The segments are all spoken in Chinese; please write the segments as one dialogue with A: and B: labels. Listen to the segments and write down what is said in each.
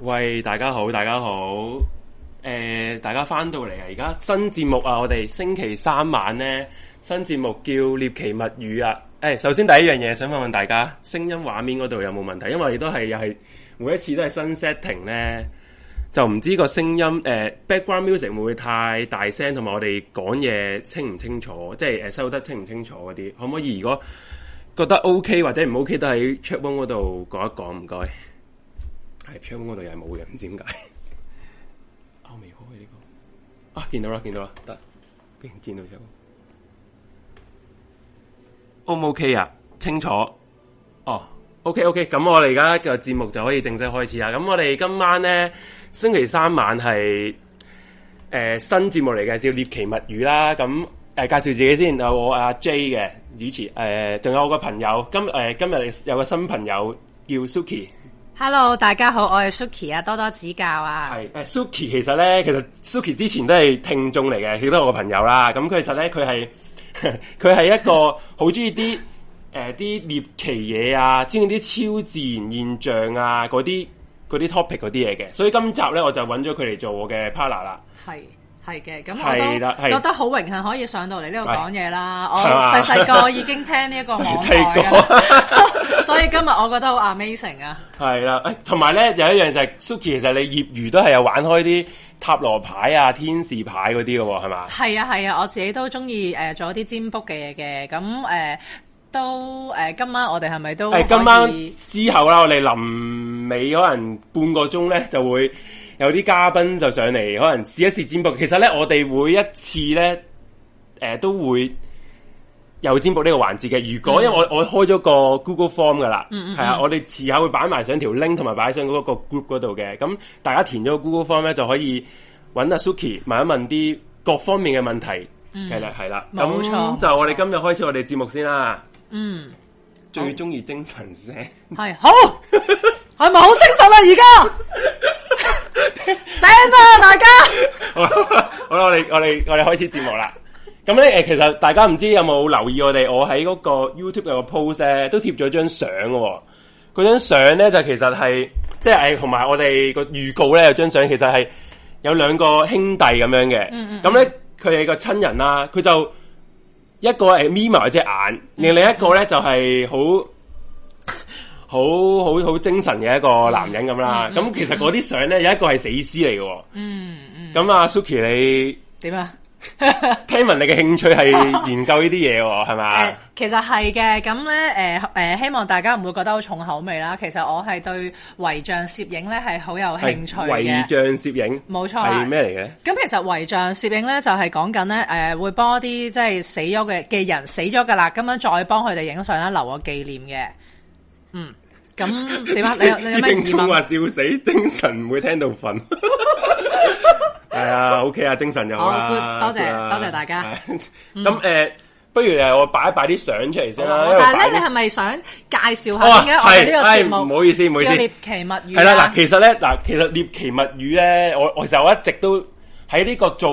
A: 喂，大家好，大家好，诶、大家翻到嚟啊！而家新節目啊，我哋星期三晚咧，新節目叫《獵奇物語》啊。诶、首先第一樣嘢想問問大家，聲音畫面嗰度有冇問題？因為都係又係每一次都係新 setting 咧，就唔知個聲音诶、background music 會唔會太大聲，同埋我哋講嘢清唔清楚，即係诶、誒收得清唔清楚嗰啲，可唔可以？如果覺得 OK 或者唔 OK 都喺 chat room 嗰度講一講，唔該。係 chat room 嗰度又係冇嘅，唔知點解。啊，我未開呢、個。啊，見到啦，見到啦，得，竟然見到有。O 唔 OK 啊？清楚。哦，OK OK，咁我哋而家嘅節目就可以正式開始啦。咁我哋今晚咧，星期三晚係誒、呃新節目嚟嘅，叫《獵奇物語》啦。咁誒、呃介紹自己先，有我阿 J 嘅主持，誒、呃仲有我個朋友，今誒、呃今日有個新朋友叫 Suki，
B: Hello，大家好，我係 Suki 啊，多多指教啊。
A: 係誒、呃 Suki 其實咧，其實 Suki 之前都係聽眾嚟嘅，亦都係我個朋友啦。咁佢其實咧，佢係 佢係一個好中意啲誒啲獵奇嘢啊，中意啲超自然現象啊嗰啲嗰啲 topic 嗰啲嘢嘅。所以今集咧，我就揾咗佢嚟做我嘅 partner 啦。
B: 係係嘅，咁
A: 係啦
B: 我
A: 係
B: 都覺得好榮幸可以上到嚟呢度講嘢啦。我
A: 係嘛
B: 細細個已經聽呢 一個網台㗎
A: 細細個
B: 啦，所以今日我覺得好 amazing 啊。
A: 系啦，誒同埋咧有一樣就係 Suki，其實你業餘都係有玩開啲塔羅牌啊、天使牌嗰啲嘅喎，係嘛？
B: 係啊係啊，我自己都中意誒做一啲占卜嘅嘢嘅，咁誒、呃都誒、呃今晚我哋係咪都
A: 誒，今
B: 可
A: 晚
B: 以
A: 之後啦，我哋臨尾可能半個鐘咧就會有啲嘉賓就上嚟，可能試一試占卜。其實咧，我哋每一次咧，誒、都會有占卜呢個環節嘅。如果、
B: 嗯
A: 因為我我開咗個 Google Form 噶啦，係、啊，我哋遲下會擺埋上條 link 同埋擺上嗰個 group 嗰度嘅。咁大家填咗個 Google Form 咧，就可以揾阿 Suki 問一問啲各方面嘅問題。係啦，係啦。
B: 嗯冇錯
A: 咁就我哋今日開始我哋節目先啦。
B: 嗯
A: 最中意精神聲。
B: 係好係咪好精神啊？而家醒啦，大家
A: 好啦，好啦我哋我哋我哋開始節目啦。咁咧誒，其實大家唔知有冇留意我哋，我喺嗰個 YouTube 有個 post 咧，都貼咗張相嘅喎。嗰張相咧就其實係即係誒同埋我哋個預告咧有張相，其實係有兩個兄弟咁樣嘅。咁咧佢哋個親人啦，佢就一個係眯埋隻眼，另另一個咧就係好。好好好精神嘅一個男人咁啦，咁、其實嗰啲相咧有一個係死屍嚟嘅喎，
B: 嗯
A: 咁啊，Suki，你
B: 點啊？
A: 聽聞你嘅興趣係研究呢啲嘢 喎，係
B: 誒、
A: 嘛？
B: 呃其實係嘅，咁咧誒誒，希望大家唔會覺得好重口味啦。其實我係對遺像攝影咧係好有興趣
A: 遺
B: 嘅。
A: 像攝影，
B: 冇錯啊
A: 係咩嚟嘅？
B: 咁其實遺像攝影咧就係講緊咧誒會幫一啲即係死咗嘅嘅人死咗㗎啦，咁樣再幫佢哋影相啦，留個紀念嘅。嗯，咁點啊？ 你你有
A: 啲
B: 咩
A: 聽
B: 疑
A: 眾話
B: 問？
A: 笑死，精神唔會聽到 瞓。係啊，OK 啊，精神就好啦。
B: 好，good，多謝
A: good 啊
B: 多謝大家嗯
A: 係咁誒，不如誒，我擺一擺啲相出嚟先啦。因為
B: 啊哦但係
A: 擺啲
B: 咧，你係咪想介紹
A: 哦
B: 下點解我哋呢個節
A: 係係
B: 目
A: 唔好意思唔好意思
B: 叫獵奇物語
A: 係啦，
B: 啊
A: 嗱，其實咧，嗱，其實獵奇物語咧，我我其實我一直都喺呢個做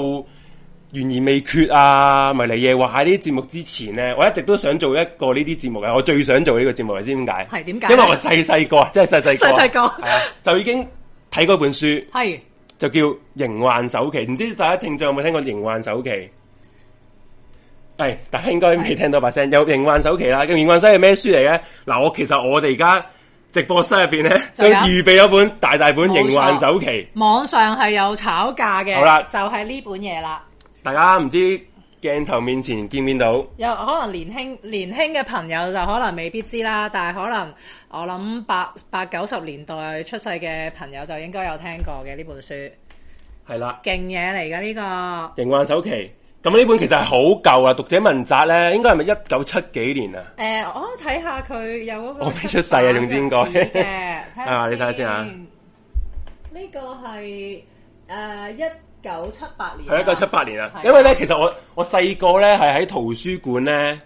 A: 懸而未決啊、迷離夜話呢啲節目之前咧，我一直都想做一個呢啲節目嘅，我最想做呢個節目嘅，知點解？
B: 係點解
A: 因
B: 咧
A: 為我細細個，啊真係細細個，
B: 細細個
A: 係啊就已經睇嗰本書，
B: 係
A: 就叫《凝幻首期》，唔知大家聽眾有冇聽過《凝幻首期》？係，大家應該未聽到把聲。有《凝幻首期》啦，咁《凝幻首期》係咩書嚟嘅？嗱，我其實我哋而家直播室入邊咧，都
B: 就有
A: 預備咗本大大本《
B: 冇錯
A: 凝幻首期》，
B: 網上係有炒價嘅，
A: 好啦
B: 就係呢本嘢啦。
A: 大家唔知鏡頭面前見唔見到？
B: 有可能年輕年輕嘅朋友就可能未必知啦，但係可能我諗八八九十年代出世嘅朋友就應該有聽過嘅呢本書，
A: 係啦，
B: 勁嘢嚟㗎呢
A: 《
B: 個。
A: 凝幻首期》。咁呢本其實係好舊啊，讀者文摘咧，應該係咪一九七幾年啊？
B: 誒、我睇下佢有嗰個
A: 我未出世 啊
B: 版
A: 總之應該
B: 日子 嘅，
A: 啊你睇下先啊
B: 呢個係誒一九七八年啊，
A: 係一九七八年啊。
B: 係
A: 因為咧，其實我我細個咧係喺圖書館咧。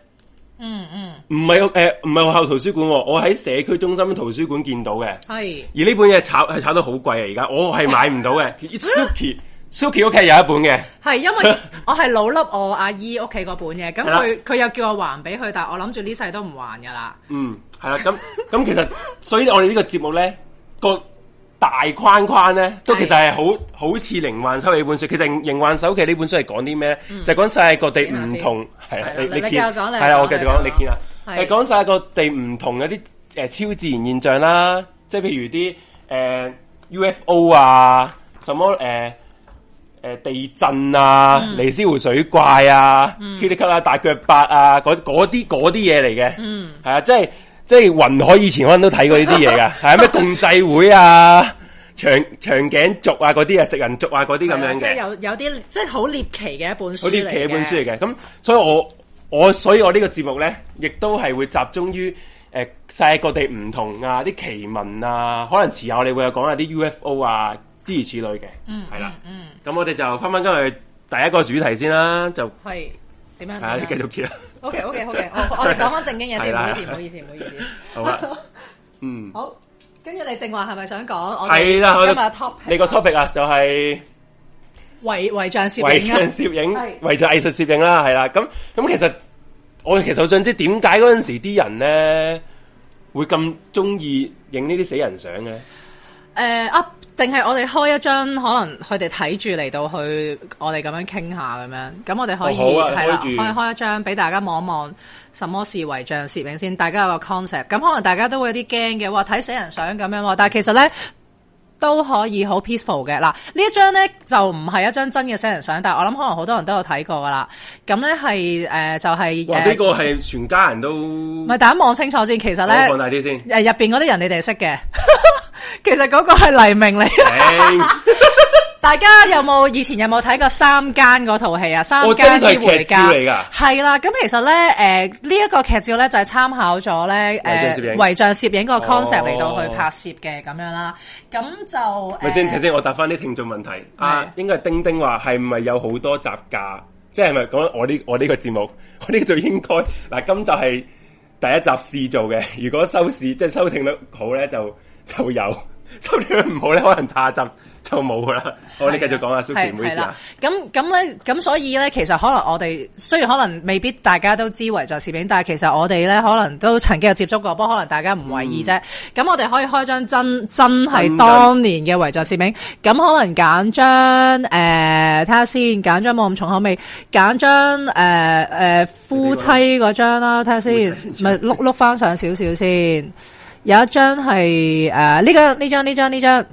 B: 嗯嗯，
A: 唔係诶，唔係學校圖書館喎，我喺社區中心圖書館見到嘅。
B: 係
A: 而呢本嘢炒係炒到好貴啊！而家我係買唔到嘅。Suki Suki 屋企有一本嘅，
B: 係 因為我係老笠我阿姨屋企嗰本嘢，咁
A: 係啦
B: 佢佢又叫我還俾佢，但係我諗住呢世都唔還㗎啦。
A: 嗯，係啦。咁咁其實，所以我哋呢個節目咧個大框框咧，都其實係
B: 嗯
A: 好好似《靈幻手記》呢本書。其實《靈幻手記》呢本書係講啲咩咧？
B: 嗯
A: 就係講世界各地唔同係啦，
B: 係啦
A: 你
B: 你
A: 你
B: 繼續
A: 見
B: 講你
A: 係
B: 繼
A: 啊，
B: 續
A: 我繼續
B: 講
A: 講，你見啊，
B: 係
A: 係講世界各地唔同嗰啲誒超自然現象啦，即係譬如啲誒、呃 UFO 啊，什麼誒。呃誒呃地震啊、尼斯湖水怪啊、霹靂級啊、大腳八啊，嗰嗰啲嗰啲嘢嚟嘅，嗯，係啊，即係即係雲海以前可能都睇過呢啲嘢噶，係啊咩共濟會啊、長長頸族啊嗰啲啊、食人族啊嗰啲咁樣
B: 即係
A: 嘅，
B: 有有啲即係好獵奇嘅一本書
A: 好
B: 嚟
A: 啲
B: 嘅，
A: 劇本書嚟嘅。咁所以我我所以我呢個節目咧，亦都係會集中於誒世界各地唔同啊啲奇聞啊，可能遲下我哋會有講下啲 UFO 啊諸如此類嘅，嗯，係啦，嗯，咁我哋就翻翻今日第一個主題先啦，就
B: 係點樣？
A: 係啊，你繼續揭啦，
B: O K O K O K，我我 哋講翻正經嘢
A: 係
B: 先，唔
A: 啦
B: 好意思，唔好意思，唔好意思。
A: 好 啊，嗯，
B: 好，跟住你正話係咪想講我哋
A: 係啦，
B: 今日
A: 我
B: topic
A: 你個 topic 啊，就係、
B: 遺遺像攝
A: 為
B: 影
A: 像
B: 啊？
A: 攝影
B: 係，
A: 為像藝術攝影啦，係啦。咁咁其實我其實我想知點解嗰陣時啲人咧會咁中意影呢啲死人相嘅咧？
B: 誒啊，定係我哋開一張，可能佢哋睇住嚟到去，我哋咁樣傾下咁樣。咁我哋可以
A: 哦好啊
B: 係啦，
A: 開住
B: 開開一張俾大家望一望，什麼是遺像攝影先，大家有個 concept。咁可能大家都會有啲驚嘅，話睇死人相咁樣喎。但係其實咧。都可以好 peaceful 嘅嗱，呢一張呢就唔係一張真嘅死人相，但係我諗可能好多人都有睇過噶啦。咁呢係誒就係、
A: 哇！
B: 呃
A: 呢、個係全家人都
B: 唔，係大家望清楚先，其實
A: 我
B: 呢，
A: 放大啲 先。
B: 誒入邊嗰啲人你哋識嘅， 其實嗰個係黎明嚟。
A: 頂
B: 大家有冇以前有冇睇過《三間》嗰套戲啊？《三
A: 哦
B: 間
A: 真
B: 之
A: 係
B: 回
A: 劇照
B: 家》
A: 嚟㗎
B: 係啦。咁其實咧，誒呢一個劇照咧就係參考咗咧，
A: 像攝
B: 誒
A: 影
B: 遺像攝影個 concept 嚟到去
A: 哦
B: 拍攝嘅咁樣啦。咁就
A: 咪先，
B: 誒
A: 睇先，我答翻啲聽眾問題。
B: 係
A: 啊，應該係丁丁話係唔係有好多集㗎？即係咪講我呢我呢個節目？ 我呢個就應該嗱，今集係第一集試做嘅。 如果收視即係收聽率好咧，就 就有；收聽率唔好咧，可能下集 就冇啦。我哋繼續講啊
B: 係
A: ，Suki，唔好意思
B: 係啦
A: 啊。
B: 咁咁咧，咁所以咧，其實可能我哋雖然可能未必大家都知遺像攝影，但係其實我哋咧可能都曾經有接觸過，不過可能大家唔為意
A: 嗯
B: 啫。咁、我哋可以開張真真係當年嘅遺像攝影，咁可能揀張誒睇下先，揀張冇咁重口味，揀張誒誒夫妻嗰張啦，睇下先，咪碌碌翻上少少先。有一張係誒呢個呢張呢張呢張。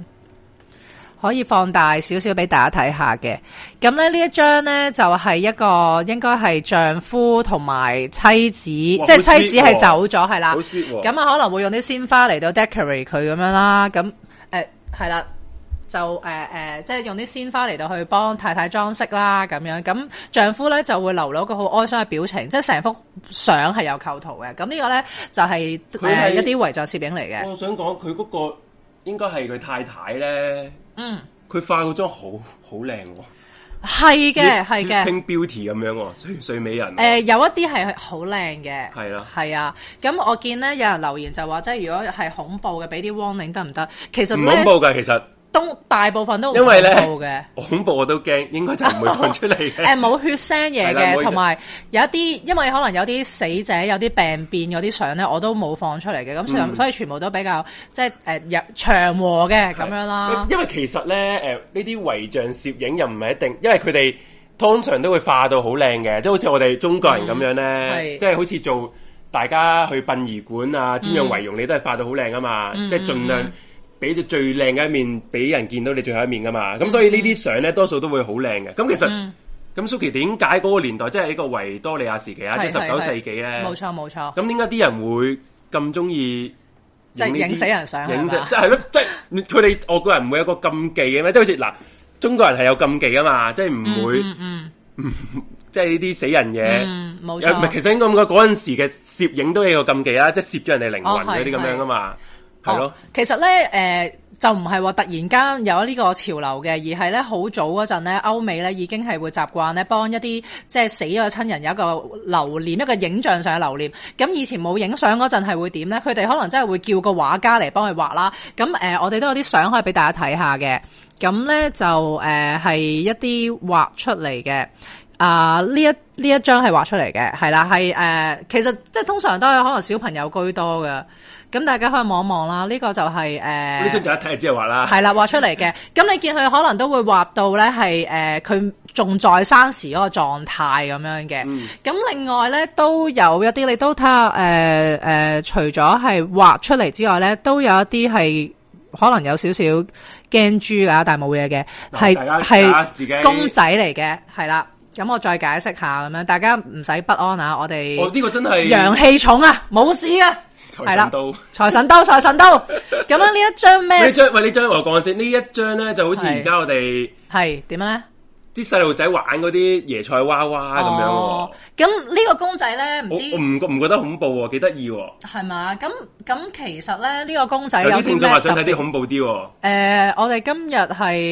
B: 可以放大少少俾大家睇下嘅。咁咧呢一張呢，就係、一個應該係丈夫同埋妻子，即
A: 哇
B: 係
A: 好
B: 妻子
A: sweet
B: 係
A: 喎
B: 走咗係啦。
A: 好 sweet 喎
B: 咁啊可能會用啲鮮花嚟到 decorate 佢咁樣啦。咁誒係啦。就誒誒、呃即係用啲鮮花嚟到去幫太太裝飾啦，咁樣咁丈夫咧就會留咗個好哀傷嘅表情，即係成幅相係有構圖嘅。咁呢個咧就係、
A: 佢
B: 呃
A: 係哦
B: 一啲遺像攝影嚟嘅。
A: 我想講佢嗰個應該係佢太太咧，
B: 嗯，
A: 佢化個妝好好靚喎，
B: 係嘅，係嘅。
A: Pink Beauty 咁樣喎，睡睡美人喎。
B: 誒、呃有一啲係好靚嘅，
A: 係啦
B: 係啊。咁我見咧有人留言就話，即係如果係恐怖嘅，俾啲 warning 得唔得？其實
A: 唔
B: 咧
A: 恐，怖㗎，其實。
B: 都大部分都唔
A: 因為咧
B: 恐 怖嘅。
A: 恐怖我都驚，應該就唔 會講出嚟嘅。
B: 誒冇血腥嘢
A: 係啦冇
B: 嘅，
A: 血
B: 同埋有一啲，因為可能有啲死者有啲病變嗰啲相咧，我都冇放出嚟嘅，
A: 嗯
B: 咁所以、所以全部都比較即係誒入祥和嘅咁樣啦
A: 因。因為其實咧，誒呢啲遺像攝影又唔係一定，因為佢哋通常都會化到好靚嘅，即係好似我哋中國人咁樣咧，
B: 嗯係
A: 即係好似做大家去殯儀館啊、瞻仰遺容，你都係化到好靚啊嘛，
B: 嗯
A: 即係盡量俾咗最靚嘅一面俾人見到你最後一面噶嘛。咁所以呢啲相咧，多數都會好靚嘅。咁其實
B: 嗯
A: 咁 Suki 點解嗰個年代，即係呢個維多利亞時期啊，即係
B: 係
A: 十
B: 係
A: 九
B: 係
A: 世紀咧，
B: 冇錯冇錯，
A: 咁點解啲人會咁中意
B: 即係
A: 呢啲
B: 影死人相
A: 影死
B: 係嘛
A: 即係咯，即係佢哋外國人唔會有個禁忌嘅咩？即係好似嗱，中國人係有禁忌噶嘛，即係唔會，
B: 嗯嗯
A: 即係呢啲死人嘢。
B: 嗯，冇
A: 有唔係，
B: 錯。
A: 其實應該咁講，嗰陣時嘅攝影都有個禁忌啦，即係攝咗人哋靈
B: 哦
A: 魂嗰
B: 係
A: 啲咁樣噶嘛，係
B: 哦
A: 咯，，
B: 其實咧，誒、就唔係話突然間有呢個潮流嘅，而係咧好早嗰陣咧，歐美咧已經係會習慣咧幫一啲即係死咗嘅親人有一個留念，一個影像上嘅留念。咁以前冇影相嗰陣係會點咧？佢哋可能真係會叫個畫家嚟幫佢畫啦。咁誒、呃我哋都有啲相可以俾大呃家睇下嘅。咁咧就誒係、一啲畫出嚟嘅。誒、啊呢一呢一張係畫出嚟嘅，係啦，係誒、呃其實即係通常都係可能小朋友居多嘅，咁大家可以望一望啦。呢、個就係、呃
A: 哦呢張就一睇就知係畫啦。
B: 係啦，畫出嚟嘅。咁你見佢可能都會畫到咧係誒，佢、仲在生時嗰個狀態咁樣嘅。
A: 嗯
B: 咁、另外咧都有一啲，你都睇下誒誒，除咗係畫出嚟之外咧，都有一啲係可能有少少驚豬噶，但係冇嘢嘅，
A: 大家
B: 係
A: 大家自己
B: 係公仔嚟嘅，係啦。咁我再解釋下咁樣，大家唔使不安啊！我哋
A: 我呢個真係
B: 陽氣重啊，冇事啊，
A: 財神
B: 係啦
A: 刀，
B: 財神刀，財神刀。咁樣呢一張咩
A: 呢？張喂呢張我講先，呢一張咧就好似而家我哋
B: 係點樣咧？
A: 啲細路仔玩嗰啲椰菜娃娃咁樣
B: 哦
A: 喎。
B: 咁呢個公仔咧，唔
A: 我
B: 知
A: 我唔覺唔覺得恐怖喎，幾得意喎。
B: 係嘛？咁咁其實咧，呢個公仔
A: 有
B: 有
A: 啲
B: 啲
A: 聽
B: 咩
A: 眾話想
B: 特
A: 睇
B: 別
A: 啲？恐怖啲喎，
B: 誒，我哋今日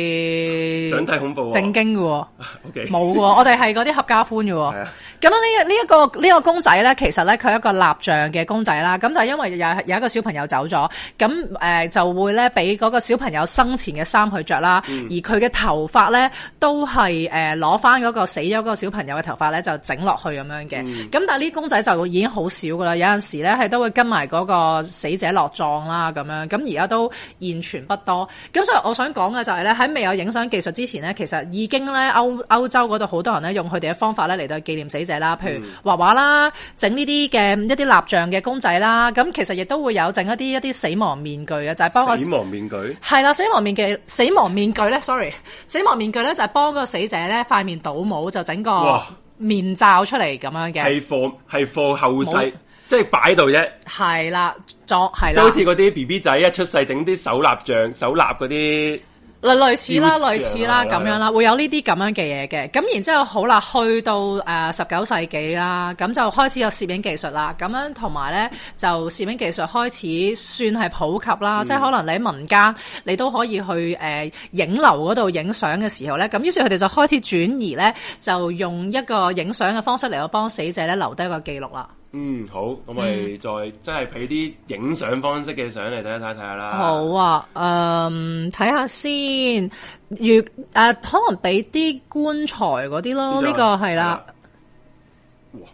B: 係
A: 想睇恐怖喎。
B: 嗯正經嘅喎，
A: OK，
B: 冇嘅喎，我哋係嗰啲合家歡嘅喎
A: 係。啊，
B: 咁呢一呢一個呢、個公仔咧，其實咧佢係一個立像嘅公仔啦。咁就因為有有一個小朋友走咗，咁誒、呃就會咧俾嗰個小朋友生前嘅衫去着啦，而佢嘅頭髮咧都係誒攞翻嗰個死咗嗰個小朋友嘅頭髮咧就整落去咁樣嘅。咁、但係呢公仔就已經好少噶啦，有陣時咧係都會跟埋嗰個死者落葬啦咁樣。咁而家都現存不多。咁所以我想講嘅就係咧喺未有影相技術之前咧，其實已經咧歐歐洲嗰度好多人咧用佢哋嘅方法咧嚟到紀念死者啦，
A: 嗯
B: 譬如畫畫啦，整呢啲嘅一啲蠟像嘅公仔啦，咁其實亦都會有整一啲一啲死亡面具嘅，就係、幫個
A: 死亡面具。
B: 哦係啦，死亡面具死亡面具咧，sorry，死亡面具咧就係、幫個死者咧塊面倒模就整個
A: 哇
B: 面罩出嚟咁樣嘅，
A: 係放係放後世
B: 冇，
A: 即係擺喺度啫，
B: 係啦，作係
A: 即係
B: 啦
A: 好。似嗰啲 B B 仔一出世整啲手蠟像、手蠟嗰啲，
B: 類類似啦，
A: 要
B: 類似啦，
A: 像
B: 咁
A: 啊
B: 樣啦，會有呢啲咁樣嘅嘢嘅。咁然之後好啦，去到誒十九世紀啦，咁就開始有攝影技術啦。咁樣同埋咧，就攝影技術開始算係普及啦。即係可能你喺民間，你都可以去誒影樓嗰度影相嘅時候咧，咁於是佢哋就開始轉移咧，就用一個影相嘅方式嚟到幫死者咧留低一個記錄啦。
A: 嗯好，咁我哋再即係俾啲影相方式嘅相嚟睇一睇睇下啦。
B: 好啊，嗯，睇下先，如誒、啊可能俾啲棺材嗰啲咯，
A: 呢張
B: 呢、個
A: 係
B: 係啦
A: 啦。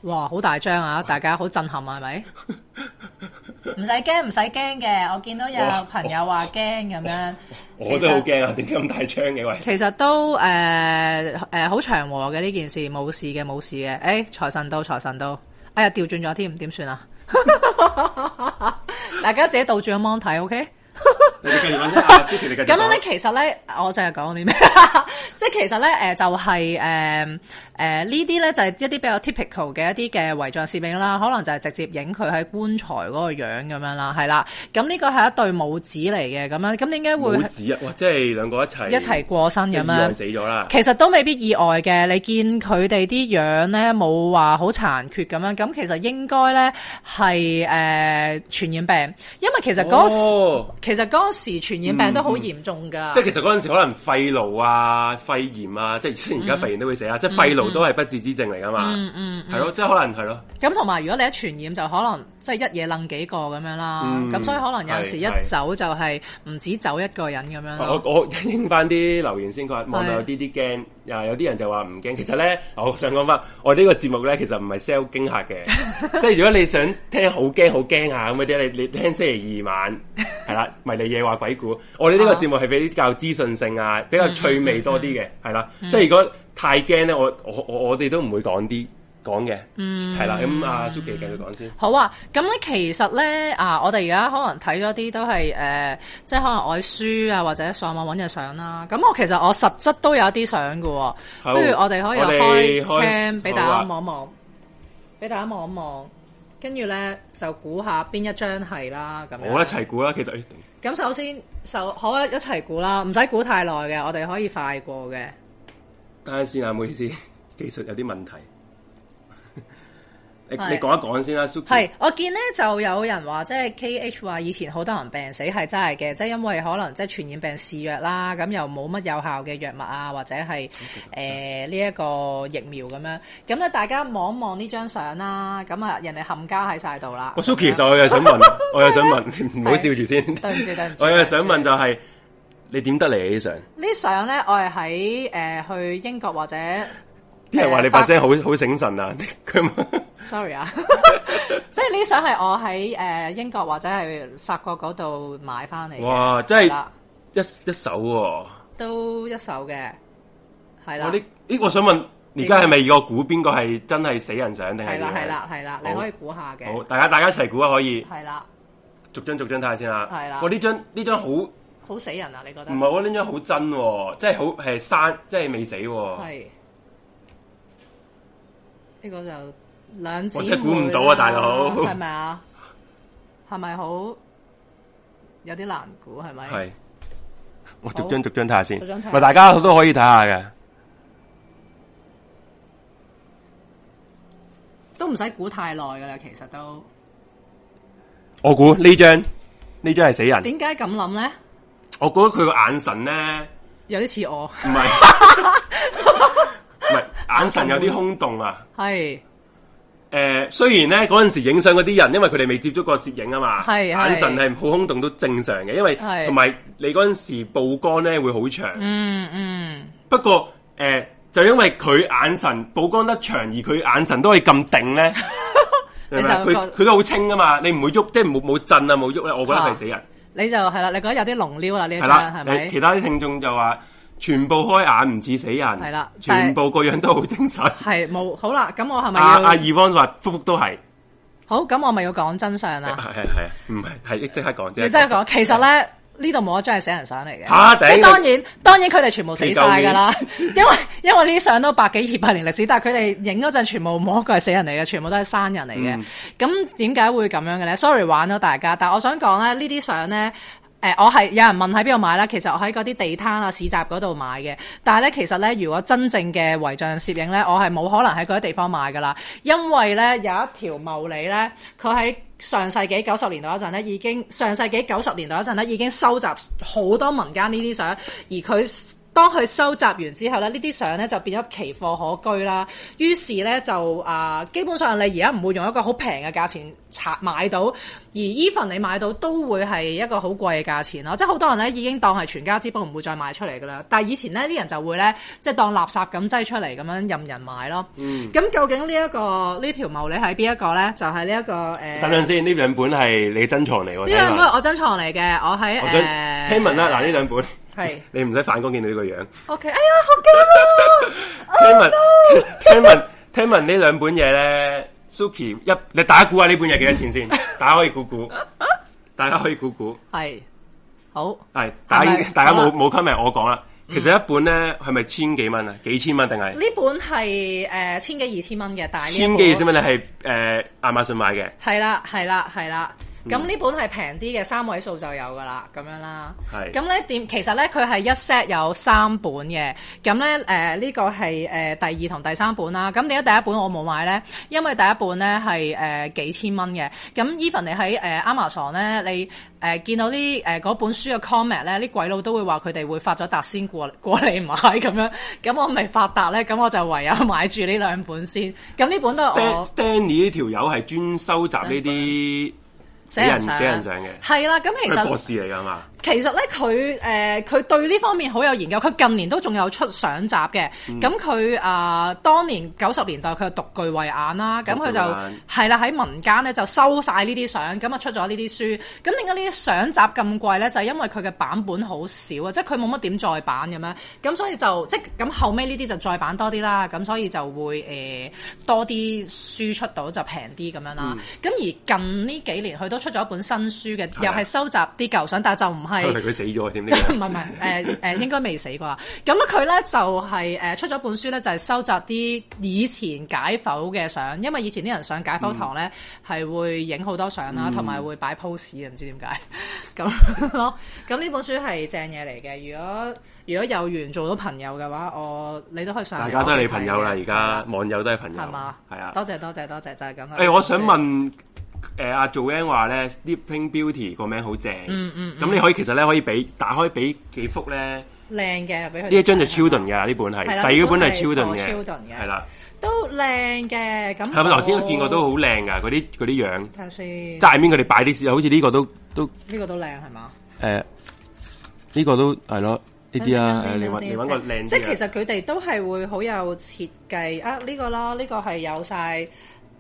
B: 哇，好大張啊！大家好震撼啊，係咪？唔使驚，唔使驚嘅。我見到有
A: 哇
B: 朋友話驚咁樣，
A: 我都好驚啊！點解咁大張嘅喂？
B: 其實都誒誒好祥和嘅呢件事，冇事嘅，冇事嘅。誒、財神到，財神到，哎呀，調轉咗添，點算啊？ 大家自己倒轉個 mon 睇，OK？
A: 你繼續揾先啊 Suki，你繼續講
B: 咁樣咧，其實咧，我就係講啲 咩，即係其實咧，誒、就係誒誒呢啲咧，就係一啲比較 typical 嘅一啲嘅遺像攝影啦，可能就係直接影佢喺棺材嗰個樣咁樣啦，係啦。咁呢個係一對母子嚟嘅，咁樣咁點解會
A: 冇紙啊！哇，即係兩個一齊
B: 一齊過身咁
A: 意外
B: 樣？
A: 死咗啦。
B: 其實都未必意外嘅，你見佢哋啲樣咧冇話好殘缺咁樣，咁其實應該咧係誒傳染病，因為其實嗰、時
A: 哦嗯
B: 其實嗰時傳染病都好嚴重㗎。
A: 即係其實嗰陣時可能肺癆啊、肺炎啊，即係雖然而家肺炎都會死啊，即係肺癆都係不治之症嚟噶嘛。嗯嗯，係咯，即係可能係咯。
B: 咁同埋如果你一傳染就可能即係一嘢楞幾個咁樣啦，
A: 嗯
B: 咁、所以可能有陣時
A: 係
B: 一
A: 係
B: 走就係唔止走一個人咁樣
A: 我
B: 咯。
A: 我 應翻啲留言先，佢話望到有啲啲驚，啊有啲人就話唔驚。其實咧， 我想講翻，我呢個節目咧其實唔係 sell 驚嚇嘅，即係如果你想聽好驚好驚嚇咁嗰啲，你你聽星期二晚係啦，迷你夜話鬼故。我哋呢個節目係比較資訊性啊，比較趣味多啲嘅，係啦。即係如果太驚咧，我我我我哋都唔會講啲講嘅，係啦。咁阿 Suki 繼續講先。
B: 好啊，咁咧其實咧啊，我哋而家可能睇咗啲都係誒、呃即係可能我喺書啊或者上網揾嘅相啦。咁我其實我實質都有一啲相嘅喎，
A: 好
B: 不如我哋可
A: 我
B: 以
A: 哋
B: 又
A: 開
B: 開 cam 俾大
A: 好
B: 家
A: 啊
B: 望一望，俾大家望一望，跟住咧就估下邊一張係啦咁樣。
A: 我一齊估啦，其實。哎
B: 咁首先就可一齊估啦，唔使估太耐嘅，我哋可以快過
A: 嗯
B: 嘅。
A: 等陣先啊，唔好意思， 技術有啲問題。你
B: 係
A: 你講一講先啦，Suki。
B: 係，我見咧就有人話，即係 K H 話以前好多人病死係真係嘅，即係因為可能即係傳染病肆虐啦，咁又冇乜有效嘅藥物啊，或者係
A: 嗯
B: 誒呢一個疫苗咁樣。咁咧大家望一望呢張相啦，咁啊人哋冚家喺晒度啦。
A: 我 Suki，其實我又想問， 我又想問，你唔好笑住先。
B: 啊對唔住對唔住
A: 我又想問就係、你點得嚟呢啲相？啊
B: 呢相咧，我係喺誒去英國或者
A: 啲人話你
B: 發
A: 把聲好好醒神啊！ 佢咪
B: sorry 啊， 即係呢相係我喺誒英國或者係法國嗰度買翻嚟嘅。
A: 哇真係
B: 係啦
A: 一一手喎、
B: 都一手嘅，係啦
A: 我，啲咦，我想問，而家係咪個估邊個係真係死人相定係
B: 係
A: 點
B: 啦，
A: 樣
B: 係啦，係啦，你
A: 好
B: 可以估下
A: 好，
B: 嘅，
A: 大家大家一齊估啊，可以
B: 係啦，
A: 逐張逐張睇下先啦。
B: 係啦
A: 我呢張呢張好唔
B: 好死人啊！你覺得？
A: 係我呢張好真喎，即係好係生，即係未死喎。
B: 係呢個就兩姊
A: 我
B: 妹
A: 真係估唔到啊
B: 啦
A: 大佬
B: 係咪啊？係咪好有啲難估？係咪？
A: 係，我逐張逐張睇下先。
B: 逐張睇下
A: 咪大家都可以睇下嘅。
B: 都唔使估太耐㗎啦，其實都
A: 我估呢張呢張係死人，
B: 點解咁諗咧？
A: 我估佢個眼神咧。
B: 有啲似我，
A: 唔 係，唔係眼神有啲空洞啊！
B: 係
A: 诶、雖然咧嗰阵时影相嗰啲人，因為佢哋未接觸過攝影啊嘛，
B: 係係
A: 眼神係好空洞都正常嘅，因為
B: 係
A: 同埋你嗰阵时曝光咧會好長。
B: 嗯嗯，
A: 不過诶、誒就因為佢眼神曝光得長，而佢眼神都可以咁定 咧，明唔明啊
B: 你
A: 佢
B: 就覺
A: 佢都好清噶嘛，你唔會喐，即係冇冇震啊冇喐咧，我覺 得
B: 啊
A: 係死人。
B: 你就係啦，你覺得有啲濃撩啦呢一
A: 係
B: 張
A: 啦
B: 係，咪
A: 誒？其他啲聽眾就話全部開眼唔似死人，係
B: 啦
A: 全部個樣都好精神。
B: 係冇好啦，咁我係咪
A: 阿阿
B: 要
A: 二汪話：福福都係，
B: 好？咁我咪要講真相啦？
A: 係係係，唔係係即刻啊講啫。
B: 啊你真係講，其實咧呢度冇一張係死人相嚟嘅。
A: 嚇頂
B: 即係當然，當然佢哋全部死晒㗎啦。因為因為呢啲相都百幾二百年歷史，但係佢哋影嗰陣全部冇一個係死人嚟嘅，全部都係生人嚟嘅。咁點解會咁樣嘅咧？Sorry 玩咗大家，但我想講咧，呢啲相咧。誒、我係有人問喺邊度買啦，其實我喺嗰啲地攤啊、市集嗰度買嘅。但係咧，其實咧，如果真正嘅遺像攝影咧，我係冇可能喺嗰啲地方買噶啦，因為咧有一條茂利咧，佢喺上世紀九十年代嗰陣咧，已經上世紀九十年代嗰陣咧，已經收集好多民間呢啲相，而佢。當佢收集完之後咧，呢啲相咧就變咗奇貨可居啦。於是咧就啊、基本上你而家唔會用一個好平嘅價錢查買到，而 even 你買到都會係一個好貴嘅價錢咯。即係好多人咧已經當係全家之寶，唔會再賣出嚟噶啦。但係以前咧啲人就會咧即係當垃圾咁擠出嚟咁樣任人買咯。咁、
A: 嗯
B: 究竟呢、一個呢條毛你係邊一個咧？就係呢一個誒。呃
A: 啊等陣先，呢兩本係你珍藏嚟喎。
B: 呢兩
A: 聽
B: 本
A: 聞
B: 我珍藏嚟嘅，我喺呃
A: 我想
B: 誒
A: 聽聞啦，嗱呢兩本
B: 係
A: 你唔使反光見到呢個樣。
B: OK，哎呀，好驚啊！
A: 聽聞 聽聞聽聞呢兩本嘢咧，Suki 一你大家估下呢本嘢幾多錢 先？大家可以估估，大家可以估估。
B: 係好，
A: 係大家
B: 係咪
A: 大家
B: 好啊
A: 冇
B: 啦
A: 冇 comment 我講啦。其實一本咧係咪千幾蚊啊？幾千蚊定係
B: 呢本係誒、呃千幾二千蚊嘅，但係呢
A: 千幾二千蚊？你係誒亞馬遜買嘅？
B: 係啦，係啦，係啦。咁呢本係平啲嘅，三位數就有噶啦，咁樣啦。
A: 係
B: 咁咧點？其實咧佢係一 set 有三本嘅。咁咧誒呢個係誒、呃第二同第三本啦。咁點解第一本我冇買咧？因為第一本咧係誒幾千蚊嘅。咁 even 你喺誒 Amazon 咧，你誒、呃、見到啲誒嗰本書嘅 comment 咧，啲鬼佬都會話佢哋會發咗達先過 過嚟買咁樣。咁我未發達咧，咁我就唯有買住呢兩本先。咁呢本都係
A: Stan-
B: 我。
A: Stanley 呢條友係專收集呢啲死人死人相嘅，
B: 係啦，咁啊其
A: 佢係博
B: 實
A: 士嚟㗎嘛？
B: 其實咧，佢誒佢對呢方面好有研究，佢近年都仲有出相集嘅。
A: 嗯
B: 咁佢啊，當年九十年代佢就獨具慧眼啦，咁佢就
A: 獨具慧眼
B: 係啦喺民間咧就收晒呢啲相，咁啊出咗呢啲書。咁點解呢啲相集咁貴咧？就係、因為佢嘅版本好少啊，即係佢冇乜點再版咁樣，咁所以就即係咁後尾呢啲就再版多啲啦，咁所以就會誒、呃多啲書出到就平啲咁樣
A: 嗯
B: 啦。咁、而近呢幾年佢都出咗一本新書嘅，又係收集啲舊相，但係就唔係
A: 後。嚟佢死咗 添呢個
B: 唔
A: 人
B: 係唔係，誒誒應該未死啩。咁啊佢咧就係、誒、出咗本書咧，就係、收集啲以前解剖嘅相，因為以前啲人上解剖堂咧
A: 嗯
B: 係、會影好多相啦，同埋、會擺 pose 嘅，唔知點解咁咯。咁呢本書係正嘢嚟嘅，如果如果有緣做到朋友嘅話，我你都可以上嚟
A: 大家
B: 我屋企睇嘅。
A: 都係你朋友啦，而家網友都係朋友，
B: 啊係嘛？
A: 係啊。
B: 多謝多謝多謝，就係咁啦。
A: 誒，我想問誒阿 Joanne 話咧，Sleeping Beauty 個名好正，嗯嗯，咁你可以其實咧可以俾打開俾幾幅咧，呢
B: 靚嘅，俾佢呢
A: 一張就 Children 嘅呢本係
B: 係啦
A: 細嗰本係
B: 呢
A: Children
B: 本係
A: 嘅
B: Children，嘅
A: 係啦，
B: 都靚嘅。咁
A: 係咪頭先
B: 我
A: 我見過都好靚㗎嗰啲嗰啲樣，
B: 睇下先，
A: 側面佢哋擺啲好似呢個都都
B: 呢個都靚係嘛？
A: 誒呢個都係咯，呢啲啊，
B: 靚靚
A: 誒你揾
B: 靚
A: 你揾個靚啲啊
B: 即係其
A: 嘅
B: 實佢哋都係會好有設計啊！呢、個咯，呢、個係有晒誒、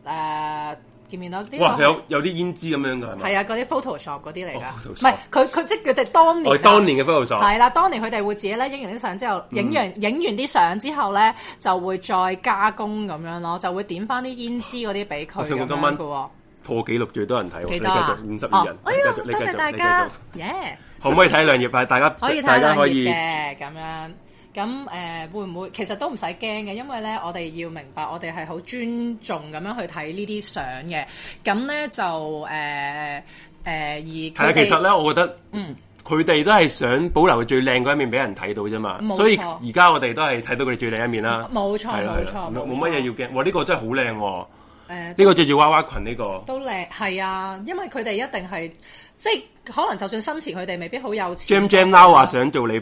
B: 呃、見面咯。呢、
A: 哇，
B: 個係
A: 有有啲胭脂咁樣㗎係咪？
B: 係啊，嗰啲 Photoshop 嗰啲嚟
A: 哦
B: 㗎，
A: ，Photoshop
B: 唔係佢佢即係佢哋當年
A: 我
B: 啊
A: 哋當嗯年嘅 Photoshop
B: 係啦，當年佢哋會自己咧影完啲相之後，影完影完啲相之後咧，就會再加工咁樣咯，就會點翻啲胭脂嗰啲俾佢
A: 我
B: 咁
A: 想講
B: 樣
A: 今
B: 嘅
A: 晚
B: 喎。
A: 破紀錄最多人睇喎，
B: 幾
A: 你繼
B: 多啊
A: 續？五十二人
B: 哦，哎
A: 你
B: 呀，
A: 繼續，你
B: 多
A: 繼續
B: 謝大
A: 你繼續
B: 家，耶！
A: 可唔可以睇兩頁啊？大家
B: 可以
A: 大家
B: 睇兩
A: 可
B: 頁
A: 以
B: 嘅咁樣。咁誒、呃、會唔會其實都唔使驚嘅，因為咧我哋要明白，我哋係好尊重咁樣去睇呢啲相嘅。咁咧就誒誒、呃呃、而
A: 係啊，
B: 佢
A: 其實
B: 哋
A: 咧，我覺得
B: 嗯
A: 佢哋都係想保留佢最靚嗰一面俾人睇到啫嘛
B: 冇錯，
A: 所以而家我哋都係睇到佢哋最靚一面啦。
B: 冇錯
A: 係啦
B: 冇
A: 係啦
B: 錯
A: 冇
B: 冇
A: 冇乜嘢要驚。哇！呢個真係好靚喎，
B: 誒
A: 呢個着住娃娃裙呢個，
B: 都靚係啊，因為佢哋一定係即係可能就算生前佢哋未必好有
A: Jam
B: 錢。
A: Jam Now 啊話想做你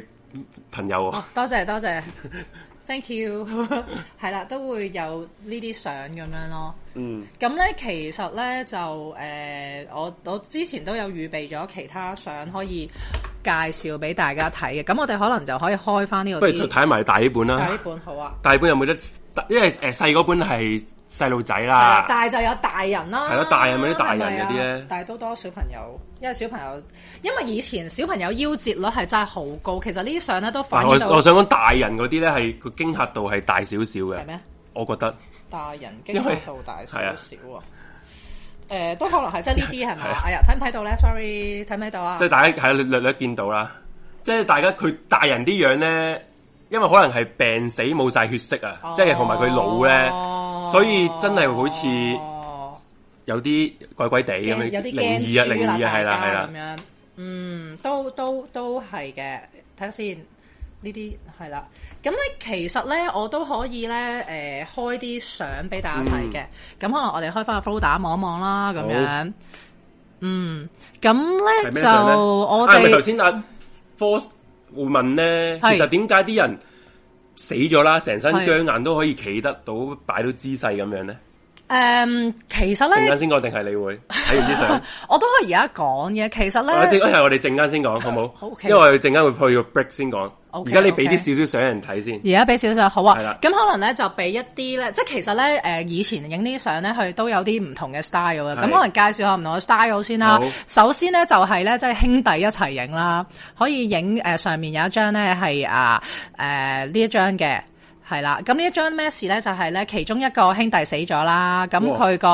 A: 朋友喎
B: 哦，多謝多 謝，thank you，係啦，都會有呢啲相咁樣咯。
A: 嗯，
B: 咁咧，其實咧就誒、呃我我之前都有預備咗其他相可以介紹俾大家睇嘅。咁我哋可能就可以開翻呢個
A: 不如
B: 啲
A: 就睇埋大呢本
B: 大
A: 啦
B: 呢。本好啊。
A: 大呢本有冇得？因為誒細嗰本係細路仔
B: 係啦
A: 啦，，
B: 大就有大人啦。
A: 啊係咯大係咪啲大人
B: 係咪啊
A: 嗰啲咧
B: 但係都多小朋友，因為小朋友，因為以前小朋友夭折率係真係好高。其實呢啲相咧都
A: 但
B: 反
A: 我
B: 映到
A: 我想講大人嗰啲咧係個驚嚇度係大少少
B: 係
A: 嘅，
B: 咩？
A: 我覺得。
B: 大人
A: 因
B: 經
A: 為
B: 濟度大少
A: 係
B: 少
A: 啊
B: 啊。誒、呃都可能係即係呢啲係咪
A: 係啊
B: 啊？哎呀，睇唔睇到咧？Sorry，睇唔睇到啊
A: 即？係大家係略略略見到啦，即係大家佢大人啲樣咧，因為可能係病死冇晒血色啊，即係同埋佢老咧，
B: 哦
A: 所以真係好似
B: 哦
A: 有啲怪怪地咁樣，
B: 有啲
A: 靈異啊
B: 驚
A: 靈
B: 豬
A: 異啊，係啦係
B: 大家
A: 啦，
B: 咁樣，嗯，都都都係嘅。睇下先，呢啲係啦。咁咧，其實咧，我都可以咧，誒、開啲相俾大家睇嘅。
A: 嗯
B: 咁、可能我哋開翻個 folder 望一望啦，咁樣。嗯，咁
A: 係咩
B: 咧就
A: 相咧？
B: 我
A: 啊咪頭
B: 哋
A: 先阿 Force 會問咧，
B: 係
A: 其實點解啲人死咗啦，成身
B: 係
A: 僵硬都可以企得到，擺到姿勢咁樣咧？
B: 誒，其實
A: 陣
B: 咧，
A: 間先講定係你會睇完啲相？
B: 我都係而家講嘅。其實
A: 我哋
B: 咧，
A: 係我哋陣間先講好冇？
B: 好，OK
A: 因為我哋陣間會去個 break 先講。而
B: OK，
A: 家你俾
B: OK
A: 啲少少相人睇先。
B: 而家俾少少好啊
A: 係啦，
B: 咁可能咧就俾一啲咧，即係其實咧誒、呃以前影啲相咧，佢都有啲唔同嘅 style 嘅，
A: 係
B: 咁可能介紹下唔同嘅 style 先啦
A: 好。
B: 首先咧就係咧即係兄弟一齊影啦，可以影誒、呃上面有一張咧係啊誒呢一張嘅。係啦，咁呢一張咩事咧？就係、咧，其中一個兄弟死咗啦，咁
A: 哇
B: 佢個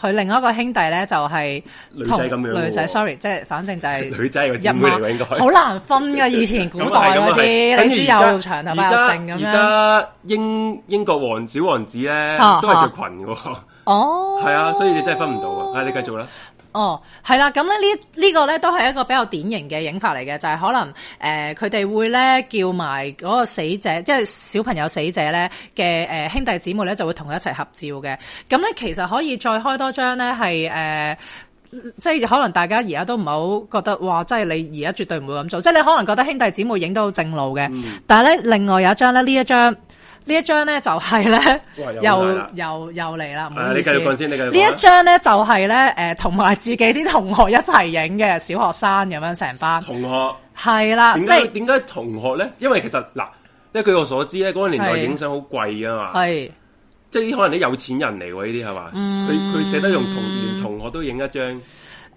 B: 佢另外一個兄弟咧就係、
A: 女仔
B: 同
A: 咁樣喎
B: 女仔，sorry，即係反正就係
A: 女仔係個姊妹嚟㗎應該
B: 好難分噶，以前古
A: 咁啊
B: 代
A: 係咁
B: 嗰
A: 啊係
B: 啲，
A: 跟住
B: 你知
A: 而家
B: 有長頭髮有剩咁
A: 而
B: 樣。
A: 家英英國王小王子咧、
B: 啊
A: 都係着裙嘅喎，
B: 哦，
A: 係啊，所以你真係分唔到啊！啊，你繼續啦，
B: 哦，係啦，咁咧呢呢個咧都係一個比較典型嘅影法嚟嘅，就係、可能誒佢哋會咧叫埋嗰個死者，即係小朋友死者咧嘅誒兄弟姊妹咧就會同佢一齊合照嘅。咁咧其實可以再開多張咧係誒。呃即係可能大家而家都唔係好覺得，哇！即係你而家絕對唔會咁做，即係你可能覺得兄弟姊妹影到正路嘅，
A: 嗯
B: 但係咧另外有一張咧，呢一張呢一張咧就係、咧
A: 哇又
B: 又
A: 嚟啦
B: 又又嚟哦啦，唔
A: 啊
B: 好
A: 你
B: 意
A: 繼
B: 思。
A: 續講先你繼續講
B: 呢一張咧就係咧誒同埋自己啲同學一齊影嘅小學生咁樣成班，
A: 同學
B: 係啦，
A: 點
B: 啊即
A: 解
B: 係
A: 點解同學咧？因為其實嗱，因為據我所知咧，嗰、個年代
B: 係
A: 影相好貴啊嘛，
B: 係
A: 即係啲可能啲有錢人嚟喎，呢啲係嘛？佢
B: 嗯
A: 佢捨得用同連同學都影一張，
B: 誒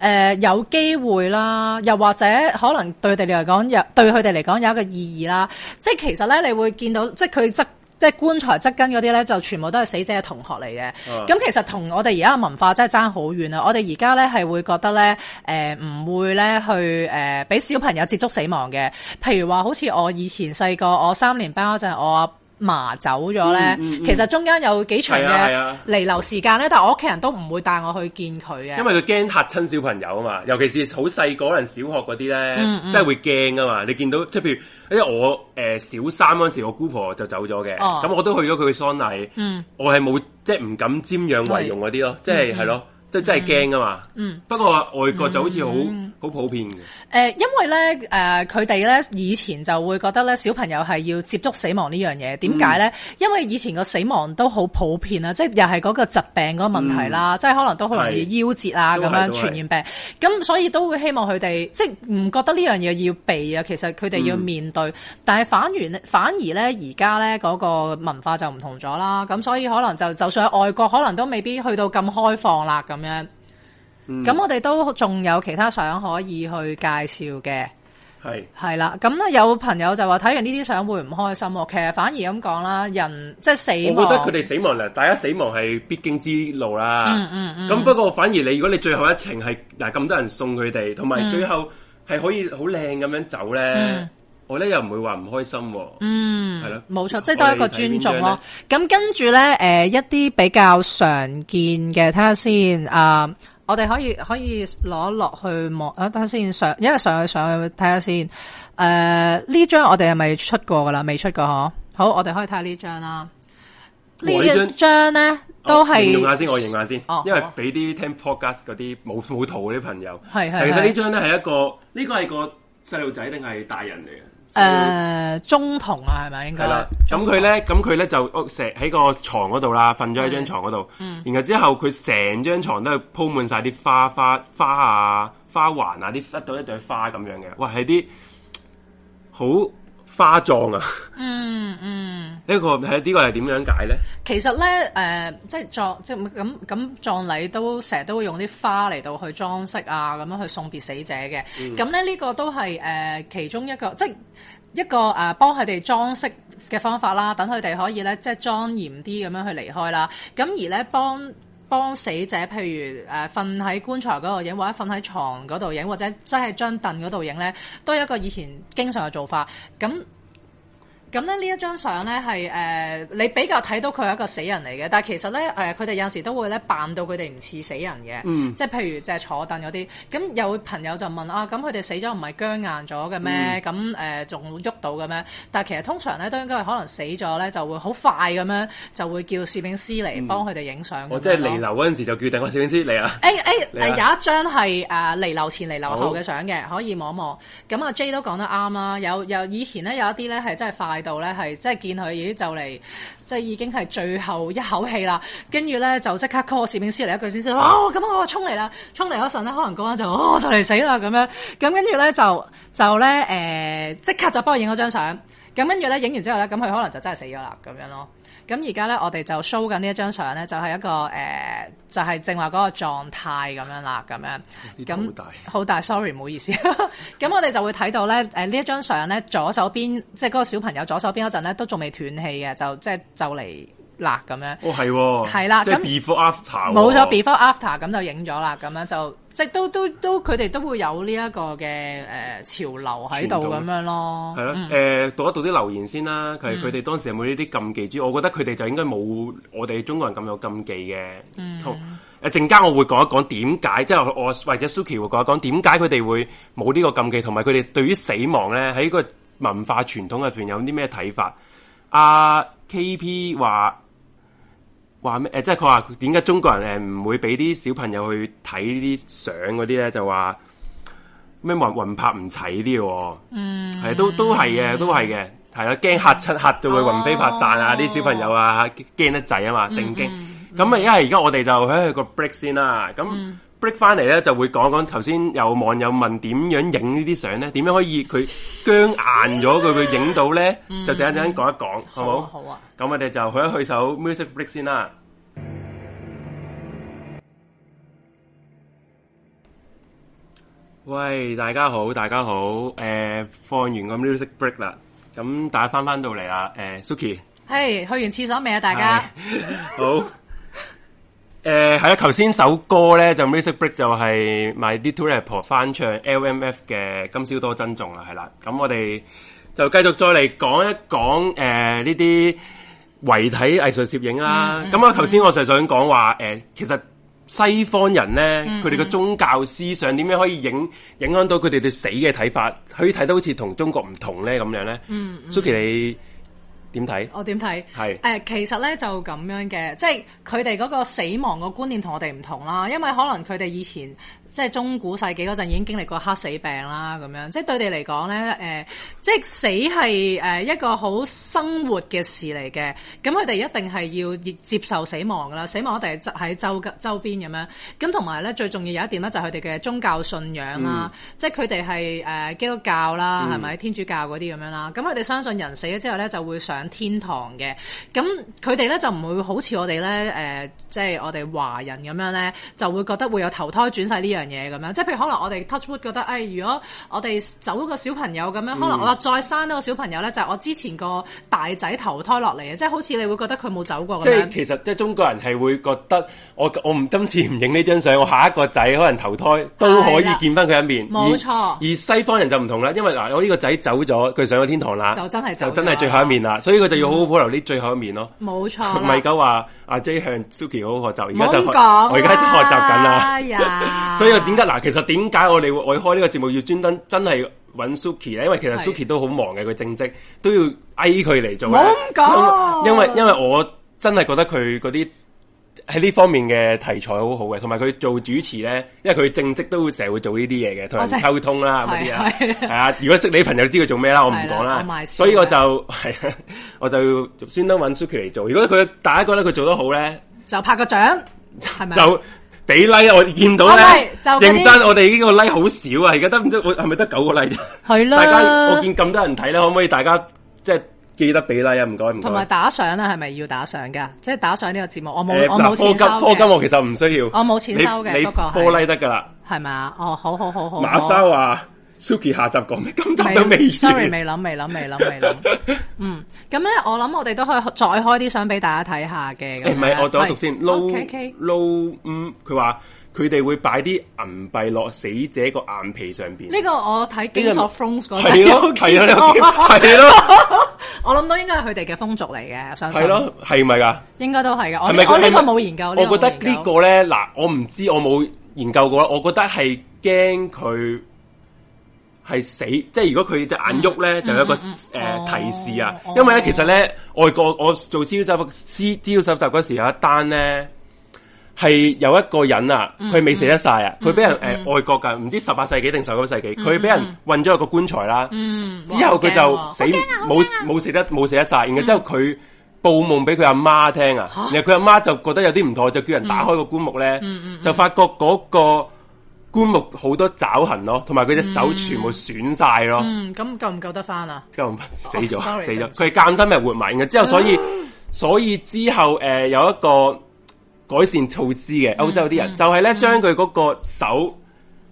B: 呃有機會啦，又或者可能對佢哋嚟講有對佢哋嚟講有一個意義啦。即係其實咧，你會見到即係佢側即係棺材側跟嗰啲咧，就全部都係死者嘅同學嚟嘅。
A: 啊
B: 咁、其實同我哋而家嘅文化真係爭好遠啊！我哋而家咧係會覺得咧，誒、唔會咧去誒俾、小朋友接觸死亡嘅。譬如話，好似我以前細個，我三年班嗰陣，我阿嫲走咗咧，
A: 嗯嗯嗯
B: 其實中間有幾長
A: 係啊係
B: 嘅
A: 啊
B: 彌留時間咧，但係我屋企人都唔會帶我去見佢嘅。
A: 因為佢驚嚇親小朋友啊嘛，尤其是好細個可能小學嗰啲咧，
B: 嗯嗯
A: 真係會驚啊嘛。你見到即係譬如，因為我誒、呃小三嗰時，我姑婆就走咗嘅，
B: 哦
A: 咁、我都去咗佢嘅喪禮，
B: 嗯
A: 我係冇即係唔敢瞻仰遺容嗰啲咯，即係係咯，即係真係驚啊嘛。嗯。不過外國就好似好
B: 嗯
A: 好普遍嘅，
B: 诶、呃因為咧，诶、佢哋咧以前就會覺得咧，小朋友係要接觸死亡呢樣嘢。點解咧？因為以前個死亡都好普遍啊啦，即係又係嗰個疾病嗰個問題啦，即係可能都好容易夭折啊，
A: 都
B: 咁
A: 係
B: 樣
A: 都係
B: 傳染病。咁所以都會希望佢哋即係唔覺得呢樣嘢要避啊。其實佢哋要面對，但係反而反而咧，而家咧嗰個文化就唔同咗啦。咁所以可能就就算喺外國，可能都未必去到咁開放啦咁
A: 嗯
B: 樣。咁、我哋都仲有其他相可以去介紹嘅。
A: 係
B: 係啦，咁咧有朋友就話睇完呢啲相會唔開心喎，其實反而咁講啦，人即係死
A: 我
B: 亡，
A: 覺得佢哋死亡啦，大家死亡係必經之路啦。
B: 嗯嗯嗯
A: 咁不過反而你如果你最後一程係嗱咁多人送佢哋，同埋最後係可以好靚咁樣走咧，
B: 嗯
A: 我咧又唔會話唔開心喎。
B: 嗯，
A: 係咯
B: 冇錯，
A: 啊我哋
B: 即係多一個尊重咯。咁跟住咧，誒、一啲比較常見嘅，睇下先啊。我哋可以可以攞落去望啊，等下先上，因為上去上去睇下先。誒、呃呢張我哋係咪出過噶啦？未出過嗬。好，我哋可以睇下呢張啦。
A: 哇
B: 呢
A: 呢張
B: 一張咧都
A: 我哦形
B: 係
A: 容下先，我形容下先
B: 哦，
A: 因為
B: 好啊
A: 俾啲聽 podcast 嗰啲冇冇圖嗰啲朋友，
B: 係係
A: 但其實呢
B: 係
A: 張咧係一個呢個係個細路仔定係大人嚟嘅？
B: 誒中童啊，係咪應
A: 系
B: 該？
A: 啦，咁佢咧，咁佢咧就屋成喺個床嗰度啦，瞓咗喺
B: 嗯
A: 張床嗰度。然後之後佢成張床都係鋪滿晒啲花花花啊、花環啊，啲一朵一朵花咁樣嘅。哇，係啲好花狀啊！
B: 嗯嗯。
A: 呢個係呢個係點樣解咧？
B: 其實咧，誒、即係葬，即係咁咁葬禮都成日都會用啲花嚟到去裝飾啊，咁樣去送別死者嘅。咁咧呢個都係誒、呃其中一個，即係一個誒、呃幫佢哋裝飾嘅方法啦，等佢哋可以咧即係莊嚴啲咁樣去離開啦。咁而咧幫。幫死者，譬如誒瞓喺棺材嗰度影，或者瞓喺床嗰度影，或者即係張凳嗰度影咧，都有一個以前經常嘅做法。咁咁咧呢一張相咧係誒你比較睇到佢係一個死人嚟嘅，但係其實咧誒佢哋有陣時都會咧扮到佢哋唔似死人嘅，
A: 嗯
B: 即係譬如就係坐凳嗰啲。咁有朋友就問啊，咁佢哋死咗唔係僵硬咗嘅咩？
A: 嗯
B: 咁誒仲喐到嘅咩？但係其實通常咧都應該係可能死咗咧就會好快咁樣就會叫攝影師嚟幫佢哋影相咁樣咯。
A: 嗯哦我即係彌留嗰陣時就決定，我攝影師嚟啊！
B: 誒誒
A: 嚟啊
B: 誒哎有一張係誒離流前離流後
A: 好
B: 嘅相嘅，可以望一望。咁阿 J 都講得啱啦，有有以前咧有一啲咧係真係快到咧係即係見佢已經就嚟，即係已經係最後一口氣啦，跟住咧就即刻 call 攝影師嚟一句先先，哦咁我衝嚟啦，衝嚟嗰陣咧可能嗰陣就哦就嚟死啦咁樣，咁跟住咧就就咧誒、即刻就幫我影咗張相，咁跟住咧影完之後咧咁佢可能就真係死咗啦咁樣咯。咁而家咧，我哋就 show 緊呢一張相咧，就係、一個誒、呃就係正話嗰個狀態咁樣啦，咁樣
A: 呢張好
B: 咁
A: 大
B: 好大，sorry，唔好意思。 咁我哋就會睇到咧，誒呢一張相咧，左手邊即係嗰個小朋友左手邊嗰陣咧，都仲未斷氣嘅，就即係就嚟啦咁樣。
A: 哦，係喎，
B: 係啦
A: 即係
B: 咁
A: before after 喎
B: 冇咗 before after 咁就影咗啦，咁樣就即係都都都佢哋都會有呢一個嘅誒、呃潮流喺度
A: 傳統
B: 咁樣咯。
A: 係咯，誒、讀一讀啲留言先啦。佢佢哋當時有冇呢啲禁忌之外？我覺得佢哋就應該冇我哋中國人咁有禁忌嘅。同誒陣間我會講一講點解，即係我或者 Suki 會講一講點解佢哋會冇呢個禁忌，同埋佢哋對於死亡咧喺個文化傳統入邊有啲咩睇法。阿、KP 話話咩？誒、即係佢話點解中國人誒唔會俾啲小朋友去睇呢啲相嗰啲咧？就話咩魂魂魄唔齊啲嘅喎。系都都系嘅，都系嘅，系啦，惊吓亲吓到佢魂飛魄散啊！
B: 哦
A: 啲小朋友啊，驚得滯啊嘛，定驚。咁啊，因為而家我哋就喺個 break 先啦，咁 break 翻嚟咧就會講講頭先有網友問點樣影呢啲相咧，點樣可以佢僵硬咗佢會影到咧，就陣間講一講，好
B: 好
A: 冇
B: 啊？好啊，
A: 咁我哋就去一去首 music break 先啦。喂，大家好，大家好，诶、放完個 music break 啦，咁大家翻翻到嚟啦，呃诶、s u k i
B: 嘿，去完廁所未啊？大家
A: 好，诶、係啦，啊頭先首歌咧就 music break 就係 My Little Apple 翻唱 LMF 嘅《今宵多珍重》啦，啊係啦，咁我哋就繼續再嚟講一講诶呢啲遺體藝術攝影
B: 嗯
A: 啦。咁啊、頭先我就想講話诶，其實西方人咧，
B: 嗯
A: 佢哋嘅宗教思想點樣可以影影響到佢
B: 嗯
A: 哋對死嘅睇法，可以睇到好似同中國唔同咧咁樣咧。嗯 Suki 你點睇？
B: 我點睇？
A: 係
B: 誒、其實咧就咁樣嘅，即係佢哋嗰個死亡個觀念同我哋唔同啦，因為可能佢哋以前即係中古世紀嗰陣已經經歷過黑死病啦，咁樣即係對你嚟講咧，誒、即係死係誒一個好生活嘅事嚟嘅，咁佢哋一定係要接受死亡噶啦，死亡一定係喺周周邊咁樣，咁同埋咧最重要有一點咧就係佢哋嘅宗教信仰啊啦，即係佢哋係誒基督教啦，
A: 嗯
B: 係咪、天主教嗰啲咁樣啦，咁佢哋相信人死咗之後咧就會上天堂嘅，咁佢哋咧就唔會好似我哋咧誒，即係我哋華人咁樣咧，就會覺得會有投胎轉世呢樣嘢咁樣，即係譬如可能我哋 touch wood 覺得，誒、如果我哋走個小朋友咁樣，
A: 嗯
B: 可能我再生一個小朋友咧，就係、我之前個大仔投胎落嚟嘅，即係好似你會覺得佢冇走過咁
A: 即係
B: 樣。
A: 其實即係中國人係會覺得我我唔今次唔影呢張相，我下一個仔可能投胎都可以
B: 係啦
A: 見翻佢一面。
B: 冇
A: 而
B: 錯
A: 而西方人就唔同啦，因為嗱我呢個仔走咗，佢上咗天堂啦，
B: 就真係走
A: 就
B: 咗
A: 真係最後一面啦，所以佢就要好好保留呢最後一面咯。
B: 冇錯啦，
A: 米狗話阿 J 向 Suki 好好學習，而
B: 嗯唔
A: 家
B: 好
A: 就
B: 咁
A: 學
B: 講
A: 我而家就學習緊啦。
B: 哎呀
A: 所以我點解嗱？其實點解我哋會我開呢個節目要專登真係揾 Suki 咧？因為其實
B: 係
A: Suki 都好忙嘅，佢正職都要嗌佢嚟做嘅。
B: 唔好咁講
A: 因為因為我真係覺得佢嗰啲喺呢方面嘅題材好好嘅，同埋佢做主持咧，因為佢正職都會成日會做呢啲嘢嘅，同人
B: 我哦真係
A: 溝通啦嗰
B: 係
A: 啲啊，
B: 係
A: 係啊。如果識你朋友知佢做咩啦，我唔講
B: 係啦我
A: 啦。
B: 賣笑
A: 所以我
B: 嘅
A: 就 係啊，我就專登揾 Suki 嚟做。如果佢大家覺得佢做得好咧，
B: 就拍個掌，係咪？
A: 就俾 like 我見到
B: 啊
A: 咧
B: 喂，就嗰啲
A: 認真我哋呢個 like 好少啊！而家得唔知我係咪得九個 like 啫？
B: 係啦
A: 大家我見咁多人睇咧，可唔可以大家即係記得俾 like 啊？唔該唔該。
B: 同埋打賞啦，係咪要打賞噶？即係打賞呢個節目，我冇、
A: 誒
B: 我
A: 嗱
B: 冇錢收
A: 課金課金
B: 嘅，
A: 我其實唔需要，
B: 我冇錢收嘅
A: 你你
B: 不過係
A: l 拉得噶啦。
B: 係咪啊？哦，好好好好，
A: 馬
B: 好
A: 莎話 Suki 下集講咩？今集都未完
B: Sorry，未諗，未諗，未諗，未諗。 嗯，咁咧，我諗我哋都可以再開啲相俾大家睇下嘅。
A: 誒，唔係，我再讀先。
B: 撈
A: Low low，嗯，佢話佢哋會擺啲銀幣落死者個眼皮上邊。
B: 呢個我睇《Game of Thrones》嗰陣
A: 係咯，係咯， 你有見係咯，
B: 我諗到應該係佢哋嘅風俗嚟嘅，相信
A: 係咯，係咪㗎？
B: 應該都係嘅。我
A: 係咪
B: 呢我呢
A: 係咪
B: 個冇研究，
A: 我覺得
B: 個冇研
A: 呢
B: 究
A: 個咧，嗱，我唔知，我冇研究過啦。我覺得係驚佢係死，即係如果佢隻眼喐
B: 嗯
A: 咧，就有一個誒、
B: 哦
A: 提示啊。
B: 哦
A: 因為咧，其實咧，外國我做資料搜集資資料搜集嗰時有一單咧。係有一個人啊，
B: 嗯
A: 佢未死得晒啊，佢俾人誒外國㗎，唔知十八世紀定十九世紀，佢俾人運咗入個棺材啦。
B: 嗯
A: 之後佢
B: 哇
A: 就死
B: 好驚啊好
A: 冇
B: 驚啊
A: 冇死得冇死得晒，然後之後佢報夢俾佢阿媽聽啊，然後佢阿媽就覺得有啲唔妥，就叫人打開個棺木咧，就發覺嗰個棺木好多爪痕咯，同埋佢隻手全部損晒咯，
B: 嗯，咁夠唔夠得翻啊？
A: 之後死咗、
B: 哦，sorry，
A: 死
B: 對
A: 咗
B: 唔，啊
A: 佢係間身咪活埋，然後之後所以所以之後誒、呃有一個改善措施嘅
B: 嗯
A: 歐洲啲人，就係咧將佢嗰個手。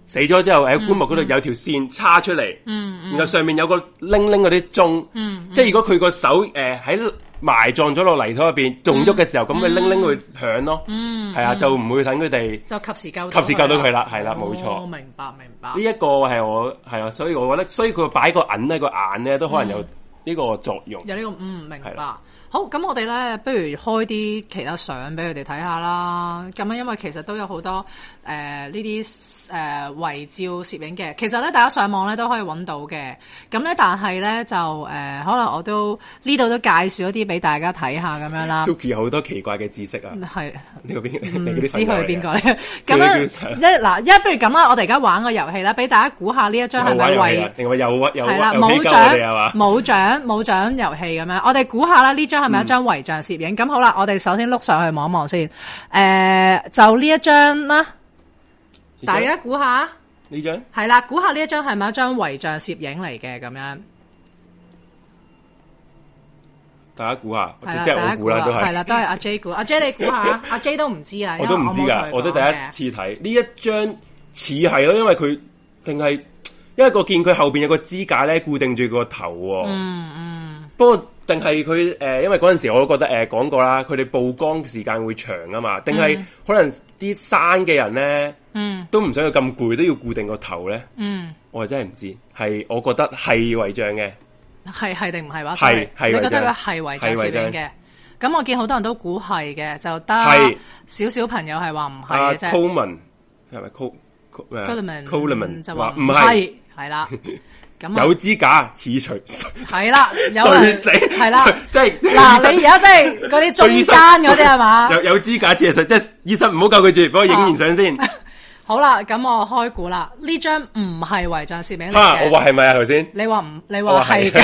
A: 死咗之後喺棺木嗰度有條線叉出嚟，
B: 嗯
A: 然後上面有個拎拎嗰啲鐘，即係如果佢個手誒喺埋葬咗落泥土入邊仲喐嘅時候，
B: 嗯
A: 咁佢拎拎會響咯，係啊，就唔會等佢哋呢
B: 就及時救
A: 及時救到佢啦係啦冇錯
B: 哦明白明白。
A: 一個係我係啊，所以我覺得，所以佢擺個銀咧個眼咧都可
B: 嗯
A: 能有呢個作用，
B: 有呢、個嗯明
A: 係
B: 白
A: 啦。
B: 好，咁我哋咧，不如開啲其他相俾佢哋睇下啦。咁啊樣因為其實都有好多誒呢啲誒遺照攝影嘅，其實咧大家上網咧都可以揾到嘅。咁咧，但係咧就誒、呃可能我都呢度都介紹一啲俾大家睇下咁樣啦。
A: Suki 有好多奇怪嘅知識啊！
B: 係。
A: 呢個邊
B: 唔
A: 唔
B: 知佢係邊個咧？咁
A: 佢
B: 樣
A: 叫
B: 一嗱一，不如咁啦，我哋而家玩個遊戲啦，俾大家估下呢一張係
A: 又 玩
B: 咪
A: 遊戲
B: 遺
A: 啊？定話又屈又屈
B: 係啦，
A: 又
B: 冇
A: 欺鳩我哋係
B: 獎嗯
A: 嘛？
B: 冇獎冇獎遊戲咁樣，我哋估下啦，呢張係咪一張遺像攝影？咁、好啦，我哋首先碌上去望一望先。誒、就呢一張啦，大家估下，
A: 呢張
B: 係啦，估下呢一張係咪一張遺像攝影嚟嘅咁樣？
A: 大家估下，
B: 係啦，
A: 即係
B: 大家
A: 我估啦，都
B: 下係
A: 係。
B: 啦，都係阿 J 估，阿 J 你估下，阿 J 都唔知啊，因
A: 我
B: 為
A: 都唔知
B: 冇哦
A: 噶，
B: 同佢
A: 我都第
B: 講嘅
A: 一次睇呢一張似係咯，因為佢定係因為我見佢後邊有個支架咧固定住佢個頭喎。嗯嗯。不過定係佢呃誒，因為嗰陣時我都覺得誒講過啦，佢哋曝光時間會長啊嘛，定
B: 嗯
A: 係可能啲生嘅人咧，嗯，都唔想佢咁攰，都要固定個頭咧。
B: 嗯。
A: 我真係唔知，係我覺得係違章嘅，
B: 嗯係係定唔係話？
A: 係係
B: 你覺
A: 為
B: 得
A: 將
B: 佢係
A: 係
B: 為咗攝
A: 為
B: 影
A: 將
B: 嘅？咁我見好多人都估係嘅，就
A: 係
B: 得少少朋友係話唔
A: 阿
B: 係嘅啫。
A: Coleman 係咪 Col Col
B: Coleman
A: Coleman
B: 就話
A: 唔係，
B: 係啦。咁啊
A: 有支架似除
B: 系啦， 有
A: 碎
B: 人
A: 死，
B: 系啦。
A: 即係
B: 嗱， 你而家即係嗰啲中間嗰啲係嘛？
A: 有有支架似除，即係醫生唔好救佢住，俾我影完相 先。
B: 好啦，咁我開估啦，呢張唔係遺像攝影嚟
A: 吓，我
B: 嘅。
A: 話係咪啊？頭先
B: 你話唔？你
A: 我
B: 話
A: 話係
B: 係嘅。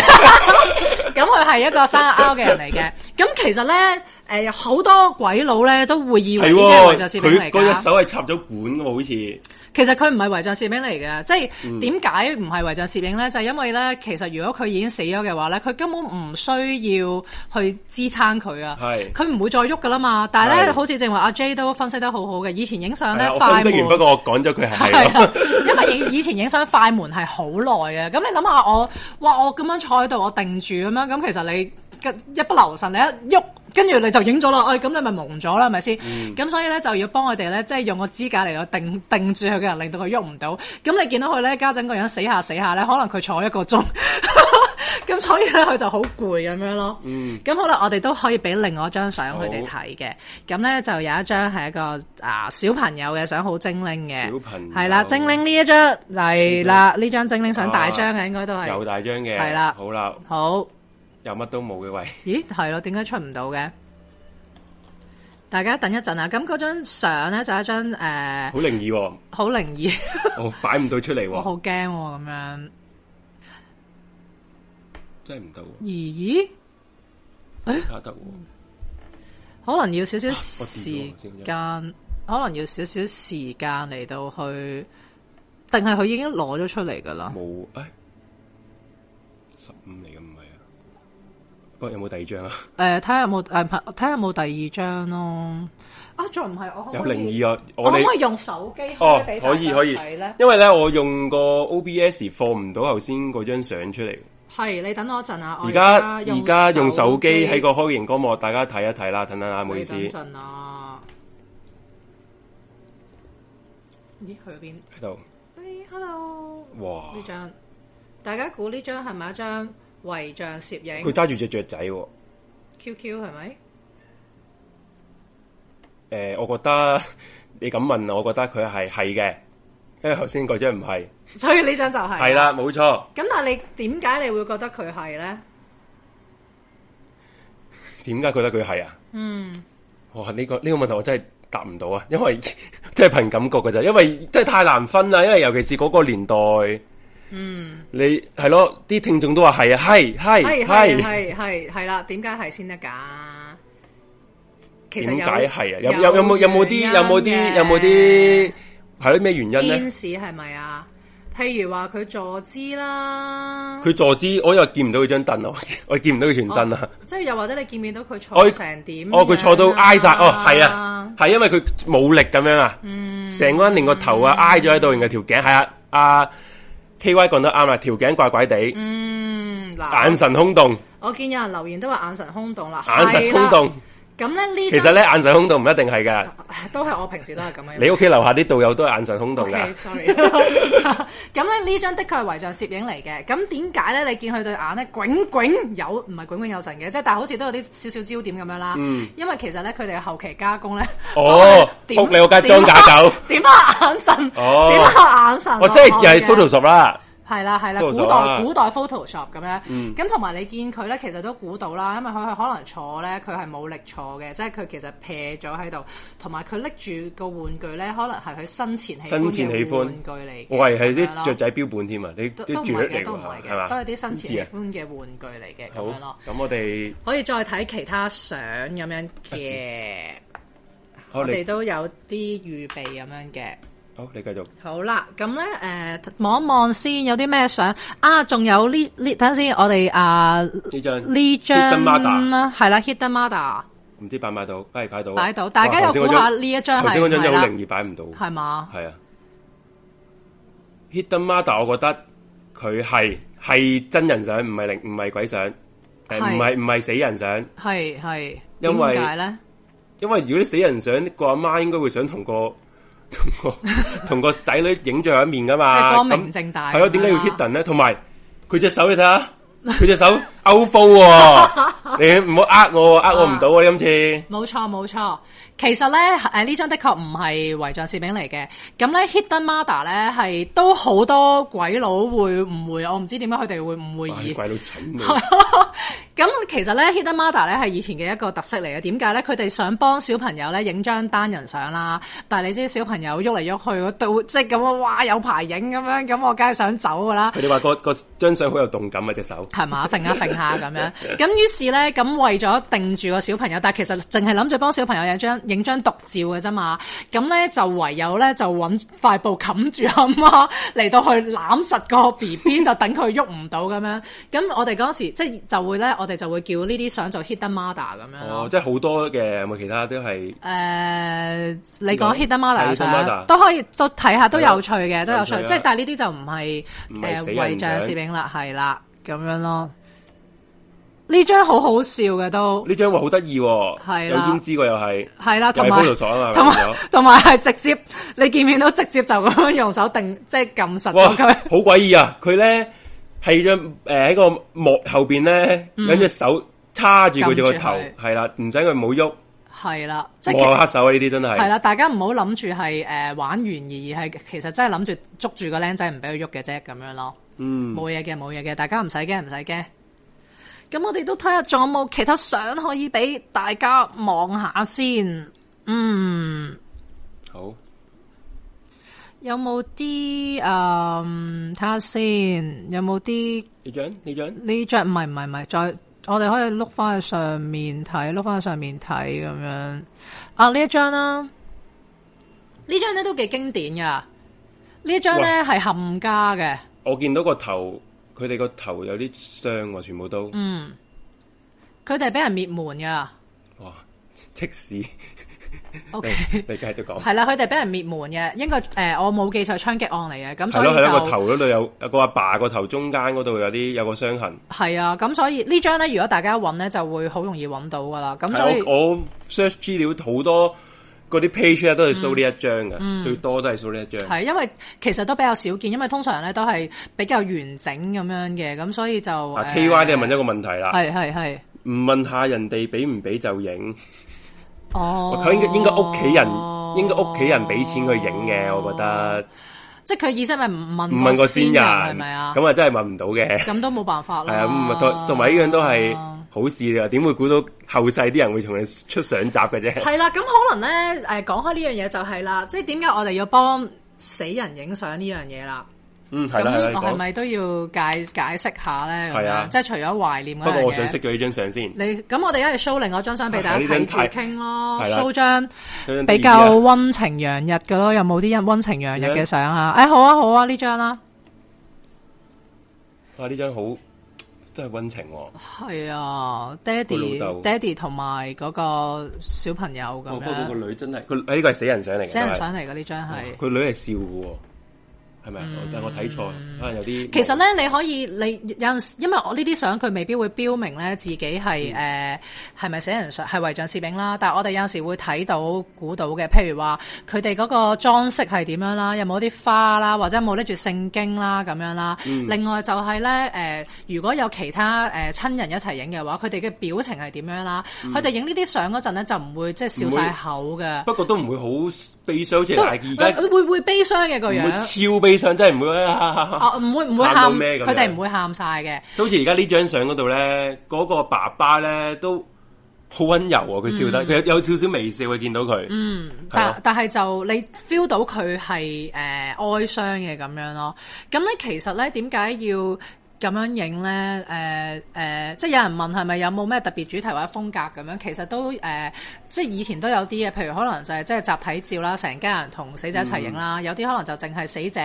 B: 咁佢係一個生 R 嘅人嚟嘅。咁其實咧，诶、好多鬼佬咧都會以為
A: 係
B: 呢啲係遺像
A: 喎，
B: 攝影
A: 佢
B: 嚟
A: 嗰
B: 㗎。
A: 隻手係插咗管喎，好似
B: 其實佢唔係遺像攝影嚟嘅，即
A: 嗯
B: 係點解唔係遺像攝影咧？就係因為咧，其實如果佢已經死咗嘅話咧，佢根本唔需要去支撐佢啊，
A: 係
B: 佢唔會再喐噶啦嘛。但係咧，
A: 係
B: 好似正話阿 J 都分析得好好嘅，以前影相
A: 係
B: 咧
A: 啊我
B: 快
A: 分析
B: 門
A: 完，不過我講咗佢係係
B: 係
A: 咯
B: 啊，因為以以前影相快門係好耐嘅，咁你諗下我，哇！我咁樣坐喺度，我定住咁樣，咁其實你一不留神，你一喐，跟住你就影咗啦，哎，咁你咪蒙咗啦，係咪先？咁、所以咧就要幫佢哋咧，即係用個支架嚟到定定住佢嘅人，令到佢喐唔到。咁你見到佢咧家陣個樣死下死下咧，可能佢坐一個鐘。 咁所以咧，佢就好攰咁樣咯。嗯，咁好啦，我哋都可以俾另外一張相佢哋睇嘅。咁咧就有一張係一個啊小朋友嘅相，好精靈嘅。
A: 小朋友
B: 係啦，精靈呢一張嚟啦，呢張精靈相大張嘅應該都
A: 有
B: 係。
A: 大張嘅，
B: 係啦
A: 好啦，
B: 好，
A: 又乜都冇嘅喂，
B: 咦，係咯，點解出唔到嘅？大家等一陣啊！咁嗰張相咧就係一張誒
A: 好靈異喎，
B: 好靈異，
A: 我擺唔到出嚟
B: 我
A: 喎，
B: 好驚喎咁樣。
A: 真係唔得喎，
B: 咦咦？
A: 啊得喎。
B: 可能要少少
A: 啊我
B: 時
A: 掂咗我
B: 間，可能要少少時間嚟到去，定係佢已經攞咗出嚟噶啦？
A: 冇，唉，十五嚟嘅唔係啊。不過有冇第二張啊？
B: 誒、睇下有冇誒，睇下有冇第二張咯。啊，仲唔係我可
A: 有
B: 唔可
A: 靈
B: 以？
A: 異啊！
B: 我
A: 我
B: 可唔可以
A: 哋
B: 用手機
A: 哦
B: 開俾，大
A: 可
B: 家
A: 以可以
B: 睇咧，？
A: 因為咧我用個 OBS 放唔到頭先嗰張相出嚟。
B: 係你等我一陣啊！我
A: 而家而家用手
B: 手
A: 機喺個開螢光幕，大家睇一睇啦。等等啊，唔好意思，
B: 你
A: 喺
B: 等陣啊！咦，去邊
A: 度。
B: 喂？Hello，
A: 哇
B: 呢！張大家估呢張係咪一張遺像攝影？
A: 佢揸住隻雀仔喎。
B: QQ 係咪？
A: 誒、我覺得你咁問，我覺得佢係係嘅，因為頭先嗰張唔係。
B: 所以呢張就係
A: 係。啦，冇錯。
B: 咁但係你點解你會覺得佢係咧？
A: 點解覺得佢係啊？嗯，哇！呢、個呢、個問題我真係答唔到啊，因為 真係憑感覺嘅咋，因為 真係太難分啦。因為尤其是嗰個年代，嗯，你係咯，啲聽眾都話係啊，係係
B: 哎係係
A: 係，
B: 係係係啦，點解係先得㗎？其實
A: 點
B: 有
A: 解係啊？有有有冇有冇啲
B: 原因
A: 有冇
B: 嘅
A: 啲有冇啲係咯咩原因咧
B: 天？使係咪啊？譬如話佢坐姿啦，
A: 佢坐姿，我又見唔到佢張凳啊，我我見唔到佢全身啊。
B: 即係又或者你見唔見到佢
A: 我
B: 坐成點樣啊？
A: 哦，佢坐到挨晒，哦，係啊，係因為佢冇力咁樣啊，成個人連個頭啊挨咗喺度，然後條頸係啊，阿 K Y 講得啱啦，條頸怪怪地，
B: 嗯，嗱，
A: 眼神空洞，
B: 我見有人留言都話眼神空洞啦，
A: 眼神空洞
B: 係啦。。咁咧呢
A: 其
B: 張
A: 實咧，眼神空洞唔一定 係噶，
B: 都係我平時都係咁樣。
A: 你屋企樓下啲導遊都係眼神空洞噶。
B: o k sorry。咁咧呢張的確係遺像攝影嚟嘅。咁點解咧？你見佢對眼咧，炯炯有唔係炯炯有神嘅，即係但係好似都有啲少少焦點咁樣啦。因為其實咧，佢哋後期加工咧，
A: 哦
B: 幫
A: 仆
B: 佢
A: 你個街裝假狗
B: 點下眼神，
A: 哦
B: 點下眼神落
A: 我
B: 去嘅，
A: 即係又係 Photoshop 啦，
B: 係啦係啦，古
A: Photoshop 啊嗯
B: 代古代 Photoshop 咁樣，咁同埋你見佢咧，其實都估到啦，因為佢佢可能坐咧，佢係冇力坐嘅，即係佢其實撇咗喺度，同埋佢拎住個玩具咧，可能係佢生前喜歡
A: 生前喜
B: 嘅
A: 歡
B: 玩具嚟嘅。
A: 我係係
B: 咁樣
A: 啲
B: 咯
A: 雀仔標本添啊，你
B: 都
A: 啲
B: 都唔
A: 雀
B: 係
A: 嚟
B: 嘅，
A: 㗎
B: 都唔係
A: 係嘛？
B: 嘅，都係啲生
A: 知
B: 前
A: 啊
B: 喜歡嘅玩具嚟嘅咁
A: 好
B: 樣咯。，
A: 咁我哋
B: 可以再睇其他相咁樣嘅，
A: 好
B: 我哋
A: 你
B: 都有啲預備咁樣嘅。
A: 好你繼續。
B: 好啦，咁咧誒望一望先，有啲咩相啊？仲有呢呢，等陣先，我哋啊
A: 呢張
B: 呢張
A: Hidden Mother
B: 係啦，Hidden Mother
A: 唔知擺唔擺到？係擺到啊，
B: 擺到大家
A: 哇頭先
B: 又
A: 嗰
B: 估
A: 張
B: 下呢 一張係
A: 頭先嗰張
B: 唔係
A: 真係
B: 啦
A: 好靈異，擺唔到。
B: 係嘛？
A: 係啊，Hidden Mother，我覺得佢係係真人相，唔係靈，唔係鬼相，誒
B: 係
A: 唔係唔係死人相。
B: 係係，
A: 因為
B: 點解咧？
A: 因為如果啲死人相，個阿媽應該會想同個 同個同個仔女影最後一面噶嘛。
B: 即係光明
A: 咁
B: 正大
A: 係咯，點解要
B: 咁樣啦
A: Hidden 咧？同埋佢隻手你睇下，佢隻手勾煲喎，你唔好呃我喎，呃我唔到啊！今 次
B: 冇錯冇錯，其實咧誒呢張的確唔係遺像攝影嚟嘅，咁咧 Hidden Mother 咧係都好多鬼佬會誤會，我唔知點解佢哋會誤會
A: 哇
B: 而
A: 啲鬼佬蠢啊喎，
B: 咁其實咧，Hidden Mother 咧係以前嘅一個特色嚟嘅。點解咧？佢哋想幫小朋友咧影張單人相啦，但係你知小朋友喐嚟喐去，嗰度即係咁啊，哇有排影咁樣，咁我梗係想走噶啦。
A: 佢哋話個個張相好有動感啊隻手，
B: 係嘛，揈下揈下咁樣， 咁於是咧，咁為咗定住個小朋友，但係其實淨係諗住幫小朋友影張影張獨照嘅啫嘛，咁咧就唯有咧就揾塊布冚住阿媽 嚟到去攬實個 B B，就等佢喐唔到咁樣。咁我哋嗰時即係就會咧，我哋就會叫呢啲相做 hidden mother 咁樣
A: 哦
B: 咯，。
A: 即係好多嘅，有冇其他都係
B: 誒、呃你講 hidden mother 啊
A: Hidden Mother
B: 嘅相都可以都睇下，都有趣嘅，都有趣
A: 有。趣
B: 即
A: 啊
B: 係但係呢啲就唔係
A: 唔係
B: 誒
A: 死人
B: 遺像
A: 相
B: 攝影啦，係啦咁樣咯。呢張好好笑嘅都
A: 呢張話好得意喎，
B: 係
A: 有
B: 啦
A: 胭脂喎又 係，
B: 係啦，
A: 又
B: 同
A: 係
B: 埋
A: Photoshop 啊嘛，
B: 同
A: 變
B: 埋
A: 咗
B: 同埋係直接你見面都直接就咁樣用手定即係撳實
A: 哇，
B: 咗佢。
A: 好詭異啊！佢咧係張誒喺個幕後邊咧，有隻手叉住佢隻個頭
B: 嗯撳，住
A: 係啦，唔使佢冇喐，
B: 係啦，即係其
A: 幕後黑手啊！呢啲真
B: 係
A: 係，
B: 啦，大家唔好諗住係誒玩懸疑，而係其實真係諗住捉住個僆仔唔俾佢喐嘅啫，咁樣咯。
A: 嗯，
B: 冇嘢嘅，冇嘢嘅，大家唔使驚，唔使驚。咁我哋都睇下仲有冇其他相可以俾大家望下先。嗯，
A: 好，
B: 有冇啲誒？睇下先，有冇啲
A: 呢張呢張
B: 呢張？唔係唔係唔係，再我哋可以碌翻去上面睇，碌翻去上面睇咁樣。啊，呢一張啦，呢張咧都幾經典噶。呢一張咧係冚家嘅。
A: 我見到個頭，佢哋個頭有啲傷喎，全部都，
B: 嗯，佢哋係俾人滅門噶。
A: 哇，即屎！
B: O
A: 你
B: K，
A: 你繼續講，
B: 係啦，佢哋俾人滅門嘅，應該诶、呃我冇記錯槍擊案嚟嘅，咁
A: 係
B: 所
A: 咯
B: 以
A: 係咯，個
B: 就
A: 頭嗰度有有個阿爸個頭中間嗰度有啲有個傷痕，
B: 係啊，咁所以呢張咧，如果大家揾咧，就會好容易揾到噶啦，咁所以
A: 係我我 search 資料好多嗰啲 page 咧都係 show 呢一張嘅，最多都係 show 呢一張。
B: 嗯係因為其實都比較少見，因為通常咧都係比較完整咁樣嘅，咁所以就
A: 啊
B: 呃
A: ，K Y 你又問一個問題啦，
B: 係係係，
A: 唔問下人哋俾唔俾就影，
B: 哦，
A: 佢應該應該屋企人應該屋企人俾錢去影嘅，我覺，得
B: 即係佢意思係咪唔問
A: 唔問個先
B: 先
A: 人
B: 係咪啊？哦
A: 咁啊真係問唔到嘅。
B: 咁都冇辦法
A: 係
B: 啦，啊
A: 啊，咁啊同同埋呢樣都係好事嚟㗎，點會估到後世啲人會同你出上集嘅啫？
B: 係啦，咁可能咧，誒、講開呢樣嘢就係啦，即係點解我哋要幫死人影相呢樣嘢啦？
A: 嗯，係
B: 咁哦
A: 啦係啦，你
B: 我係
A: 講。
B: 咪都要解解釋下咧？咁
A: 係啊
B: 樣即係除咗懷念嗰
A: 不
B: 樣
A: 過
B: 嘢
A: 我想熄咗呢張相先，
B: 你咁，我哋一係 show 另外張相俾大家
A: 係啊
B: 睇
A: 呢
B: 住
A: 張太
B: 傾咯
A: 係啦
B: ，show 張
A: 張
B: 比
A: D
B: 較
A: 啊
B: 温情洋溢嘅咯，有冇啲温情洋溢
A: 呢
B: 嘅
A: 張
B: 相啊？誒、好啊好啊，呢張啦，
A: 哇呢張好真係温情喎。
B: 係啊，爹
A: 佢老
B: 哋
A: 豆
B: 爹哋同埋嗰個小朋友咁
A: 哦，不過個
B: 樣，
A: 女真係佢呢個係死人相嚟嘅，
B: 死人
A: 都係
B: 相嚟嘅呢張係。嗯
A: 佢女係笑嘅喎，係咪啊？但係我睇錯，可能有啲
B: 其實咧，你可以你有陣時，因為我呢啲相佢未必會標明咧自己係
A: 嗯
B: 誒係咪死人相係遺像攝影啦，但係我哋有陣時會睇到估到嘅，譬如話佢哋嗰個裝飾係點樣啦，有冇啲花啦，或者有冇拎住聖經啦咁樣啦。
A: 嗯
B: 另外就係咧誒，如果有其他誒親人一齊影嘅話，佢哋嘅表情係點樣啦？
A: 嗯
B: 佢哋影呢啲相嗰陣咧就唔會即係笑晒口嘅，
A: 不過都唔會好悲傷，好似
B: 都呃
A: 大而家
B: 會會悲傷嘅個
A: 唔
B: 樣
A: 會。超悲傷，真係唔會啊！
B: 哦，唔會唔會
A: 喊到
B: 喊，
A: 咩咁樣
B: 佢哋唔會喊晒嘅。
A: 好似而家呢張相嗰度咧，嗰、個爸爸咧都好温柔喎、佢笑得，佢、有有少少微笑嘅，見到佢。嗯，係
B: 嗯但
A: 啊，
B: 但係就你 feel 到佢係誒呃哀傷嘅咁樣咯。咁咧其實咧點解要咁樣影咧？誒、誒、即係有人問係咪有冇咩特別主題或者風格咁樣？其實都誒、即係以前都有啲嘅，譬如可能就係即係集體照啦，成家人同死者一齊影啦。有啲可能就淨係死者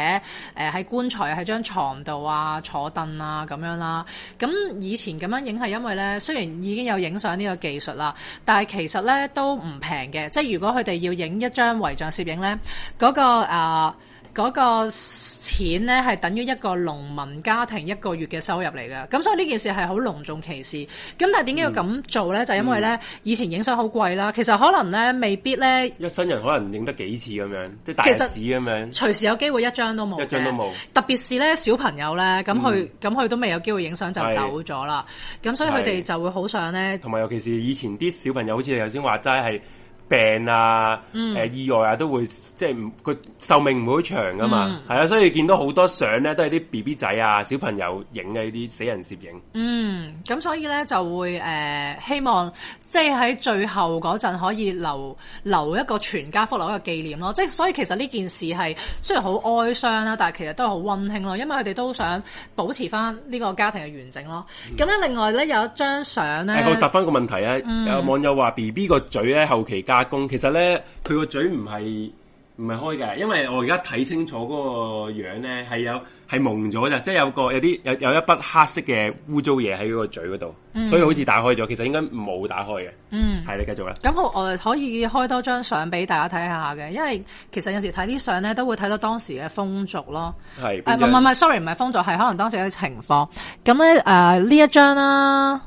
B: 呃誒喺、棺材喺張床度啊，坐凳啊咁樣啦。咁以前咁樣影係因為咧，雖然已經有影相呢個技術啦，但係其實咧都唔平嘅。即係如果佢哋要影一張遺像攝影咧，嗰、個啊〜、嗰個錢咧係等於一個農民家庭一個月嘅收入嚟㗎。咁所以呢件事係好隆重其事。咁但係點解要咁做咧？就因為咧以前影相好貴啦，其實可能咧未必咧
A: 一生人可能影得幾次咁樣，即係大
B: 其
A: 日
B: 實
A: 子咁樣。
B: 隨時有機會一張都冇嘅，
A: 一張都冇嗯
B: 特別是咧小朋友咧，咁佢咁佢都未有機會影相就走咗啦。咁所以佢
A: 係
B: 哋就會好想咧，
A: 同埋尤其是以前啲小朋友，好似你頭先話齋係病啊、誒、意外啊，都會即係唔佢壽命唔會好長噶嘛，係、啊，所以見到好多相咧都係啲 B B 仔啊、小朋友影嘅呢啲死人攝影，
B: 嗯，咁所以咧就會誒、呃希望即係喺最後嗰陣可以留留一個全家福，留一個紀念咯。即係所以其實呢件事係雖然好哀傷啦，但係其實都係好温馨咯，因為佢哋都想保持翻呢個家庭嘅完整咯。
A: 嗯
B: 咁咧、另外咧有一張相咧
A: 誒、，哎我答翻個問題啊！
B: 嗯
A: 有網友話 B B 個嘴咧後期加工，其實咧佢個嘴唔係唔係開嘅，因為我而家睇清楚嗰個樣咧係有係蒙咗咋，即係有個有啲有有一筆黑色嘅污糟嘢喺佢個嘴嗰度，
B: 嗯
A: 所以好似打開咗，其實應該冇打開嘅。嗯，係你繼續啦。
B: 咁我我可以開多張相俾大家睇下嘅，因為其實有時睇啲相咧都會睇到當時嘅風俗咯。
A: 係邊
B: 誒
A: 張
B: 唔係唔係唔係，sorry 唔係風俗，係可能當時有啲情況。咁咧誒呢一張啦，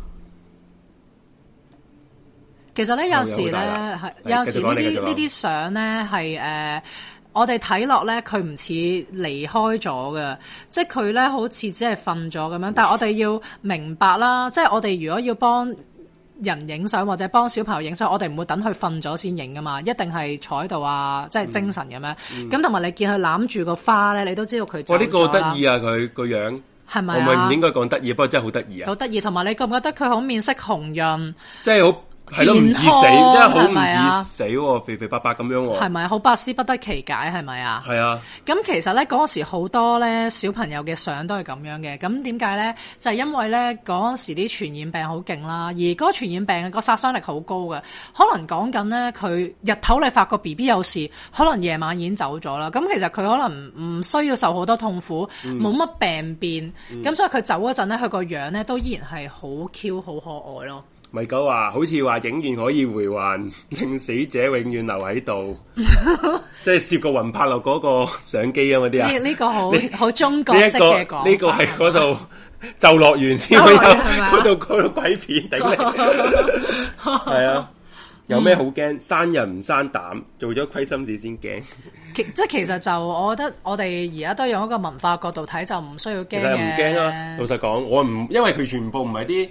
B: 其實咧有時
A: 哦有好
B: 咧
A: 大啦
B: 係
A: 係
B: 有時呢
A: 繼續
B: 啲
A: 講
B: 呢啲相咧係誒。我哋睇落咧，佢唔似離開咗嘅，即係佢咧好似只係瞓咗咁樣。但係我哋要明白啦，即係我哋如果要幫人影相或者幫小朋友影相，我哋唔會等佢瞓咗先影噶嘛，一定係坐喺度啊，
A: 嗯
B: 即係精神咁樣。咁同埋你見佢攬住個花咧，你都知道佢走
A: 我呢個
B: 咗
A: 得
B: 啦，
A: 意啊！佢個樣，
B: 係
A: 我
B: 咪
A: 咪
B: 啊
A: 唔應？該講得意，不過真係好得意啊！
B: 好得意，同埋你覺唔覺得佢好面色紅潤，
A: 即係好係咯，唔似死，
B: 健康
A: 真係好
B: 係咪啊
A: 唔似死喎，肥肥白白咁樣
B: 係
A: 喎。
B: 咪啊好百思不得其解，係咪啊？
A: 係啊，
B: 咁其實咧嗰時好多咧小朋友嘅相都係咁樣嘅，咁點解咧？就係、因為咧嗰時啲傳染病好勁啦，而嗰個傳染病個殺傷力好高嘅，可能講緊咧佢日頭你發覺 B B 有事，可能夜晚已經走咗啦。咁其實佢可能唔需要受好多痛苦，冇乜病變，
A: 嗯
B: 咁、所以佢走嗰陣咧，佢個樣咧都依然係好 Q 好可愛咯。
A: 米狗話好似話影完可以回還，令死者永遠留喺 度，即係攝個雲拍落嗰個相機啊嗰啲啊
B: 呢。呢、個 好
A: 呢
B: 好中國
A: 呢一
B: 式
A: 個
B: 嘅講法
A: 呢個係嗰度 就樂園先會有
B: 就樂園係咪啊
A: 嗰度嗰度鬼片頂 你。係啊，有咩好驚？生人唔生膽，做咗虧心事先驚。
B: 其即係其實就我覺得我哋而家都用一個文化角度睇就唔需要驚
A: 其
B: 嘅。
A: 實唔驚啦，老實講，我唔因為佢全部唔係啲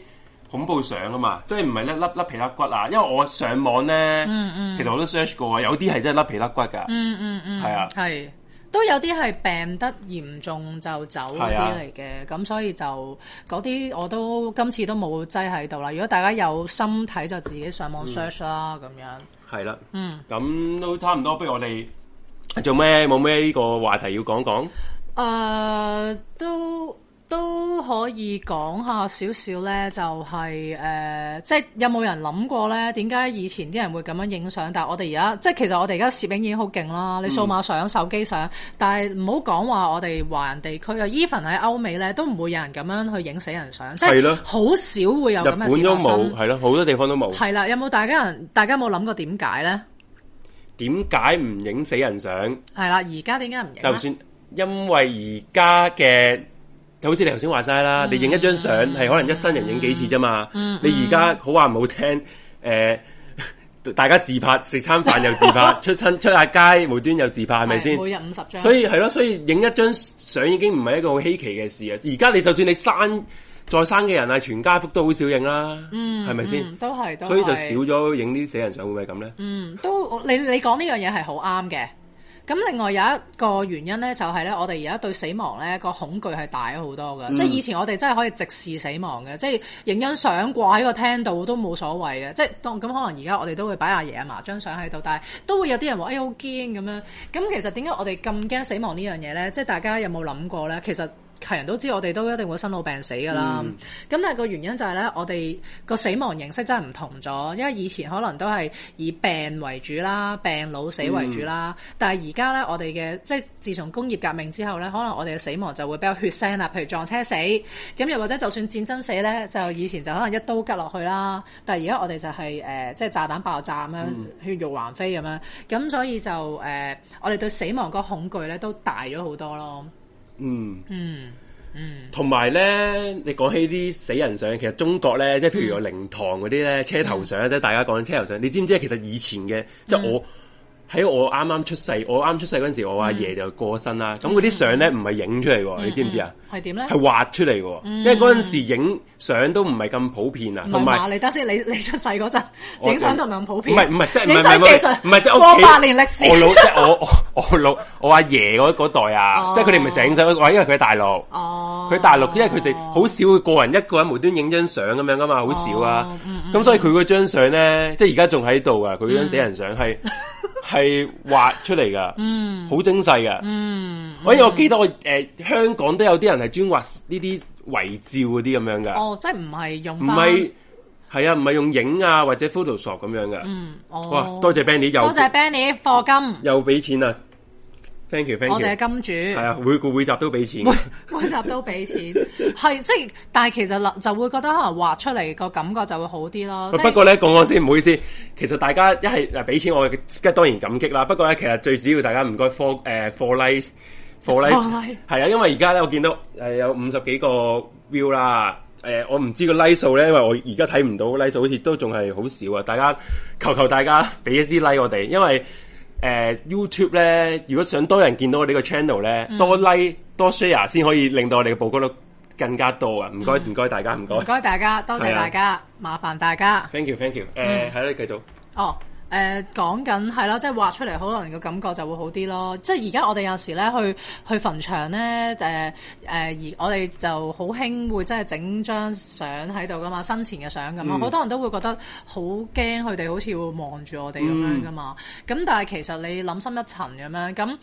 A: 恐怖相啊嘛，即係唔係咧甩甩皮甩骨啊。因為我上網咧，
B: 嗯
A: 其實我都 search 過啊，有啲係真係甩皮甩骨㗎。嗯嗯嗯，係啊，
B: 係都有啲係病得嚴重就走嗰
A: 係
B: 啲
A: 啊
B: 嚟嘅，咁所以就嗰啲我都今次都冇擠喺度啦。如果大家有心睇就自己上
A: 嗯
B: 網 search 啦，咁、樣。
A: 係啦，嗯，咁都差唔多，不如我哋做咩冇咩呢個話題要講講？
B: 誒、呃都都可以講下少少咧，就係、誒、即係有冇人諗過咧？點解以前啲人會咁樣影相？但係我哋而家即係其實我哋而家攝影已經好勁啦，
A: 嗯
B: 你數碼相、手機相，但係唔好講話我哋華人地區啊，even 喺歐美咧都唔會有人咁樣去影死人相，即
A: 係
B: 係
A: 咯
B: 好少會有
A: 日
B: 咁嘅
A: 本
B: 事
A: 都
B: 發生
A: 冇，。係咯，好多地方都冇。
B: 係啦，有冇大家人？大家有冇諗過點解咧？
A: 點解唔影死人相？
B: 係啦，而家點解唔影呢？啊
A: 就算因為而家嘅，就好似你頭先話齋
B: 嗯
A: 啦，你影一張相係可能一生人影幾次啫嘛。你而家好話唔好聽，誒、 大家自拍食餐飯又自拍， 出親出下街無端又自拍，係咪先？
B: 每日五十張。
A: 所以係咯，所以影一張相已經唔係一個好稀奇嘅事啊！而家你就算你生再生嘅人啊，全家福都好少影啦，係咪先？
B: 嗯，都係，都
A: 所以就
B: 係
A: 少咗影啲死人相，會唔會係咁咧？
B: 嗯，都你你講呢樣嘢係好啱嘅。咁另外有一個原因咧，就係咧，我哋而家對死亡咧個恐懼係大咗好多嘅。即係以前我哋真係可以直視死亡嘅，即係影張相掛喺個廳度都冇所謂嘅。即係當咁可能而家我哋都會擺阿爺阿嫲張相喺度，但係都會有啲人話：哎呀好驚咁樣。咁其實點解我哋咁驚死亡呢樣嘢咧？即係大家有冇諗過咧？其實係人都知我哋都一定會生老病死㗎啦。
A: 嗯
B: 咁、但係個原因就係咧，我哋個死亡形式真係唔同咗，因為以前可能都係以病為主啦，病老死為主啦。
A: 嗯
B: 但係而家咧，我哋嘅即係自從工業革命之後咧，可能我哋嘅死亡就會比較血腥啦，譬如撞車死，咁又或者就算戰爭死咧，就以前就可能一刀吉落去啦，但係而家我哋就係、呃即係炸彈爆炸咁樣，
A: 嗯
B: 血肉橫飛咁樣，咁所以就誒、呃我哋對死亡個恐懼咧都大咗好多咯。
A: 嗯。
B: 嗯，
A: 同埋咧，你講起啲死人相，其實中國咧，即係譬如有
B: 嗯
A: 靈堂嗰啲咧，車頭相，即係大家講緊車頭相。你知唔啊知其實以前嘅，即係
B: 嗯
A: 我喺我啱啱出世，我啱出世嗰陣時，我阿
B: 嗯
A: 爺就過身啦。咁嗰啲相咧唔係影出嚟喎，你知唔知啊？
B: 係點咧？
A: 係畫出嚟喎，因為嗰陣時影相都唔係咁普遍啊，
B: 嗯唔
A: 同
B: 係嘛？
A: 埋
B: 你等先，你 你出世嗰陣
A: 我
B: 影相同埋咁普遍，
A: 唔係 唔係即係唔
B: 影
A: 係
B: 相
A: 唔
B: 技
A: 係
B: 術，
A: 唔係即係屋
B: 過
A: 企
B: 百年歷史。
A: 我老即係我我我老我阿爺嗰嗰代啊
B: 哦，
A: 即係佢哋咪成日影相，因為佢喺大陸。
B: 哦，
A: 佢大陸，因為佢哋好少會個人一個人無端影張相咁樣噶嘛，好少啊。
B: 哦
A: 咁、
B: 嗯
A: 所以佢嗰張相咧，即係而家仲喺度啊。佢嗰張死人相係
B: 嗯
A: 係畫出嚟噶，嗯，好精細噶，嗯。我因為我記得我誒、呃香港都有啲人係專畫呢啲遺照嗰啲咁樣噶，
B: 哦，即係唔係用
A: 唔
B: 返
A: 係係啊，唔係用影啊或者 Photoshop 咁樣噶。
B: 嗯哦
A: 哇，多謝 Benny 又
B: 多謝 Benny 課金，
A: 又俾錢啊，thank you，thank
B: 我
A: you，
B: 哋嘅金主
A: 係。 啊，每個每集都俾錢。
B: 每每集都俾錢，係即係，但係其實諗就會覺得可能畫出嚟個感覺就會好啲咯。即係
A: 不過咧，講講先，唔好意思。其實大家一係誒俾錢我，嘅，當然感激啦。不過咧，其實最主要大家唔該呃科誒課 like 課
B: like
A: like 係啊，因為而家咧我見到誒、呃有五十幾個 view 啦。誒、我唔知個 like 數咧，因為我而家睇唔到 like 數，好似都仲係好少啊！大家求求大家俾一啲 like 我哋，因為誒、YouTube 咧，如果想多人見到我哋個 channel 咧，多 like 多 share 先可以令到我哋嘅曝光率更加多啊！唔該唔該，大家唔該
B: 唔該大家，多謝
A: 係啊
B: 大家，麻煩大家。
A: ，thank you thank you。誒係啦，繼續。
B: 哦，誒講緊係啦，即係畫出嚟，可能個感覺就會好啲咯。即係而家我哋有時咧去去墳場咧，誒、誒、而我哋就好興會真係整張相喺度噶嘛，生前嘅相咁啊，好、多人都會覺得好驚，佢哋好似會望住我哋咁樣噶嘛。咁、但係其實你諗深一層咁樣，咁誒、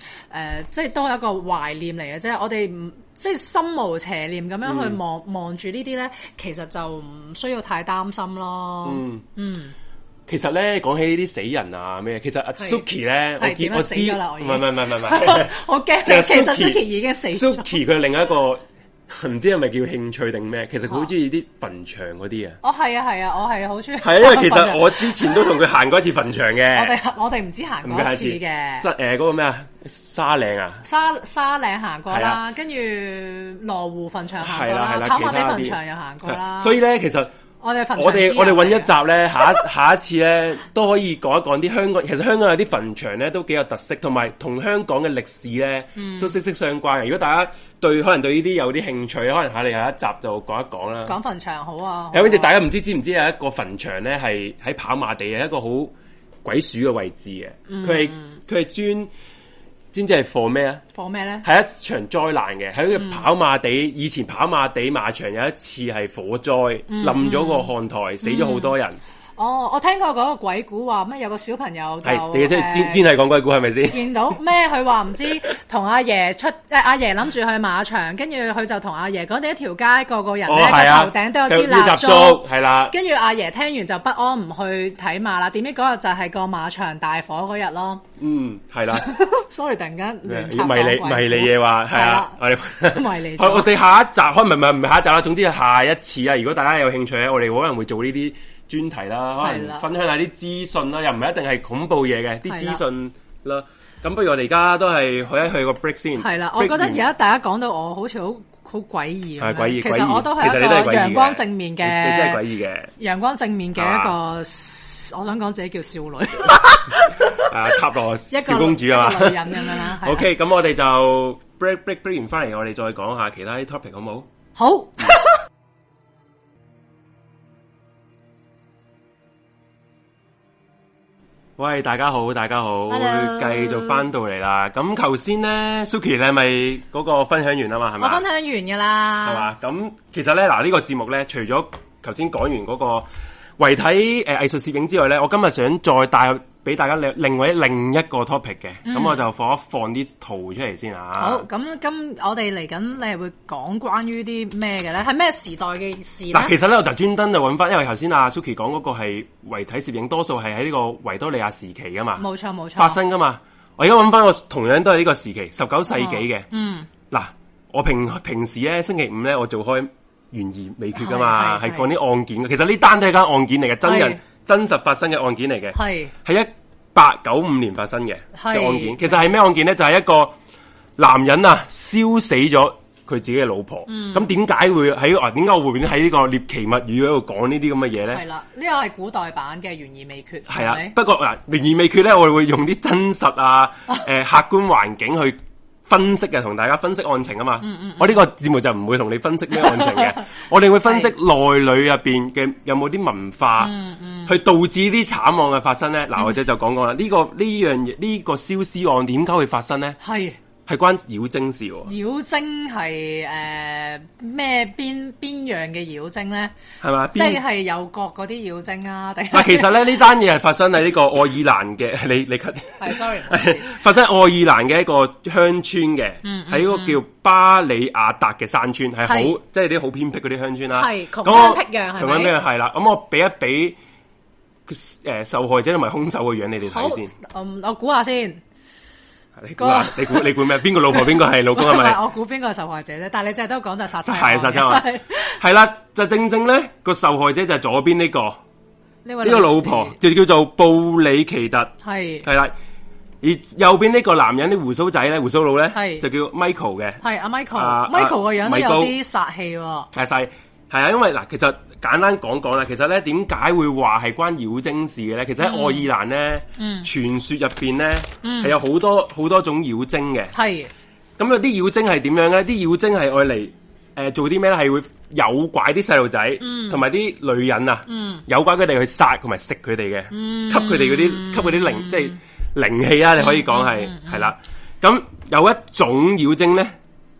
B: 即係都係一個懷念嚟嘅啫。我哋唔即係心無邪念咁樣去望望住呢啲咧，其實就唔需要太擔心咯。嗯嗯。
A: 其實咧，講起呢啲死人啊咩，其實阿
B: 係
A: Suki 咧，我
B: 係點
A: 見
B: 樣
A: 我
B: 死
A: 知，
B: 㗎 啦我已
A: 唔係
B: 經
A: 唔係唔係唔 係，
B: 我驚
A: 其實
B: 其實 Suki 已經死咗。
A: Suki 佢另一個唔知係咪叫興趣定咩？其實佢好中意啲墳場嗰啲啊。
B: 哦，係啊，係啊，我係好中意。
A: 係啊，因 為其實我之前都同佢行過一次墳場
B: 我
A: 嘅，
B: 哋我哋唔止行
A: 唔
B: 過一
A: 係
B: 次嘅
A: 失誒嗰個咩啊沙嶺啊，
B: 沙沙嶺行過
A: 係
B: 啦，
A: 啊
B: 跟住羅湖墳場行
A: 係
B: 過
A: 啦係
B: 啦，
A: 啦，
B: 跑
A: 其
B: 馬地
A: 他
B: 墳場
A: 啲
B: 又行過啦。
A: 所以咧，其實。
B: 我哋墳場
A: 我哋
B: 之啊
A: 我哋揾
B: 友嚟
A: 一
B: 嘅
A: 集咧，下一 下一次咧都可以講一講啲香港。其實香港有啲墳場咧都幾有特色，同埋同香港嘅歷史咧都息息相關嘅。如果大家對可能對呢啲有啲興趣，可能下嚟下一集就講一講啦。
B: 講墳場好啊。
A: 有
B: 好
A: 啲
B: 啊
A: 大家唔知知唔知有一個墳場咧係喺跑馬地啊嘅一個好鬼鼠嘅位置嘅，佢係佢係專知唔知係 for 咩啊？
B: 放咩咧？
A: 係一場災難嘅，喺
B: 嗯
A: 個跑馬地、以前跑馬地馬場有一次係火災，
B: 嗯
A: 冧咗個看台，死咗好多人。
B: 哦，我聽過嗰個鬼故話咩？有個小朋友就
A: 係，你嘅即係
B: 誒
A: 堅堅係講鬼故係咪先？
B: 見到咩？佢話唔知同阿爺出，即係阿爺諗住去馬場，跟住佢就同阿爺講：你一條街個個人
A: 哦，
B: 咧
A: 係
B: 個
A: 啊，
B: 頭頂都有支
A: 要
B: 蠟
A: 蠟
B: 燭。
A: 燭，係啦，
B: 跟住阿爺聽完就不安唔去睇馬啦，點知嗰日就係個馬場大火嗰日咯。
A: 嗯，係啦，
B: sorry，突然間
A: 迷
B: 亂插
A: 你
B: 講鬼
A: 迷
B: 故
A: 你嘢話係 啊，我
B: 係
A: 哋
B: 迷你咗
A: 我我哋下一集，可能唔係唔係下一集啦，總之係下一次啊。如果大家有興趣咧，我哋可能會做呢啲專題啦，可
B: 係啦
A: 能分享下啲資訊啊啦，又唔一定係恐怖嘢嘅啲
B: 係啦
A: 資訊啦。咁不如我哋而家都係去一去個 break 先。
B: 係啦，我覺得
A: break
B: 而
A: 完
B: 家大家講到我好似好好詭異咁
A: 係詭
B: 樣
A: 嗯啊異，
B: 其
A: 詭
B: 實
A: 異
B: 我都係
A: 其實
B: 一
A: 你
B: 個
A: 都係詭異嘅
B: 陽光正面嘅，
A: 你你真係詭異 啊嘅。
B: 陽光正面嘅一
A: 係
B: 個，我想講自己叫少 女，
A: 啊塔羅
B: 一個
A: 小公主啊
B: 一
A: 嘛
B: 個女人咁樣啦。係 啦
A: O K，咁我哋就 break break break 完翻嚟，我哋再講下其他啲 topic 好唔好？
B: 好。
A: 喂，大家好，大家好，
B: Hello
A: 繼續翻到嚟啦。咁頭先咧，Suki 你係咪嗰個分享完啊嘛，係
B: 我分
A: 咪？
B: 享完噶
A: 係
B: 啦，
A: 嘛？咁其實咧，嗱、呢個節目咧，除呃咗頭先講完嗰個遺體誒藝術攝影之外咧，我今日想再帶俾大家另另外另一個 topic 嘅，咁、我就放一放啲圖出嚟先啊。
B: 嗯好，咁今我哋嚟緊，你係會講關於啲咩嘅咧？係咩時代嘅事
A: 嗱，其
B: 咧？
A: 實咧我就專登就揾翻，因為頭先阿啊 Suki 講嗰個係遺體攝影，多數係喺呢個維多利亞時期噶嘛，
B: 冇錯冇錯，
A: 發生噶嘛。我而家揾翻個同樣都係呢個時期，十九世紀嘅。
B: 哦嗯，
A: 嗱，我平平時咧星期五咧，我做開懸疑未決噶嘛，
B: 係係
A: 係講啲案件嘅。其實呢單都係間案件嚟嘅，真
B: 係
A: 人真實發生嘅案件嚟嘅，
B: 係
A: 係一八九五年發生嘅
B: 係
A: 嘅案件。其實係咩案件咧？就係、一個男人啊，燒死咗佢自己嘅老婆。
B: 嗯
A: 咁點解會喺啊？點解我會喺呢個獵奇物語嗰度講呢啲咁嘅嘢咧
B: 係？啦，呢個係古代版嘅懸疑未決，
A: 系
B: 係
A: 啦
B: 咪，
A: 啊不過嗱，懸而未決咧，我哋會用啲真實啊，
B: 哦
A: 诶、客觀環境去分析嘅，同大家分析案情啊嘛。
B: 嗯
A: 我呢個節目就唔會同你分析咩案情 嘅，我哋會分析內裏入边嘅有冇啲文化，
B: 嗯
A: 去導致啲慘案嘅發生咧。嗱，或者就講講啦，呢、個呢樣嘢，呢、個消屍案點解會發生咧？
B: 係
A: 係關妖精事喎，
B: 妖精係誒咩邊邊樣嘅妖精咧？
A: 係嘛？
B: 即係有角嗰啲妖精啊？定
A: 嗱，其實咧呢單嘢係發生喺呢個愛爾蘭嘅，你你 cut
B: 係 sorry，唔好意思
A: 發生喺愛爾蘭嘅一個鄉村嘅，喺一個叫巴里亞達嘅山村，係好
B: 嗯係
A: 即係啲好偏僻嗰啲鄉村啦。
B: 係窮
A: 咁我
B: 鄉僻壤係咪
A: 窮鄉僻壤係啦。咁我俾一俾誒受害者同埋兇手嘅樣你哋
B: 好
A: 睇先。，
B: 嗯，我估下先。
A: 你估啊？你估你估咩？邊個老婆邊個係老公係
B: 唔
A: 啊咪
B: 係？我估邊個係受害者啫，但係你真係都講就係殺妻
A: 係殺親啊！係啦，就正正咧個受害者就係左邊呢個呢
B: 呢位
A: 個老婆，就叫做布里奇特。
B: 係
A: 系啦，而右邊呢個男人啲胡鬚仔咧，胡鬚佬咧，
B: 係
A: 就叫 Michael 嘅，
B: 係阿
A: 啊
B: Michael，Michael 個樣都有
A: Michael
B: 啲殺氣喎。
A: 係晒係啊，因為嗱，其實簡單講講啦，其實咧點解會話係關妖精事嘅咧？其實喺愛爾蘭咧，傳說入邊咧係有好多好多種妖精嘅。
B: 係
A: 咁有啲妖精係點樣咧？啲妖精係愛嚟诶做啲咩咧？係會誘拐啲細路仔，同埋啲女人啊，誘拐佢哋去殺同埋食佢哋嘅，吸佢哋嗰啲吸佢啲靈，即係靈氣啦。你可以講係係啦。咁有一種妖精咧，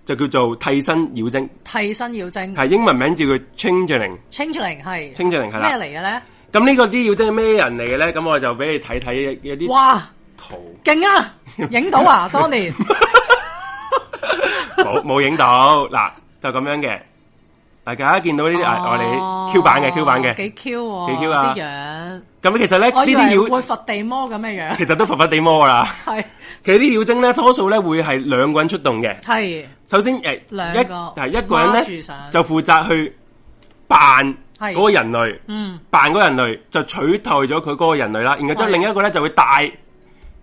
A: 就叫做替身妖精，
B: 替身妖精
A: 係英文名叫佢 changeling，changeling
B: ，Changeling 係
A: 係
B: 咩
A: 啦。
B: 嚟嘅咧？
A: 咁呢個啲妖精係咩人嚟嘅咧？咁我就俾你睇睇一啲
B: 哇，
A: 圖，
B: 勁 啊！影到啊，當年
A: 冇冇影到嗱，就咁樣嘅。大家見到呢
B: 哦
A: 啲 啊，我哋 Q 版嘅 Q 版嘅。
B: 幾 Q 喎，
A: 幾 Q 啊
B: 啲樣，
A: 咁其實咧，呢
B: 我以為
A: 啲妖
B: 會佛地魔咁嘅樣，
A: 其實都佛佛地魔㗎啦。
B: 係
A: 其實啲妖精咧，多數咧會係兩個人出動嘅。
B: 係
A: 首先誒，
B: 兩
A: 一
B: 個
A: 係一個人
B: 孖住
A: 咧
B: 上
A: 就負責去扮
B: 係
A: 嗰個人類，
B: 嗯
A: 扮嗰個人類就取代咗佢嗰個人類啦。然後之後
B: 係
A: 另一個咧就會帶嗰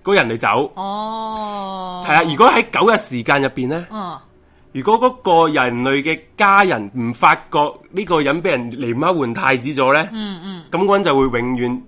A: 個人類走。
B: 哦，
A: 係啊，如果喺九日時間入邊咧，
B: 啊，
A: 如果嗰個人類嘅家人唔發覺呢個人俾人狸貓換太子咗咧，
B: 嗯嗯，
A: 咁嗰人就會永遠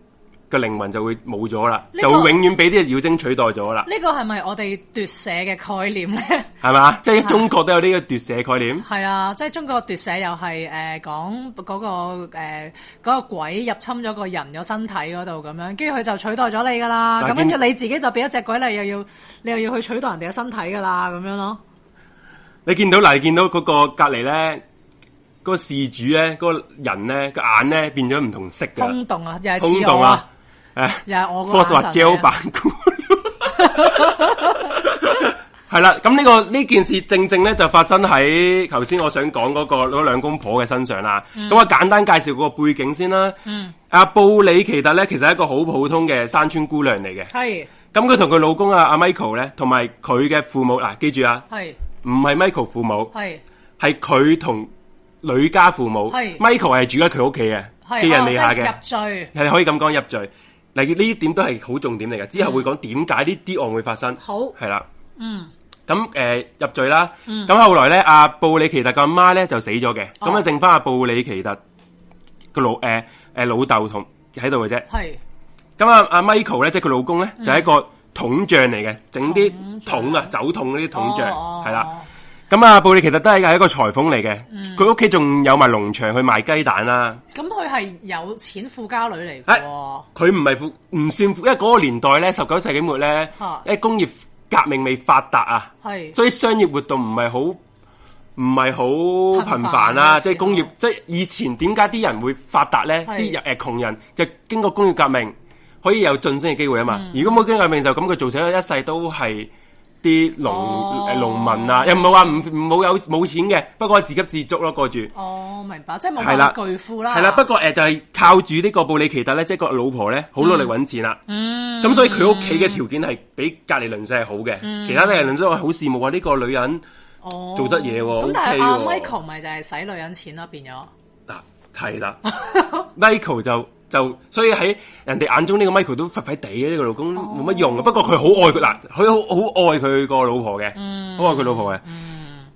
A: 個靈魂就會冇咗啦，
B: 呢個
A: 就會永遠俾啲妖精取代咗啦，
B: 呢個係咪我哋奪舍嘅概念咧？
A: 係嘛？即係中國都有呢個奪舍概念，
B: 係啊，即係中國奪舍又係誒講嗰個誒嗰、個鬼入侵咗個人個身體嗰度咁樣，跟住佢就取代咗你噶啦。
A: 但係
B: 咁跟住
A: 經
B: 你自己就變一隻鬼啦，又要你又要去取代人哋嘅身體噶啦，咁樣咯。
A: 你見到嗱，你見到嗰個隔離咧，嗰、個事主咧，嗰、個人咧個眼咧變咗唔同色噶啦，
B: 空洞啊，又係
A: 空
B: 似我
A: 洞
B: 啊
A: 啊，，誒
B: 又係我個
A: Force
B: 眼
A: 話
B: 神
A: gel
B: 嚟啊
A: 版股。 係啦，咁呢、個呢件事正正咧就發生喺頭先我想講嗰、個嗰兩公婆嘅身上啦。
B: 嗯
A: 咁、我簡單介紹個背景先啦。嗯，阿布里奇特咧其實係一個好普通嘅山村姑娘嚟嘅。
B: 係
A: 咁佢同佢老公啊阿 Michael 咧，同埋佢嘅父母嗱、記住啊，
B: 係
A: 唔係 Michael 父母，
B: 係
A: 係佢同女家父母。
B: 係
A: Michael 係住喺佢屋企嘅，
B: 係，
A: 寄人籬下
B: 哦即
A: 嘅。
B: 係入罪。
A: 係可以咁講入罪。嗱，呢啲點都係好重點嚟嘅，之後會講點解呢啲案會發生。
B: 好
A: 係啦。
B: 嗯，
A: 咁誒、呃入罪啦。咁、後來咧，阿布里奇特個阿媽咧就死咗嘅，咁啊、
B: 哦
A: 剩翻阿布里奇特個老誒誒、呃老豆同喺度嘅啫。
B: 係
A: 咁啊阿 Michael 咧，即係佢老公
B: 嗯
A: 咧，就係一個桶匠嚟嘅，整啲桶啊酒桶嗰啲桶匠
B: 哦
A: 係啦。咁啊，布里奇特都係一個裁縫嚟
B: 嗯
A: 嘅，佢屋企仲有埋農場去賣雞蛋啦。
B: 咁佢係有錢富家女嚟嘅
A: 係
B: 喎，
A: 佢唔係富，唔算富，因為嗰個年代咧，十九世紀末咧
B: 嚇，
A: 因為工業革命未發達啊，
B: 係
A: 所以商業活動唔係好唔係好頻繁啦、
B: 頻繁嘅時候
A: 即係工業，即係以前點解啲人會發達咧？
B: 係
A: 啲人誒窮人就經過工業革命可以有晉升嘅機會啊嘛。
B: 嗯
A: 如果冇經濟命就咁，佢做死一世都係啲農
B: 哦
A: 誒農民啊，又唔係話唔唔冇有冇錢嘅，不過自給自足咯，過住。
B: 哦，明白，即係冇
A: 係啦
B: 咁巨富啦。
A: 係啦，不過誒、呃就係、靠住呢個布里奇特咧，即係個老婆咧，好努力揾錢啦。
B: 嗯，
A: 咁所以佢屋企嘅條件係比隔離鄰舍係好嘅，其他啲人鄰舍話好羨慕啊！呢、個女人
B: 哦
A: 做得嘢喎
B: 咁但係
A: OK
B: 阿
A: 喎
B: Michael 咪就係使女人錢咯，變咗。
A: 嗱係啦，Michael 就就所以喺人哋眼中呢個 Michael 都廢廢地嘅呢個老公冇乜用啊嘅，不過佢好愛佢嗱，佢好好愛佢個老婆嘅，好、愛佢老婆嘅。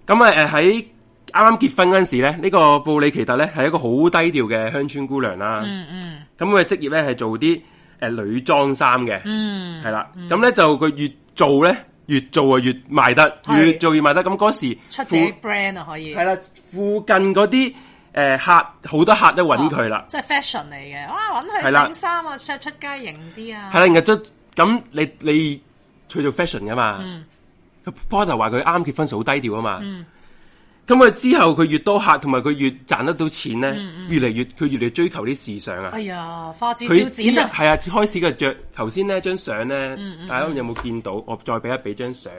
A: 咁啊誒喺啱啱結婚嗰陣時咧，呢、個布里奇特咧係一個好低調嘅鄉村姑娘啦。
B: 嗯嗯
A: 咁佢嘅職業咧係做啲誒、呃女裝衫嘅，
B: 嗯，
A: 係啦。咁咧就佢越做咧越做啊越賣得，
B: 係
A: 越做越賣得。咁嗰時
B: 出自己
A: 附
B: brand 啊，可以。
A: 係啦，附近嗰啲誒客好多客都揾佢啦
B: 哦，即係 fashion 嚟嘅，哇！揾
A: 係
B: 佢
A: 啦
B: 整衫啊，着出街型啲啊
A: 係。啦，然後卒咁你你佢做 fashion 噶嘛
B: 嗯，
A: 佢 Porter 話佢啱結婚時好低調啊嘛，咁佢之後佢越多客同埋佢越賺得到錢咧，越嚟越佢越嚟越追求啲時尚啊
B: 嗯哎。呀，花枝
A: 佢
B: 招
A: 知
B: 展啊！嗯
A: 係啊，開始嘅着頭先呢張相咧，大家有冇見到？我再俾一俾張相，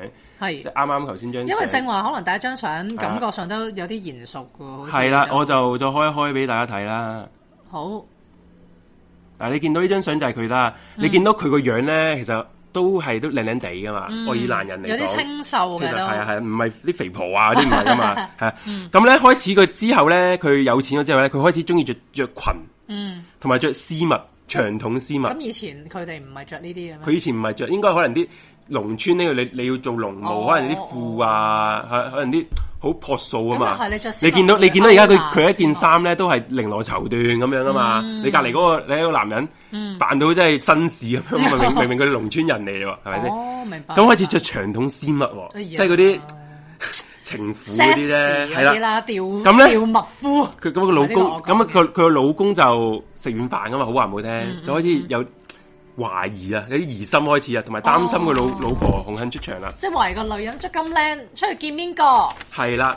A: 即係
B: 係，
A: 啱啱頭先張相。
B: 因為正話可能第一張相感
A: 係啊
B: 覺上都有啲嚴肅嘅喎。好似
A: 係啦，
B: 見
A: 我就再開一開俾大家睇啦。
B: 到好
A: 嗱，你見到呢張相就係佢啦，
B: 嗯
A: 你見到佢個樣咧，其實都係都靚靚地噶嘛，愛爾蘭人嚟
B: 嗯有啲
A: 講。
B: 清秀
A: 其實
B: 嘅
A: 係
B: 都。
A: 啊係啊，唔係啲肥婆啊嗰啲唔係噶嘛， 係啊咁咧開始佢之後咧，佢有錢咗之後咧，佢開始中意着着裙，
B: 嗯，
A: 同埋着絲襪長筒絲襪
B: 咁。以前佢哋唔係着呢啲嘅
A: 佢
B: 咩？
A: 以前唔係着，應該可能啲農村呢個你你要做農務，
B: 哦
A: 可能啲褲啊，可可能啲好樸素啊
B: 咁啊
A: 嘛。
B: 係你着絲襪
A: 見到你見到而家佢
B: 會有
A: 佢一件衫咧都係綾羅綢緞咁樣啊嘛。
B: 嗯
A: 你隔離嗰個你一個男人扮到真係紳士咁樣，明明明明佢係農村人嚟喎，係咪先？
B: 哦，明白。
A: 咁開始着長筒絲襪
B: 哎
A: 喎，
B: 呀
A: 即係嗰啲情婦嗰啲
B: sexy
A: 咧，係
B: 嗰啲
A: 啦。
B: 啦，吊
A: 咁呢
B: 吊麥夫。
A: 佢咁個老公，
B: 呢個
A: 咁
B: 我講嗯
A: 啊佢佢個老公就食軟飯噶嘛，好話唔好聽，就開始有懷疑啊，有啲疑心開始啊，同埋擔心佢老、
B: 哦
A: 老婆紅杏出牆啊啦，
B: 即係為個女人着咁靚，出去見邊個？
A: 係啦，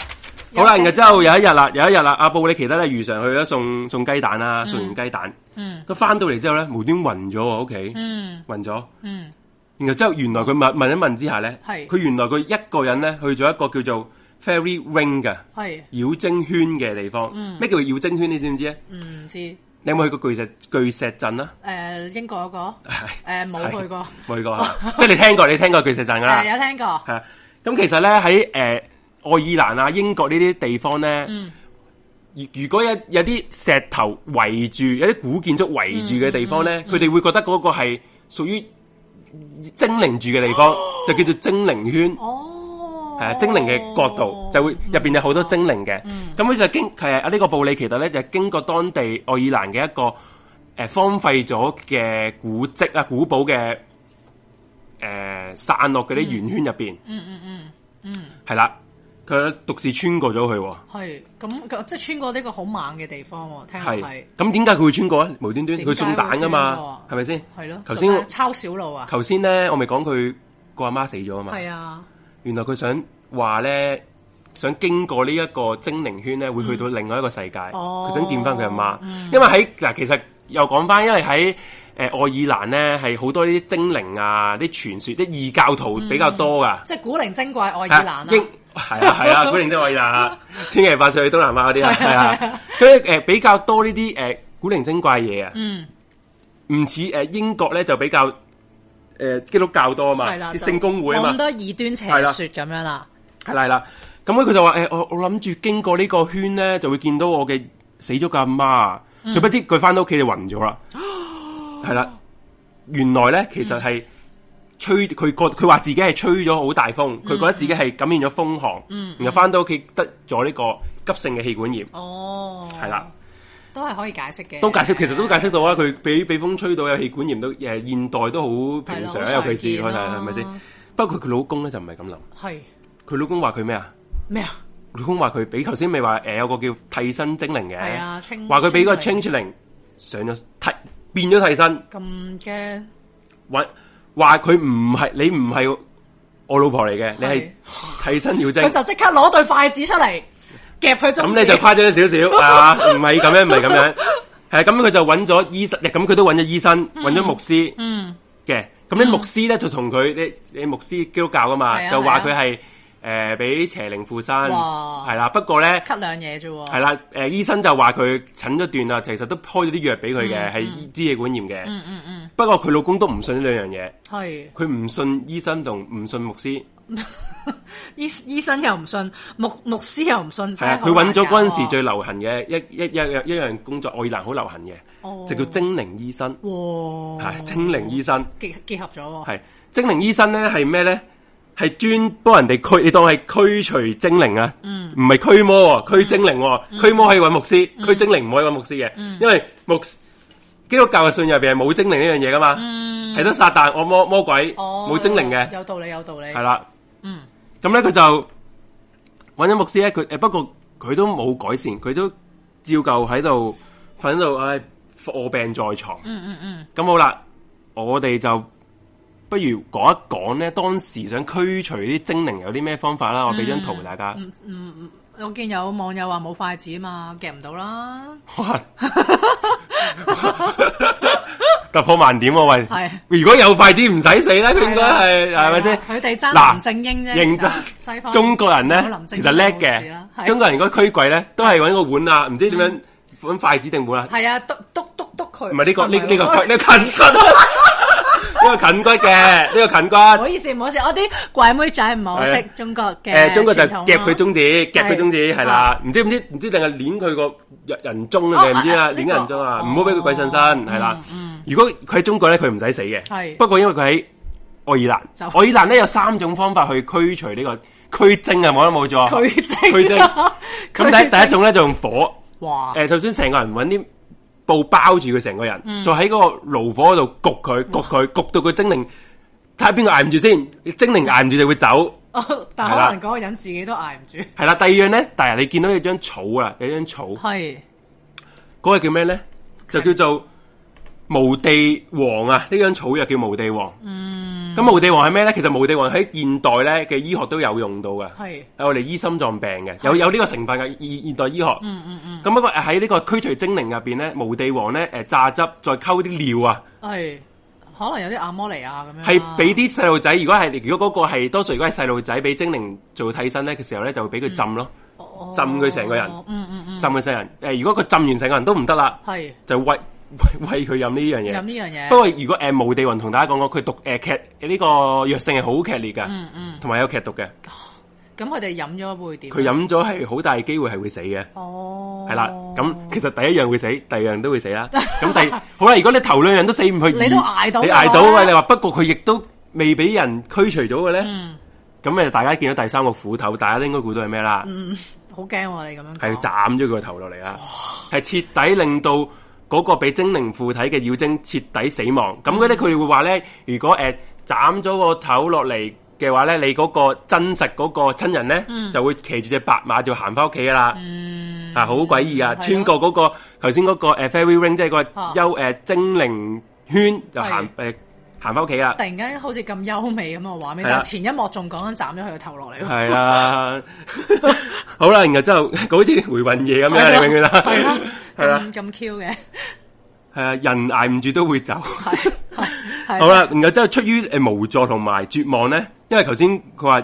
B: 有
A: 好啦，
B: 雞
A: 然後之後有一日啦，有一日啦，阿布里奇德咧如常去咗送送雞蛋啦，送完雞蛋，
B: 嗯
A: 佢翻到嚟之後咧無端暈咗喎屋企，
B: 嗯
A: 暈咗，
B: 嗯，
A: 然後之後原來佢問問一問之下咧，
B: 係
A: 佢原來佢一個人咧去咗一個叫做 Fairy Ring 嘅
B: 係
A: 妖精圈嘅地方，
B: 嗯
A: 咩、叫妖精圈你知唔知啊咧？
B: 唔知
A: 你有冇去過巨石巨石鎮啊？
B: 誒嗯呃英國嗰 個誒 冇去過，
A: 冇去過，即係你聽過，你聽過巨石陣噶 啦，
B: 誒有聽過
A: 係啊。咁其實咧喺誒呃愛爾蘭啊、英國呢啲地方咧，
B: 嗯
A: 如如果有有啲石頭圍住，有啲古建築圍住
B: 嗯
A: 嘅地方咧，佢哋會覺得嗰個係屬於精靈住嘅地 方，就叫做精靈圈。
B: 哦，
A: 係啊，精靈嘅角度就會
B: 嗯
A: 入邊有好多精靈嘅。咁佢就經係啊呢個布里奇特咧，就經過當地愛爾蘭嘅一個誒、呃荒廢咗嘅古蹟啊、古堡嘅誒、呃散落嗰啲圓圈入邊。嗯嗯嗯嗯，係啦，佢獨自穿過咗佢喎。
B: 係咁，即係穿過呢個好猛嘅地方喎，聽落
A: 係
B: 係
A: 咁點解佢會穿過咧？啊無端端
B: 點
A: 佢
B: 解
A: 送蛋噶嘛
B: 會穿過啊，
A: 係咪先？
B: 係咯，
A: 頭先
B: 抄小路啊，
A: 頭先咧，我咪講佢個阿媽死咗啊嘛。
B: 係啊，
A: 原來佢想話咧，想經過呢一個精靈圈咧，會去到另外一個世界。佢、
B: 嗯哦嗯
A: 想見翻佢阿媽，因為喺嗱，其實又講翻，因為喺誒、呃愛爾蘭咧，係好多呢啲精靈啊、啲傳說、啲異教徒
B: 嗯
A: 比較多噶。
B: 即係古靈精怪愛爾
A: 係
B: 蘭
A: 啊
B: 啊，
A: 英係啊係啊，古靈精怪 啦，千奇百趣去東南亞嗰啲啊，係啊，佢誒比較多呢啲誒古靈精怪嘢啊，
B: 嗯，
A: 唔似誒英國咧就比較誒、呃基督教多啊嘛，
B: 係啦，
A: 啲
B: 就
A: 聖公會啊嘛
B: 冇咁，多異端邪
A: 係啦
B: 說咁樣啦，
A: 係啦係啦，咁佢就話誒、欸我我諗住經過呢個圈咧，就會見到我嘅死咗嘅阿媽，
B: 嗯
A: 誰不知佢翻到屋企就暈咗啦。
B: 哦
A: 係啦，原來咧其
B: 嗯
A: 實係吹佢覺佢話自己係吹咗好大
B: 嗯
A: 風，佢覺得自己係感染咗風寒，然後翻到屋企得咗呢個急性嘅氣管炎，
B: 哦，
A: 係啦，，
B: 都係可以解釋嘅，
A: 都解釋其實都解釋到啊，佢俾俾風吹到有氣管炎都誒現代都好平常
B: 係
A: 啊，
B: 啦好
A: 尤其是佢係
B: 常見啦
A: 係咪先？不過佢老公咧就唔係咁諗，
B: 係
A: 佢老公話佢咩啊？
B: 咩啊？
A: 老公話佢俾頭先咪話誒有個叫替身精靈嘅，
B: 係啊清
A: 話佢俾個
B: 清
A: changeling 上咗替變咗替身，
B: 咁驚
A: 話話佢唔係你唔係我老婆嚟嘅，你係
B: 係
A: 替身妖精
B: 佢，就即刻攞對筷子出嚟夾佢中
A: 咁啊
B: 指
A: 你就誇張咗少少係嘛？唔係咁樣，唔係咁樣，係咁佢就揾咗醫生，咁佢都揾咗醫生，揾咗牧師
B: 嗯，
A: 嘅。咁啲牧師咧就同佢，你你牧師基督教噶嘛
B: 係，啊
A: 就話佢係誒俾邪靈附身，
B: 哇
A: 係啦。不過咧。
B: 咳兩嘢啫喎。
A: 係啦，誒、醫生就話佢診咗斷啦，其實都開咗啲藥俾佢嘅，係支氣管炎嘅。
B: 嗯嗯嗯，
A: 不過佢老公都唔信呢兩樣嘢，
B: 係
A: 佢唔信醫生同唔信牧師。
B: 醫醫生又唔信，牧牧師又唔信，
A: 係啊，佢揾咗嗰陣時最流行嘅一一一樣一樣工作，愛爾蘭好流行嘅，
B: 哦
A: 就叫精靈醫生。
B: 哇，
A: 係精靈醫生，
B: 結結合咗喎。
A: 啊係精靈醫生咧係咩咧？係專幫人哋驅，你當係驅除精靈啊，
B: 嗯
A: 唔係驅魔喎，驅精靈喎，驅魔可以揾牧師，驅精靈唔可以揾牧師嘅，
B: 嗯
A: 因為牧基督教嘅信入邊係冇精靈呢樣嘢噶嘛，係得撒旦、惡魔、魔鬼，
B: 嗯哦，
A: 冇精靈嘅，
B: 有道理有道理。
A: 係啦。
B: 嗯，
A: 咁咧佢就揾咗牧師咧，佢誒不過佢都冇改善，佢都照舊喺度瞓喺度，唉卧病在床。
B: 嗯嗯嗯，
A: 咁好啦，我哋就不如講一講咧，當時想驅除啲精靈有啲咩方法啦。我俾張圖大家，
B: 嗯我見有網友話冇筷子嘛，夾唔到啦。
A: 哇突破萬點喎、
B: 係
A: 喂！如果有筷子唔使死啦，佢應該係係咪先？
B: 佢哋爭
A: 嗱
B: 林正英啫，
A: 認
B: 其實
A: 真
B: 西 方
A: 中國人咧
B: 冇林，正
A: 其
B: 英
A: 實叻
B: 冇事啦
A: 嘅。
B: 係嗯
A: 中國人如果驅鬼咧，都係揾個碗啊，唔知點樣揾筷子定碗啊？
B: 係啊，篤篤篤篤佢。
A: 唔係呢個呢
B: 係
A: 呢個
B: ，sorry
A: 呢個近 身，呢個近骨嘅，呢個近骨。
B: 唔好意思，唔好意思，我啲鬼妹仔唔係好識
A: 係啊
B: 中國嘅傳統啊咯。
A: 誒，中國就夾佢中指，夾佢中指
B: 係
A: 係
B: 啊
A: 啦，唔知唔知唔知定係攣佢個人人中啊定係唔知啊，
B: 哦
A: 攣
B: 啊呢個
A: 人中啊，
B: 哦嗯
A: 唔好俾佢鬼上身係啦。如果佢喺中國咧，佢唔使死嘅。
B: 係
A: 不過因為佢喺愛爾
B: 就
A: 蘭，愛爾蘭咧有三種方法去驅除呢個驅精啊，冇得冇咗。
B: 佢
A: 佢
B: 精啊。
A: 咁
B: 佢
A: 第一第一種咧就用火，
B: 哇，
A: 誒，首先成個人揾啲布包住佢成個人，
B: 嗯
A: 再喺嗰個爐火度焗佢，焗佢，焗到佢精靈，睇下邊個捱唔住先，精靈捱唔住就會走。
B: 但
A: 係
B: 可
A: 啦
B: 能嗰個人自己都捱唔住。
A: 係啦，第二樣咧，但係你見到有張草啊，有張草，嗰、
B: 係
A: 個叫咩咧？就叫做無地王啊！呢張草又叫無地王。嗯。咁無地王係咩咧？其實無地王喺現代咧嘅醫學都有用到嘅，
B: 係
A: 係我哋醫心臟病嘅，有有呢個成分嘅現現代醫學。嗯嗯嗯。咁不過喺呢個驅除精靈入邊咧，無地王咧誒榨汁再溝啲尿啊，
B: 係，可能有啲阿摩尼亞咁樣啦。
A: 係俾啲細路仔，如果係如果嗰個係多數，如果係細路仔俾精靈做替身咧嘅時候咧，就會俾佢浸咯，
B: 哦
A: 浸佢成個人
B: 嗯嗯嗯，
A: 浸佢成人。誒，如果佢浸完成個人都唔得啦。
B: 係
A: 就喂喂 喂佢飲呢樣
B: 飲呢
A: 嘢。
B: 樣嘢。
A: 不過如果誒、呃、無地雲同大家講過，佢毒誒劇呢個藥性係好劇烈㗎，
B: 嗯嗯，
A: 同埋有劇毒嘅。
B: 咁佢哋飲咗會點？
A: 佢飲咗係好大機會係會死嘅，
B: 哦，
A: 係啦。咁其實第一樣會死，第二樣都會死啦。咁第 好啦，如果你頭兩樣都死唔去，嗯
B: 你都捱到
A: 你
B: 嘅
A: 捱到
B: 話
A: 嘅，你話不過佢亦都未俾人驅除咗嘅咧。
B: 嗯
A: 咁誒，大家見到第三個斧頭，大家都應該估到係咩啦？
B: 好驚喎！你咁樣
A: 係
B: 講
A: 斬咗佢個頭落嚟啦，係徹底令到嗰個俾精靈附體嘅妖精徹底死亡。咁嗰啲佢哋會話咧，如果誒斬咗個頭落嚟嘅話咧，你嗰個真實嗰個親人咧、就會騎住隻白馬就行翻屋企噶啦。啊，好詭異啊！
B: 嗯係咯
A: 穿過嗰、個頭先嗰個誒 fairy ring，即係個
B: 啊
A: 幽誒、呃精靈圈就行誒行翻屋企啦。
B: 突然間好似咁優美咁啊嘅畫面，
A: 係啦
B: 但係前一幕仲講緊斬咗佢個頭落嚟喎。
A: 係啦，好啦，然後之後好似回魂夜咁樣，你永遠啦，
B: 係啦，
A: 係啊啦。
B: 咁咁 Q 嘅，
A: 系啊，人挨唔住都會走。好
B: 係係係
A: 啦，然後之後出於诶无助同埋絕望咧，因為頭先佢話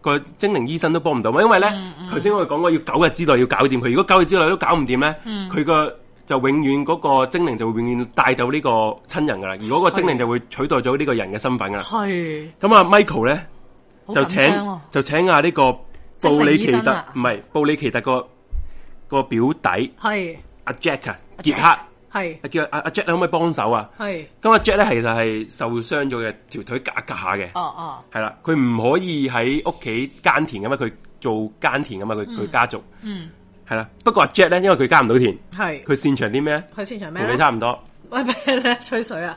A: 個精靈醫生都幫唔到，因為咧
B: 嗯
A: 頭先我哋講過要九日之內要搞掂佢，如果九日之內都搞唔掂咧，
B: 嗯
A: 佢個、就永遠嗰個精靈就會永遠帶走呢個親人噶啦，而嗰個精靈就會取代咗呢個人嘅身份噶啦。
B: 係
A: 咁啊，Michael 咧
B: 好
A: 就
B: 緊
A: 請
B: 張喎
A: 就請啊呢個布里奇
B: 精靈醫生
A: 特
B: 啊
A: 唔係布里奇特個個表弟
B: 係
A: 阿 Jack 啊傑克，啊
B: 係
A: 叫阿阿 Jack 你可唔可以幫手啊？
B: 係，
A: 咁阿 Jack 咧其實係受傷咗嘅，條腿夾一夾下嘅，
B: 哦哦，
A: 係啦，佢唔可以喺屋企耕田噶嘛，佢做耕田噶嘛，佢佢家族
B: 嗯
A: 係啦。不過阿 Jack 咧，因為佢耕唔到田，
B: 係
A: 佢擅長啲咩？
B: 佢擅長咩
A: 同
B: 啊
A: 你
B: 咧？
A: 差唔多，
B: 喂咩咧？吹 水啊？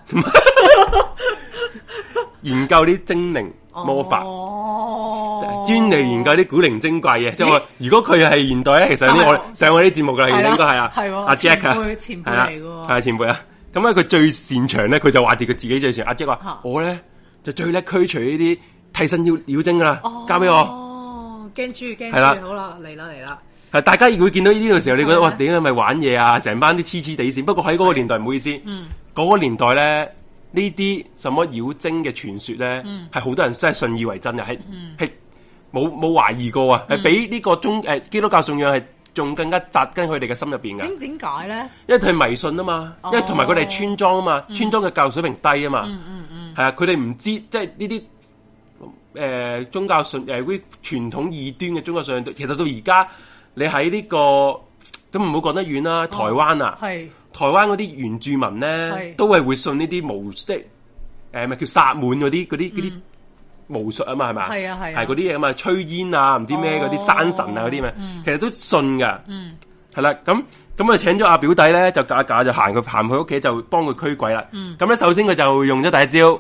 A: 研究啲精靈魔法，
B: 哦，
A: 專嚟研究啲古靈精怪嘅。即係我如果佢係現代咧，其實上
B: 就係
A: 我
B: 我
A: 上我啲節目噶啦，
B: 係啦
A: 應該係啊，
B: 係喎
A: 阿 Jack 啊，
B: 前輩前輩
A: 係啊
B: 嚟㗎喎
A: 係啊前輩啊。咁咧佢最擅長咧，佢就話住佢自己最擅長。阿 Jack 話
B: 嚇：
A: 我咧就最叻驅除呢
B: 哦
A: 啲替身妖妖精噶啦，交俾我。
B: 哦，驚豬驚
A: 係啦
B: 豬，好啦，嚟啦嚟啦，
A: 係呃大家會見到呢啲嘅時候，你覺
B: 係
A: 得
B: 啊
A: 哇，點解咪玩嘢啊？成班啲黐黐地線。不過喺嗰個年代，唔好意思，嗰個年代咧，呢啲什麼妖精嘅傳說咧，係好多人真係信以為真嘅，係係冇冇懷疑過啊，係比呢個宗誒基督教信仰係仲更加扎根佢哋嘅心入邊嘅。
B: 點點解咧？
A: 因為佢係迷信啊嘛，因為同埋佢哋係村莊啊嘛，村莊嘅教育水平低啊嘛，
B: 嗯
A: 係、啊，佢哋唔知即係呢啲誒宗教信誒嗰啲傳統異端嘅宗教信仰，其實到而家你喺呢、個咁唔好講得遠啦，台灣啊，
B: 係
A: 台灣嗰啲原住民咧
B: 係
A: 都係會信呢啲巫即係誒咪叫薩滿嗰啲嗰啲嗰啲巫術啊嘛，係咪？
B: 係啊係啊
A: 係嗰啲嘢啊嘛，吹煙啊，唔知咩嗰啲
B: 哦
A: 山神啊嗰啲咩，其實都信噶。係啦，咁咁啊請咗阿表弟咧，就架架就行佢行佢屋企就幫佢驅鬼啦。咁咧首先佢就用咗第一招，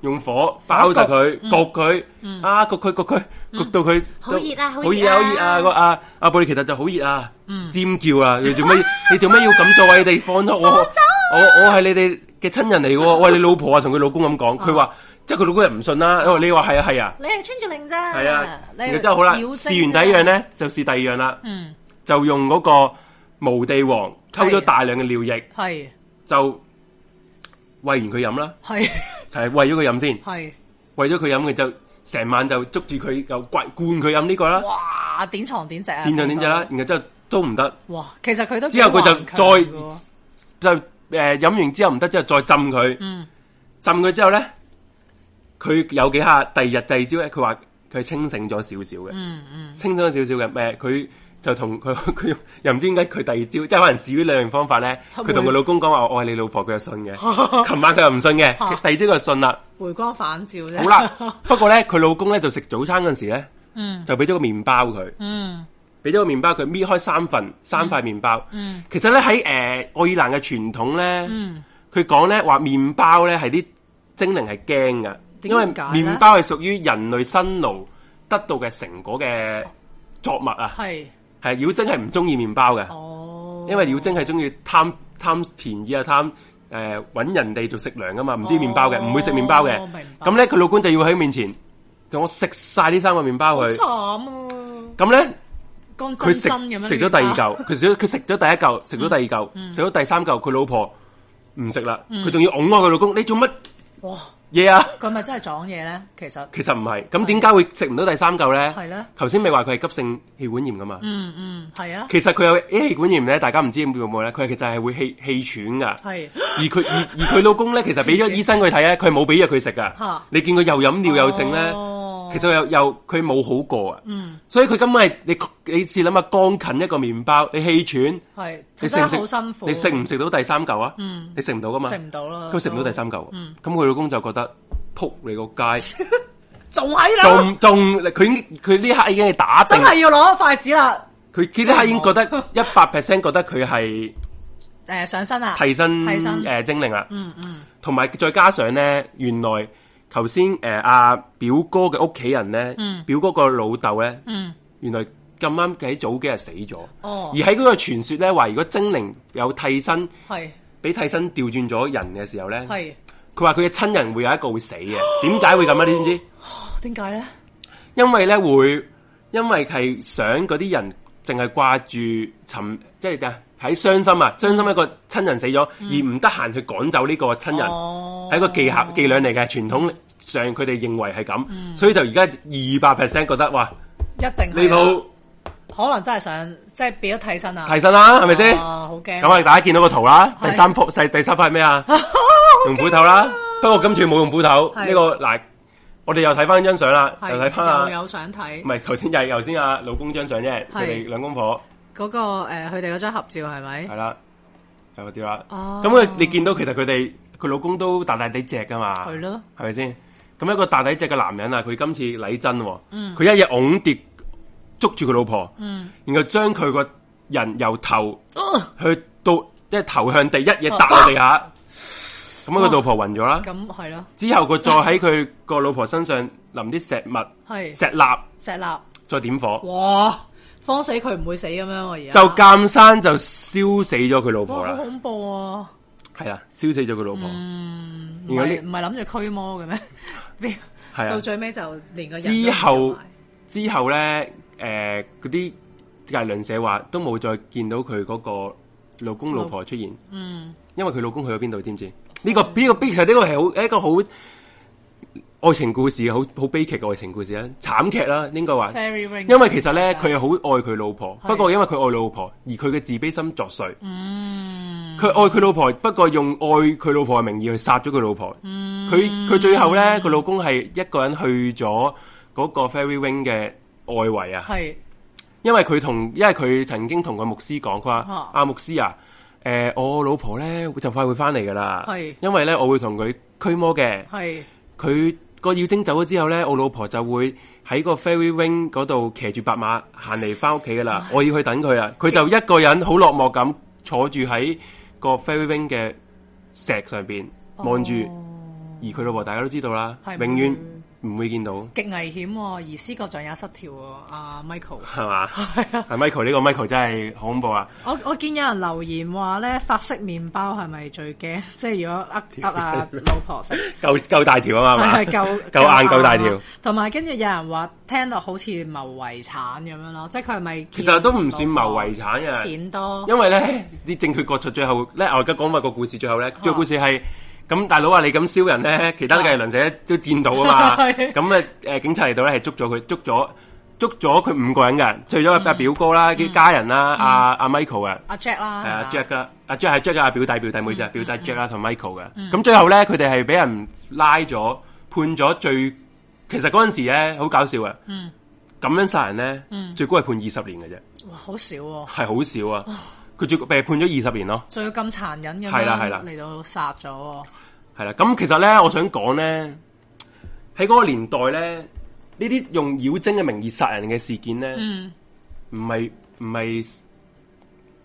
A: 用火包實佢，焗佢，啊焗佢焗佢，焗到佢
C: 好熱啊好
A: 好熱
C: 熱
A: 啊
C: 啊
A: 好熱啊個阿阿布里其實就好熱啊，尖叫啊！你做咩你做咩要咁做啊？你哋放咗我，我我係你哋嘅親人嚟喎。喂，你老婆啊同佢老公咁講，佢話即係佢老公又唔信啦，因為你話係啊係啊。
B: 你係穿住令啫，
A: 系啊，然後之後好啦，
B: 妖精
A: 試完第一樣，咧，就試第二樣啦。
B: 嗯，
A: 就用嗰個無地王溝咗大量嘅尿液，
B: 係
A: 就喂完佢飲啦，
B: 係
A: 就係喂咗佢飲先，
B: 係，
A: 喂咗佢飲佢就成晚就捉住佢又灌灌佢飲呢個啦，
B: 哇！點床點席啊，
A: 點就點就啦，然後之後都唔得，
B: 哇！其實佢都
A: 之後佢就
B: 幾頑強㗎喎
A: 就诶飲完之後唔得之後再浸佢，
B: 嗯
A: 浸佢之後咧，佢有幾下第二日第二朝咧，佢話佢清醒咗少少嘅。
B: 嗯嗯，
A: 清咗少少嘅，咩？佢就同佢 佢又唔知點解佢第二朝，即係可能試呢兩樣方法咧。
B: 會
A: 佢同佢老公講話：我係你老婆，佢又信
B: 嗯
A: 嘅。琴晚佢又唔信嘅，
B: 嚇
A: 第二朝佢就信啦。
B: 回光返照啫。
A: 好 啦，不過咧，佢老公咧就食早餐嗰陣時咧，
B: 嗯
A: 就俾咗個麵包佢，
B: 嗯
A: 俾咗個麵包佢搣開三份三塊麵包。
B: 嗯
A: 其實咧喺誒愛爾蘭嘅傳統咧，
B: 嗯，
A: 佢講咧話麵包咧係啲精靈係驚噶，
B: 點解
A: 因為
B: 咧
A: 麵包係屬於人類辛勞得到嘅成果嘅作物啊。
B: 係
A: 係妖精係唔中意麵包嘅，
B: 哦，
A: 因為妖精係中意貪貪便宜啊，貪誒揾人哋做食糧噶嘛，唔知麵包嘅，
B: 哦
A: 唔、會食麵包嘅
B: 明白。
A: 咁咧，佢老公就要喺佢面前同我食晒呢三個麵包
B: 好
A: 佢。
B: 慘啊！
A: 咁咧，
B: 乾
A: 佢
B: 真
A: 食
B: 真咁樣嗯
A: 食咗第二
B: 麵包，
A: 嚿，佢食咗佢食咗第一 嚿，食咗第二嚿，食咗第三嚿，佢老婆唔食啦，
B: 嗯
A: 佢仲要拱開佢老公，你做乜
B: 哇！
A: 嘢 啊？
B: 佢咪真係撞嘢咧？其實
A: 其實唔係，咁點解會食唔到第三嚿咧？
B: 係咧
A: 頭先咪話佢係急性氣管炎噶嘛？
B: 嗯嗯係啊
A: 其實佢有 A 氣管炎咧，大家唔知有冇咧？佢其實係會氣氣喘噶。
B: 係
A: 而佢而而佢老公咧，其實 俾咗醫生佢睇啊咧，佢冇俾藥佢食噶
B: 嚇。
A: 你見佢又飲尿又剩咧
B: 哦，嗯
A: 其實又又佢冇好過啊。所以佢根本係你你試諗下，剛近一個麵包，你氣喘，
B: 係，
A: 你
B: 真
A: 食唔
B: 係
A: 食？
B: 好辛苦，嗯
A: 你食唔食到第三嚿啊？你食唔到噶嘛？
B: 食唔到嗯啦？
A: 佢食唔到第三嚿。咁佢老公就覺得撲你個街，
B: 仲喺度，
A: 仲 仲佢已經佢呢刻已經係打定
B: 真。係要攞筷子啦！
A: 佢呢刻已經覺得一百 percent 覺得佢係
B: 誒上身啊，
A: 替身
B: 替身
A: 誒、呃精靈啦，
B: 嗯嗯
A: 同埋再加上咧，原來頭先誒阿表哥嘅屋企人咧，
B: 嗯
A: 表哥個老豆咧，
B: 嗯，
A: 原來咁啱喺早幾日死咗，
B: 哦
A: 而，喺嗰個傳說咧話，如果精靈有替身，
B: 係
A: 俾替身調轉咗人嘅時候咧，
B: 係
A: 佢話佢嘅親人會有一個會死嘅，點解會咁啊？你知唔知？
B: 點解咧？
A: 因為咧會，因為係想嗰啲人淨係掛住尋，即係啊喺傷心啊，傷心一個親人死咗，而唔得閒去趕走呢個親人，係、
B: 嗯哦，
A: 一個技巧伎倆嚟嘅，傳統上佢哋認為係咁，所以就而家二百 percent 覺得哇，
B: 一定
A: 呢
B: 嗯係啊啦
A: 套
B: 可能真係想即係變咗替身啊，
A: 提身啦，係咪先？
B: 啊，好驚！
A: 咁啊，大家見到個圖啦，
B: 係
A: 第三鋪第第三塊係咩 啊？用斧頭啦，不過今次冇用斧頭，
B: 係
A: 呢、個嗱，我哋又睇翻張相啦，又睇翻啊
B: 係又有想睇
A: 唔係頭先就係頭先阿老公張相啫，佢
B: 係
A: 哋兩公婆
B: 嗰個誒佢哋嗰張合照係咪
A: 係？啦，係嗰啲啦。
B: 哦
A: 咁佢你見到其實佢哋佢老公都大大地隻噶嘛，
B: 係咯，
A: 係咪先？咁一個大大隻嘅男人啊，佢今次禮真喎，
B: 嗯
A: 佢一嘢拱跌捉住佢老婆，然後將佢個人由頭
B: 啊
A: 去到即係頭向地一嘢
B: 哦
A: 打落地下，咁佢老婆暈咗啦。
B: 咁係咯，
A: 之後佢再喺佢個老婆身上淋啲石物、
B: 係
A: 石蠟，
B: 石立。
A: 再點火。
B: 哇！慌死佢唔會死咁樣喎，而家
A: 就鑑山就燒死咗佢老婆
B: 哇，好
A: 啦，
B: 恐怖啊！
A: 係啦，燒死咗佢老婆，
B: 嗯，唔
A: 而家
B: 係
A: 呢
B: 唔係諗住驅 魔嘅咩？邊
A: 係啊
B: 到最尾就連個人都
A: 之後呃
B: 埋
A: 之後咧，誒嗰啲隔鄰舍話都冇再見到佢嗰個老公老婆出現。嗯，因為佢老公去咗邊度，知唔知？呢、個呢、個悲劇，呢個係好一個好愛情故事，好好悲劇嘅愛情故事啦，慘劇啦，應該話。
B: Fairy ring，
A: 因為其實咧，佢係好愛佢老婆，
B: 係
A: 不過因為佢愛老婆，而佢嘅自卑心作祟。佢愛佢老婆，不過用愛佢老婆嘅名義去殺咗佢老婆。佢佢最後咧，佢老公係一個人去咗嗰個 Fairy Wing 嘅外圍啊，
B: 係
A: 因為佢同因為佢曾經同個牧師講，佢話
B: 啊
A: 阿牧師啊，誒、我老婆咧就快會翻嚟噶啦
B: 係，
A: 因為咧我會同佢驅魔嘅。
B: 係
A: 佢個妖精走咗之後咧，我老婆就會喺個 ferry wing 嗰度騎住白馬行嚟翻屋企噶啦，我要去等佢啦。佢就一個人好落寞咁坐住喺個 ferry wing 嘅石上邊 望住，而佢老婆大家都知道啦，
B: 哦係
A: 永遠唔會見到，
B: 極危險喎，而思覺像也失調喎，阿 Michael。
A: 係嘛？
B: 啊
A: 係 Michael 呢個 Michael 真係好恐怖啊！
B: 我我見有人留言話咧，法式麵包係咪最驚？即係如果呃呃 啊老婆食，
A: 夠夠大條啊嘛，
B: 係
A: 係嘛？
B: 夠
A: 夠硬夠大
B: 啊
A: 條。
B: 同埋跟住有人話聽落好似謀遺產咁樣咯，即係佢係咪見哦
A: 其實都唔算謀遺產嘅。
B: 錢多？
A: 因為咧啲正血割出最後咧，我而家講埋個故事最後咧，最後故事係咁大佬啊，你咁燒人咧，其他嘅鄰舍都見到 啊嘛，
B: 係
A: 咁咧誒警察嚟到咧係捉咗佢，捉咗捉咗佢五個人嘅，除咗阿表哥啦、啲家人啦、阿阿 Michael 啊。
B: 阿 Jack 啦，
A: 係嗯啊嗯
B: 係嘛
A: Jack 啦，阿 Jack 係 Jack 嘅阿表弟表弟妹啊啫，表弟 Jack 啦同 Michael 嘅。咁最後咧，佢哋係俾人拉咗，判咗最，其實嗰陣時咧好搞笑啊。咁樣殺人咧，最高係判二十年嘅啫，
B: 哇，好少喎，
A: 係好少啊。佢最被判咗二十年咯。
B: 仲要咁殘忍咁
A: 係啦係
B: 樣
A: 啦
B: 嚟到殺咗喎，
A: 系啦，咁其實咧，我想講咧，喺嗰個年代咧，呢啲用妖精嘅名義殺人嘅事件咧，唔係唔係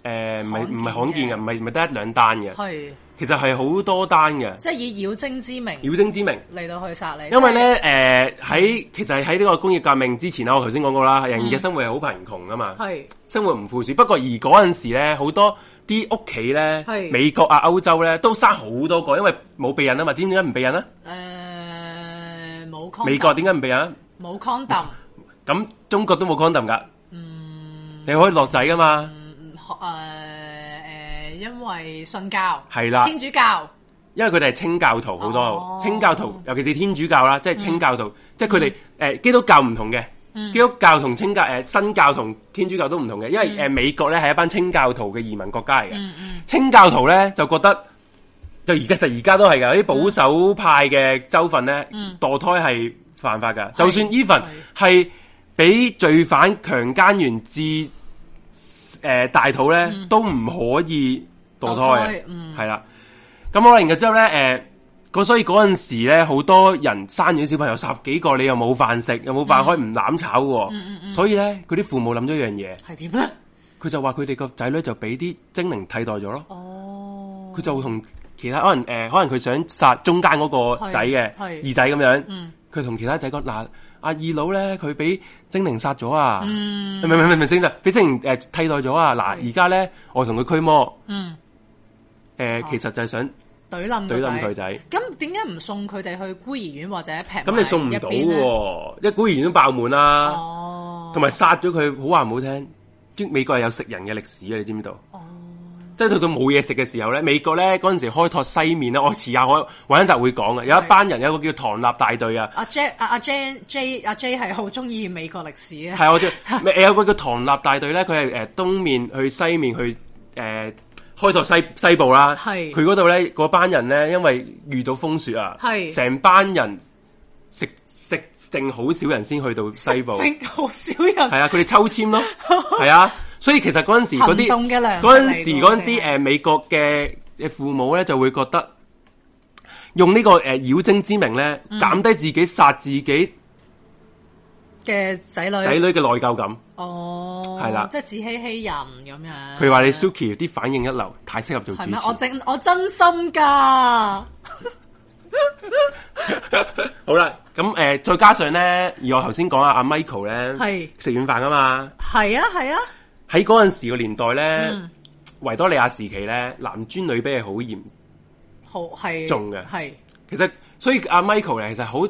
A: 诶，唔係唔係罕見
B: 罕見
A: 嘅，
B: 嘅
A: 唔係唔係得一兩單嘅，
B: 係
A: 其實係好多單嘅，
B: 即係以妖精之名
A: 妖精之名。
B: 嚟到去殺你，
A: 因為咧，诶喺其實喺呢個工業革命之前啊啦，我頭先講過啦，人嘅生活係好貧窮噶嘛，
B: 係
A: 生活唔富庶。不過而嗰陣時咧，好多啲屋企咧，
B: 係
A: 美國啊、歐洲咧，都生好多個，因為冇避孕啊嘛。知唔知點解唔避孕啊？
B: 誒冇 condom，
A: 美國點解唔避孕啊？
B: 冇 condom，
A: 咁中國都冇 condom 噶，你可以落仔噶嘛？
B: 誒誒，因為信教
A: 係啦
B: 天主教
A: 因為佢哋係清教徒好多，
B: 哦
A: 清教徒尤其是天主教啦，即係清教徒，即係佢哋誒基督教唔同嘅，基督教同清教誒、呃新教同天主教都唔同嘅，因為誒、呃美國咧係一班清教徒嘅移民國家嚟嘅，清教徒咧就覺得。就而家就而家都係㗎，有啲保守派嘅州份咧，墮胎嗯係犯法㗎。就算 even 係俾罪犯強姦完至誒、呃大肚咧，都唔可以墮
B: 嗯墮
A: 胎
B: 胎
A: 嘅，
B: 嗯
A: 係啦、咁好啦，然後之後咧，誒、嗰所以嗰陣時咧，好多人生咗小朋友十幾個，你又冇飯食，又冇
B: 嗯
A: 飯開，唔攬炒喎。所以咧，佢啲父母諗咗一樣嘢，
B: 係點咧？
A: 佢就話佢哋個仔女就俾啲精靈替代咗咯。
B: 哦，
A: 佢就會同其他可能誒、呃可能佢想殺中間嗰個仔嘅
B: 係係嗯
A: 二仔咁樣，佢同、其他仔講嗱，阿二佬咧佢俾精靈殺咗啊，
B: 嗯
A: 唔係唔係唔係精靈，俾精靈誒、呃替代咗啊，嗱而家咧我同佢驅魔，
B: 嗯，
A: 誒、其實就係想
B: 懟冧
A: 懟
B: 哦個
A: 冧佢。仔。
B: 咁點解唔送佢哋去孤兒院或者平？
A: 咁你送唔到
B: 一邊呢
A: 喎，一孤兒院都爆滿啦，
B: 哦，
A: 同埋殺咗佢，好話唔好聽，中美國係有食人嘅歷史嘅，啊你知唔知道？
B: 哦
A: 即係到到冇嘢食嘅時候咧，美國咧嗰陣時開拓西面啊咧，我遲下我揾一集會講嘅，啊有一班人有一個叫唐納大隊啊，
B: 阿 J 阿阿 J J 阿 J 係好中意美國歷史啊嘅，
A: 係我 知，咪有個叫唐納大隊咧，佢係誒東面去西面去誒、呃、開拓西西部啦，
B: 係
A: 佢嗰度咧嗰班人咧，因為遇到風雪啊，
B: 係
A: 成班人食食剩好少人先去到西部。
B: 正好少人
A: 系啊，佢哋抽簽咯，係啊，所以其實嗰陣時嗰啲
B: 行動嘅糧食嚟㗎
A: 嗰陣時嗰
B: 我哋
A: 啲
B: 係啊
A: 诶美國嘅嘅父母咧就會覺得用呢、個个呃妖精之名咧
B: 嗯
A: 減低自己殺自己
B: 嘅仔女，
A: 仔女嘅內疚感。
B: 哦，
A: 係啦
B: 即係自欺欺人咁樣。
A: 佢話你 Suki 啲反應一流，太適合做主
B: 啊係
A: 持
B: 咩？。我真我真心噶，
A: 好啦，咁诶、呃再加上咧，而我頭先講啊，阿 Michael 咧
B: 係
A: 食軟飯啊嘛，
B: 係啊係啊，
A: 喺嗰陣時個年代咧，
B: 嗯
A: 維、多利亞時期咧，男尊女卑係好嚴
B: 好係
A: 中嘅
B: 係
A: 其實所以阿 Michael 咧，其實好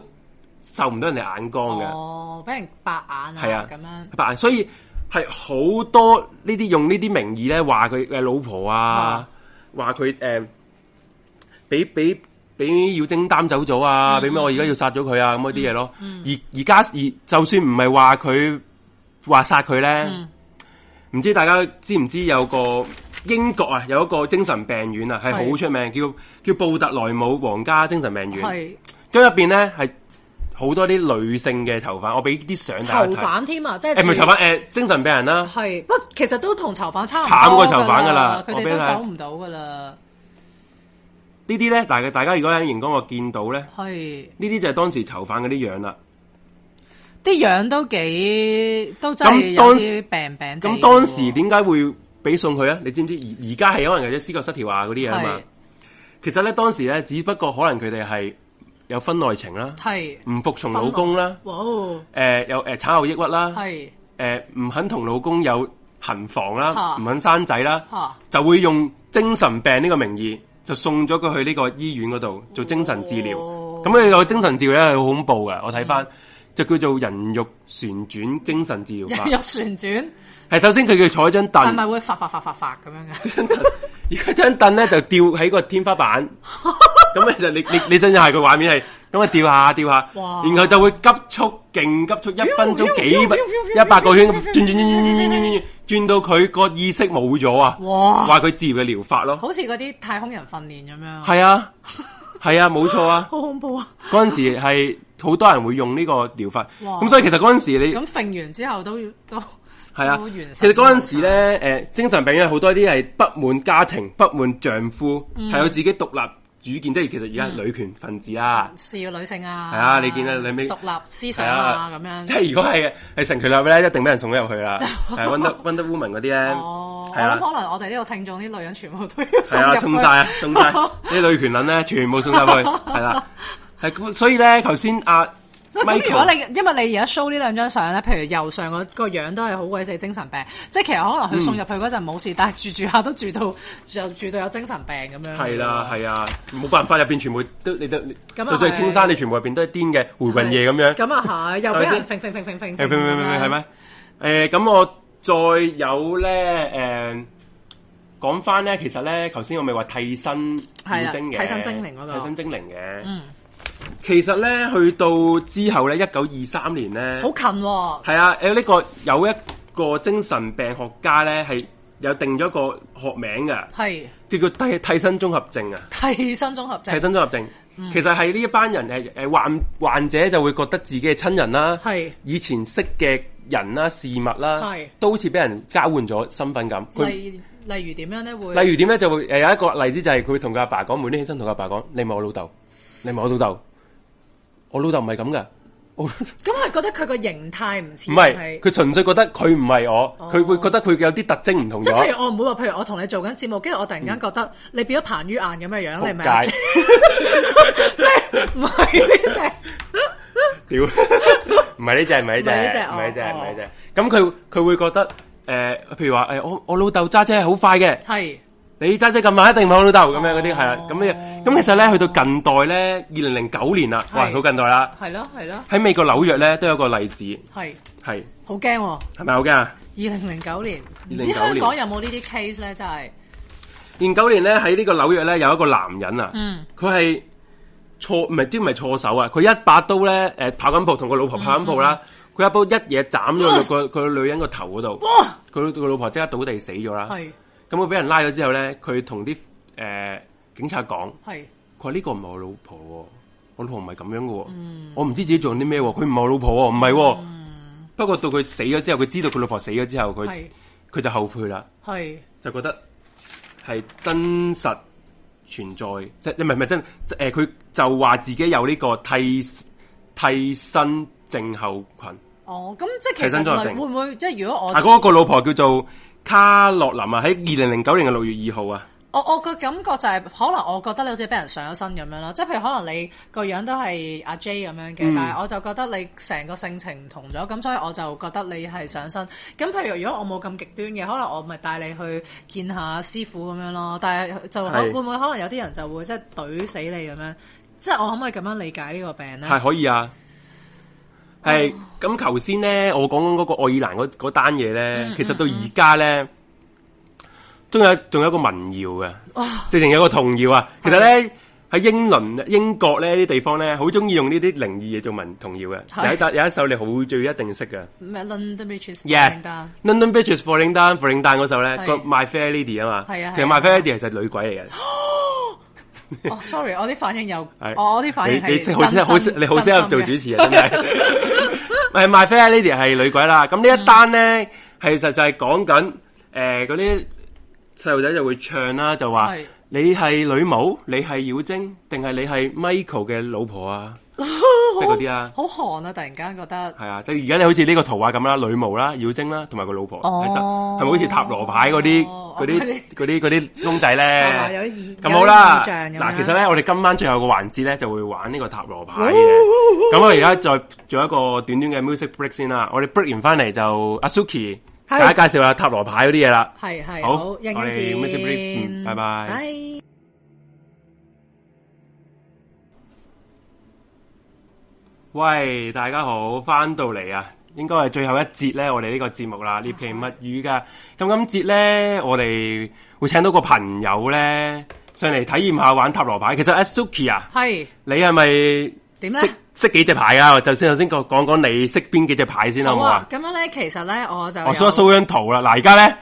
A: 受唔到人哋眼光嘅，
B: 哦，俾人白眼
A: 係、
B: 啊咁樣
A: 啊，白眼。所以係好多呢啲用呢啲名義咧話佢嘅老婆啊
B: 啊，
A: 話佢誒俾俾俾妖精擔走咗啊，
B: 嗯
A: 俾咩、我而家要殺咗佢啊咁嗰啲嘢咯。而而家而就算唔係話佢話殺佢咧，
B: 嗯
A: 唔、知大家知唔知有個英國啊有一個精神病院啊係好
B: 係
A: 出名，叫叫布特萊姆皇家精神病院。
B: 係
A: 咁入边咧係好多啲女性嘅囚犯，我俾啲相大
B: 囚
A: 家睇。
B: 犯添啊，即係
A: 诶，唔係囚犯，诶、精神病人啦、
B: 係不過其實都同囚犯差唔
A: 慘過
B: 多
A: 囚犯㗎啦
B: 佢
A: 我
B: 哋
A: 俾你
B: 都
A: 睇
B: 走唔到噶啦，
A: 呢啲咧，大家大家如果喺荧光我見到咧，
B: 係
A: 呢啲就係當時囚犯嗰啲樣啦。
B: 啲樣都幾都真係
A: 咁
B: 有
A: 當
B: 啲病病地哦
A: 咁當時
B: 喎
A: 點解會俾送佢啊？你知唔知？而而家係可能有啲思覺失調啊嗰啲嘢啊嘛
B: 係。
A: 其實咧當時咧，只不過可能佢哋係有婚內情啦，
B: 係
A: 唔服從老公啦，
B: 哇哦，
A: 诶、有诶產後抑鬱啦，
B: 係
A: 诶呃唔、肯同老公有行房啦，
B: 嚇
A: 唔肯生仔啦，
B: 嚇
A: 就會用精神病呢個名義就送咗佢去呢個醫院嗰度做精神治療。
B: 哦
A: 咁佢個精神治療咧係好恐怖嘅，我睇
B: 嗯
A: 翻、就叫做人肉旋轉精神治 療法。
B: 有旋轉
A: 係首先佢叫坐喺張
B: 係
A: 凳，
B: 咪會發發發發發咁樣嘅？
A: 而家張凳咧就吊喺個天花 板，咁咧就你你你想象係個畫面係咁啊吊下吊下，
B: 哇
A: 然後就會急速勁急速一分鐘幾百
B: 喵喵喵
A: 一百個圈咁轉轉轉轉轉轉轉轉到佢個意識冇咗啊！
B: 哇
A: 話佢治療嘅療法咯，
B: 好似嗰啲太空人訓練咁樣，
A: 係啊係啊冇錯啊！
B: 好恐怖啊！
A: 嗰陣時係好多人會用呢個療法，
B: 哇
A: 咁所以其實嗰陣時你
B: 咁揈完之後都要都
A: 係啊
B: 都完成，
A: 其實嗰陣時咧，誒、精神病院好多啲係不滿家庭、不滿丈夫，係、
B: 嗯
A: 有自己獨立主見，即係其實而家係女權分子啦，
B: 是要女性啊，
A: 係啊你見啊你尾
B: 獨立思
A: 係
B: 想啊 咁
A: 即
B: 樣，
A: 係如果係係成權立咧，一定俾人送咗入去 啦，係 Wonder Wonder Woman 嗰啲咧，
B: 哦，我
A: 係
B: 諗
A: 啦。
B: 可能我哋呢度聽眾啲女人全部都要
A: 系
B: 送入
A: 啊，
B: 去
A: 送晒啊，送晒 啲女權撚咧，全部送晒去，係啦，係咁所以咧，頭先阿
B: 咁如果
A: Michael
B: 你因為你而家 show 呢兩張相咧，譬如右上個個樣都係好鬼死精神病，即係其實可能佢送入去嗰陣冇事，但係住住下都住到 就住到有精神病咁樣。
A: 係啦，係啊，冇辦法，入边全部都你都，
B: 咁啊
A: 就算係青山，你全部入边都係癲嘅回魂夜咁樣。
B: 咁啊係，又俾
A: 係咪
B: 人
A: 先
B: 揈揈揈揈
A: 誒，
B: 揈揈
A: 明明明明係
B: 咁樣？
A: 咩？誒，咁、我再有咧，誒、講翻咧，其實咧，頭先我咪話替身
B: 係啦
A: 妖精嘅，
B: 替身精靈嗰個
A: 替身精靈嘅。
B: 嗯，
A: 其實咧，去到之後咧，一九二三年咧
B: 好，近喎，
A: 係啊，有呢、個有一個精神病學家咧，係有定咗個學名嘅，
B: 係
A: 叫做替替身綜合症啊。
B: 替身綜合症
A: 替。身綜合症，其實係呢一班人誒誒患患者就會覺得自己嘅親人啦，
B: 係
A: 以前識嘅人啦、事物啦
B: 係，
A: 都好似俾人交換咗身份咁。佢
B: 例例如點樣咧會？
A: 例如點咧，就會誒有一個例子就係佢會同佢阿爸講，每天起身同佢阿爸講：你唔係我老豆，你唔係我老豆，我老豆唔係咁噶。我唔
B: 咁係覺得佢個形態唔 似
A: 係，佢純粹覺得佢唔係我，佢、會覺得佢有啲特徵唔同啊
B: 即係譬
A: 咗。
B: 如我唔會話，譬如我同你做緊節目，跟住我突然間覺得你變咗彭于晏咁嘅樣，你
A: 仆
B: 咪
A: 街，
B: 啊唔係呢
A: 屌， 唔係呢只，唔係呢只，
B: 唔係呢隻
A: 唔係呢只，
B: 哦
A: 唔係呢只。咁佢佢會覺得誒，譬如話誒，我我老豆揸車係好快嘅
B: 隻，係
A: 你揸車咁慢一定唔係我老豆咁樣嗰
B: 哦
A: 啲係啦，咁呢咁其實咧去到近代咧，二零零九年啦，
B: 係
A: 哇，好近代啦，
B: 係咯係咯
A: 喺美國紐約咧都有個例子，
B: 係，
A: 係
B: 好驚喎！
A: 係咪好驚啊？
B: 二零零九年，唔知
A: 2009
B: 香港有冇呢啲 case 咧？真係
A: 零九年咧喺呢個紐約咧有一個男人啊
B: 嗯，
A: 佢係錯唔係啲唔係錯手啊，佢一把刀咧誒、跑緊步同個老婆跑緊
B: 嗯
A: 步啦，佢、一刀一嘢斬咗佢個佢女人個頭嗰度，
B: 哇，
A: 佢佢老婆即刻倒地死咗啦。
B: 係
A: 咁佢俾人拉咗之後咧，佢同啲誒警察講。
B: 係
A: 佢話呢個唔係我老婆、喎，我老婆唔係咁樣嘅、喎，我唔知自己做緊啲咩、喎，佢唔係我老婆、喎，唔係、喎。不過到佢死咗之後，佢知道佢老婆死咗之後，佢
B: 係
A: 佢就後悔啦，
B: 係
A: 就覺得係真實存在，即唔係唔係真誒，佢、就話自己有呢個替替身症候群。
B: 哦，咁即係
A: 替
B: 其
A: 身綜合
B: 實
A: 症
B: 會唔會即係如果我
A: 啊，嗰、個老婆叫做卡洛琳啊，喺二零零九年嘅六月二號啊，
B: 我我個感覺就係、可能我覺得你好似俾人上咗身咁樣啦，即係譬如可能你個樣都係阿 J 咁樣嘅，
A: 嗯
B: 但係我就覺得你成個性情唔同咗，咁所以我就覺得你係上身。咁譬如如果我冇咁極端嘅，可能我咪帶你去見下師傅咁樣咯。但係就可
A: 係
B: 會唔會可能有啲人就會即係懟死你咁樣？即係我可唔可以咁樣理解呢個病咧？
A: 係可以啊。
B: 哦
A: 系咁頭先咧，我講嗰個愛爾蘭嗰嗰單嘢咧，
B: 嗯
A: 其實到而家咧，仲有仲有一個民謠嘅，直情有個童謠啊。其實咧喺英倫、英國呢啲地方咧，好中意用呢啲靈異嘢做民童謠嘅。
B: 係
A: 有一笪有一首你好最一定識嘅
B: 咩 London Bridge is
A: ，Yes，
B: Down
A: London Bridge is falling down, falling down 嗰首咧，
B: 係
A: 個 My Fair Lady 啊嘛，
B: 係啊
A: 其實
B: 係
A: My
B: 啊
A: Fair Lady 其實女鬼嚟嘅。
B: 哦，sorry，我啲反應又，
A: 係
B: 我哦我啲反應
A: 哎你你
B: 係
A: 識好
B: 真
A: 好
B: 心
A: 你好適合做主
B: 真
A: 持
B: 心嘅
A: 啊，真係。 唔係 My Fair Lady 係女鬼啦，咁呢一單
B: 嗯
A: 咧，其實就係講緊誒嗰啲細路仔就會唱啦，就話
B: 係
A: 你係女巫，你係妖精，定係你係 Michael 嘅老婆 啊？即係嗰啲啦，
B: 好寒啊！突然間覺得
A: 係啊，即係而家你好似呢個圖畫咁啦，女巫啦、妖精啦，同埋個老婆，
B: 哦
A: 其實係咪好似塔羅牌嗰啲
B: 哦
A: 嗰啲嗰啲嗰啲窿仔
B: 係嘛有
A: 咧？
B: 啲意
A: 咁好啦，
B: 有啲意象咁
A: 嗱，
B: 樣
A: 其實咧，我哋今晚最後個環節咧就會玩呢個塔羅牌
B: 哦
A: 嘅。咁我而家再做一個短短嘅 music break 先啦。我哋 break 完翻嚟就阿 Suki
B: 係
A: 大家介紹下塔羅牌嗰啲嘢啦。
B: 係係
A: 好
B: 好，一
A: 我哋
B: 陣
A: music
B: 間
A: break，嗯
B: 見，
A: 拜拜
B: 拜。
A: 喂，大家好，翻到嚟啊，應該係最後一節咧，我哋呢個節目啦，獵奇物語噶。咁今節咧，我哋會請到個朋友咧上嚟體驗下玩塔羅牌。其實阿 Suki 啊。
B: 係
A: 你係咪
B: 點呢啊
A: 識識幾隻牌啊？就先頭先講講講你識邊幾隻牌先好
B: 好
A: 唔好
B: 啊
A: 啊！？
B: 咁樣咧，其實咧我就
A: 我
B: 啊有
A: show 一 show 張圖啦。嗱，而家咧，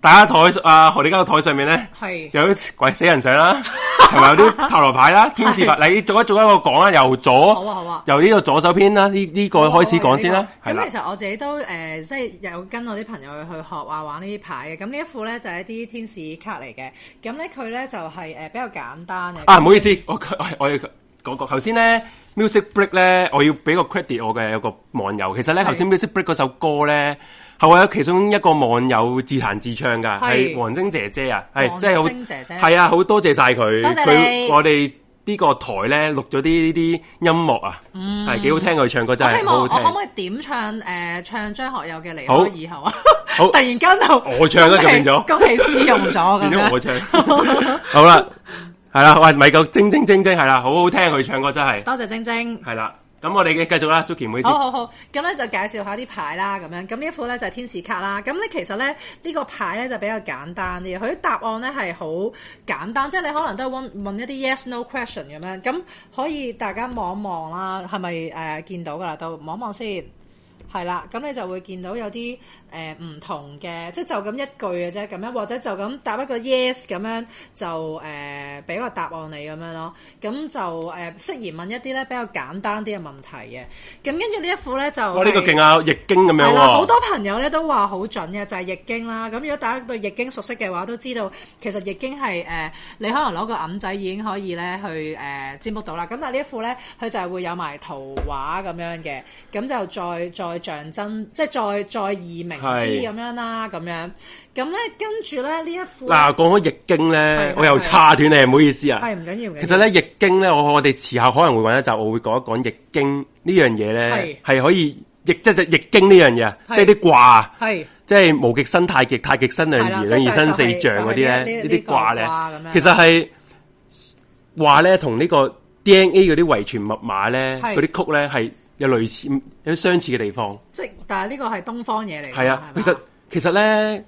A: 大家台啊何利家個台上面咧
B: 係
A: 有啲鬼死人相 啦，係咪有啲塔羅牌啦、天使牌？你做一做一個講啦，由左
B: 好啊好啊哦
A: 由呢個左手邊啦，呢呢個開始講先啦，係啦
B: 咁其，實我自己都誒、呃即係有跟我啲朋友去學啊玩呢啲牌嘅。咁呢一副咧就係、一啲天使卡嚟嘅。咁咧佢咧就係、呃比較簡單嘅。
A: 啊，唔好意思，我 我我要講講頭先咧，music break 咧，我要俾個 credit 我嘅有個網友。其實咧，
B: 係
A: 頭先 music break 嗰首歌咧，係我有其中一個網友自彈自唱噶，
B: 係
A: 係黃晶姐姐啊，係
B: 黃
A: 即係好
B: 晶姐姐
A: 係啊，好多謝晒佢，
B: 多謝你
A: 佢我哋呢個台咧錄咗啲呢啲音樂啊，係幾好聽佢唱歌真
B: 嗯我希
A: 係
B: 望
A: 好
B: 我可唔
A: 好
B: 可以點唱誒、呃唱張學友嘅離
A: 好
B: 開以後啊？
A: 好
B: 突然間就
A: 我唱啦就變 咗
B: 恭喜試用咗
A: 聽，
B: 咁
A: 變咗我
B: 樣。
A: 唱， 好啦，係啦，喂，咪夠晶晶晶晶係啦，好好聽佢唱歌真係，
B: 多謝晶晶。
A: 係啦，咁我哋嘅繼續啦，Suki 唔好意思
B: 好。好好，咁咧就介紹下啲牌啦，咁樣咁呢一副咧就係天使卡啦。咁咧其實咧呢、呢個牌咧就比較簡單啲，佢啲答案咧係好簡單，即係你可能都係問問一啲 yes no question 咁樣，咁可以大家望一望啦，係咪誒見到㗎啦？都望一望先。係啦，咁你就會見到有啲誒唔同嘅，即係就咁一句嘅啫，咁樣或者就咁答一個 yes 咁樣就誒俾、個答案你咁樣咯，咁就誒、呃、適宜問一啲咧比較簡單啲嘅問題嘅，咁跟住呢一副咧就
A: 哇！呢、個
B: 哦係
A: 勁啊，易經咁樣
B: 係
A: 喎、
B: 啦，好多朋友咧都話好準嘅，就係、易經啦。咁如果大家對易經熟悉嘅話，都知道其實易經係誒、呃你可能攞個銀仔已經可以咧去誒、呃占卜到啦。咁但係呢一副咧，佢就係會有埋圖畫咁樣嘅，咁就再再象徵，即係再再易明
A: 係
B: 啲咁樣啦，咁樣。咁咧跟住咧呢一副呢
A: 嗱，講開易經咧
B: 係，
A: 我又岔斷你，唔好意思啊。
B: 係唔緊要嘅。
A: 其實咧，易經咧，我我哋遲下可能會揾一集，我會講一講易經呢樣嘢咧，係可以易即係易經呢樣嘢啊，
B: 係
A: 即係啲卦，
B: 係
A: 即係無極生太極，太極生兩
B: 係啦
A: 儀，
B: 即係
A: 兩儀生四
B: 就係
A: 象嗰啲咧，
B: 就係呢
A: 呢啲卦咧
B: 呢個卦咁，樣
A: 其實係話咧同呢個 DNA 嗰啲遺傳密碼咧，
B: 係
A: 嗰啲曲咧係有類似有啲相似嘅地方。
B: 即係但係呢個係東方嘢嚟㗎。
A: 系啊
B: 係嘛，
A: 其實其實咧，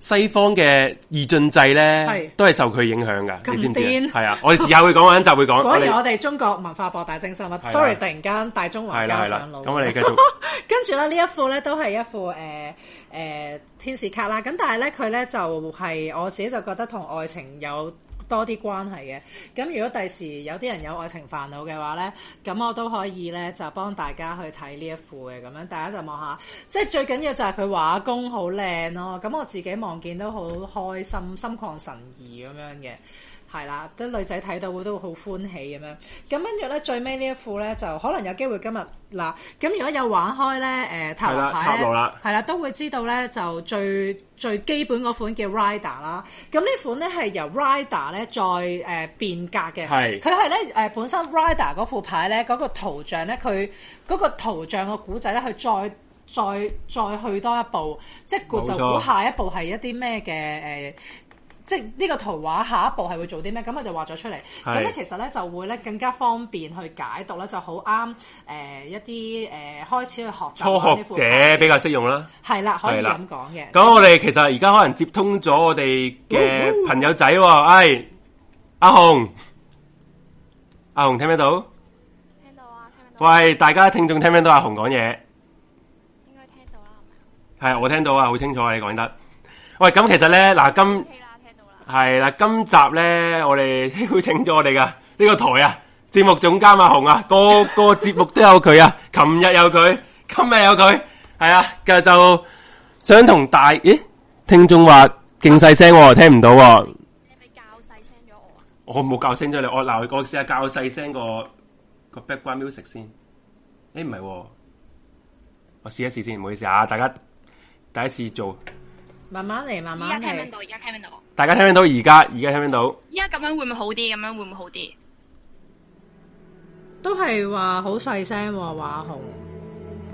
A: 西方嘅二進制
B: 係
A: 咧，都係受佢影響噶，
B: 咁
A: 你知唔知啊？
B: 癲
A: 係啊，我哋時下會講，一集會講，
B: 果
A: 我
B: 然我
A: 哋
B: 哋中國文化博大精深啊！sorry，突然間大中華
A: 係啦
B: 交
A: 係啦
B: 上，腦。
A: 咁我哋繼續
B: 跟住咧，呢一副咧都係一副誒誒、呃呃天使卡啦。咁但係咧，佢咧就係、我自己就覺得同愛情有多啲關係嘅。咁如果第時有啲人有愛情煩惱嘅話咧，咁我都可以咧就幫大家去睇呢一副嘅咁樣。大家就望下，即係最緊要就係佢畫工好靚咯。咁我自己望見都好開心，心曠神怡咁樣嘅。係啦，啲女仔睇到會都會好歡喜咁樣。咁跟住咧，最尾呢一副咧就可能有機會今日嗱，咁如果有玩開咧，誒、塔羅
A: 係啦
B: 牌
A: 塔羅啦
B: 咧，係啦，都會知道咧就最最基本嗰款叫 Rider 啦。咁呢款咧係由 Rider 咧再誒、呃、變革嘅，
A: 係
B: 佢係咧誒本身 Rider 嗰副牌咧嗰、個圖像咧，佢嗰個圖像個古仔咧，佢再。再再去多一步，即係
A: 冇錯
B: 就估下一步係一啲咩嘅誒即即係呢個圖畫下一步係會做啲咩？咁我就畫咗出嚟。咁咧
A: 係
B: 其實咧就會咧更加方便去解讀咧，就好啱誒一啲誒、呃、開始去學習
A: 初
B: 玩
A: 學
B: 呢副
A: 者
B: 牌
A: 比較適用啦。
B: 係啦，可以
A: 係啦
B: 咁講嘅。
A: 咁我哋其實而家可能接通咗我哋嘅朋友仔喎、哎，阿紅，阿紅聽唔聽到？
C: 聽到啊，聽唔到啊？
A: 喂，大家聽眾聽唔聽到阿紅講嘢？
C: 應該聽到啦，係
A: 係我聽到啊，好清楚啊，你講得。喂，咁其實咧，嗱，
C: 咪
A: 今
C: ？OK 啦，聽到啦。
A: 係啦，今集咧，我哋 邀請咗我哋噶呢個台啊，節目總監阿紅啊，個個節目都有佢 啊，琴日有佢，今日有佢，係啊，嘅就想同大，咦，聽眾話勁細聲喎，聽唔到喎。
C: 你係咪較細聲咗我啊？
A: 我冇教聲咗你，我嗱我試下教細聲個個 background music 先。誒唔係喎，我試一試先，唔好意思啊，大家第一次做，
B: 慢慢嚟，慢
C: 而家
B: 慢
C: 聽唔
B: 嚟。
C: 哦到，而家聽唔到。
A: 大家聽唔聽到而家而家聽唔聽到？
C: 而家咁樣會唔會好啲？咁樣會唔會好啲？
B: 都係話好細聲喎，話紅。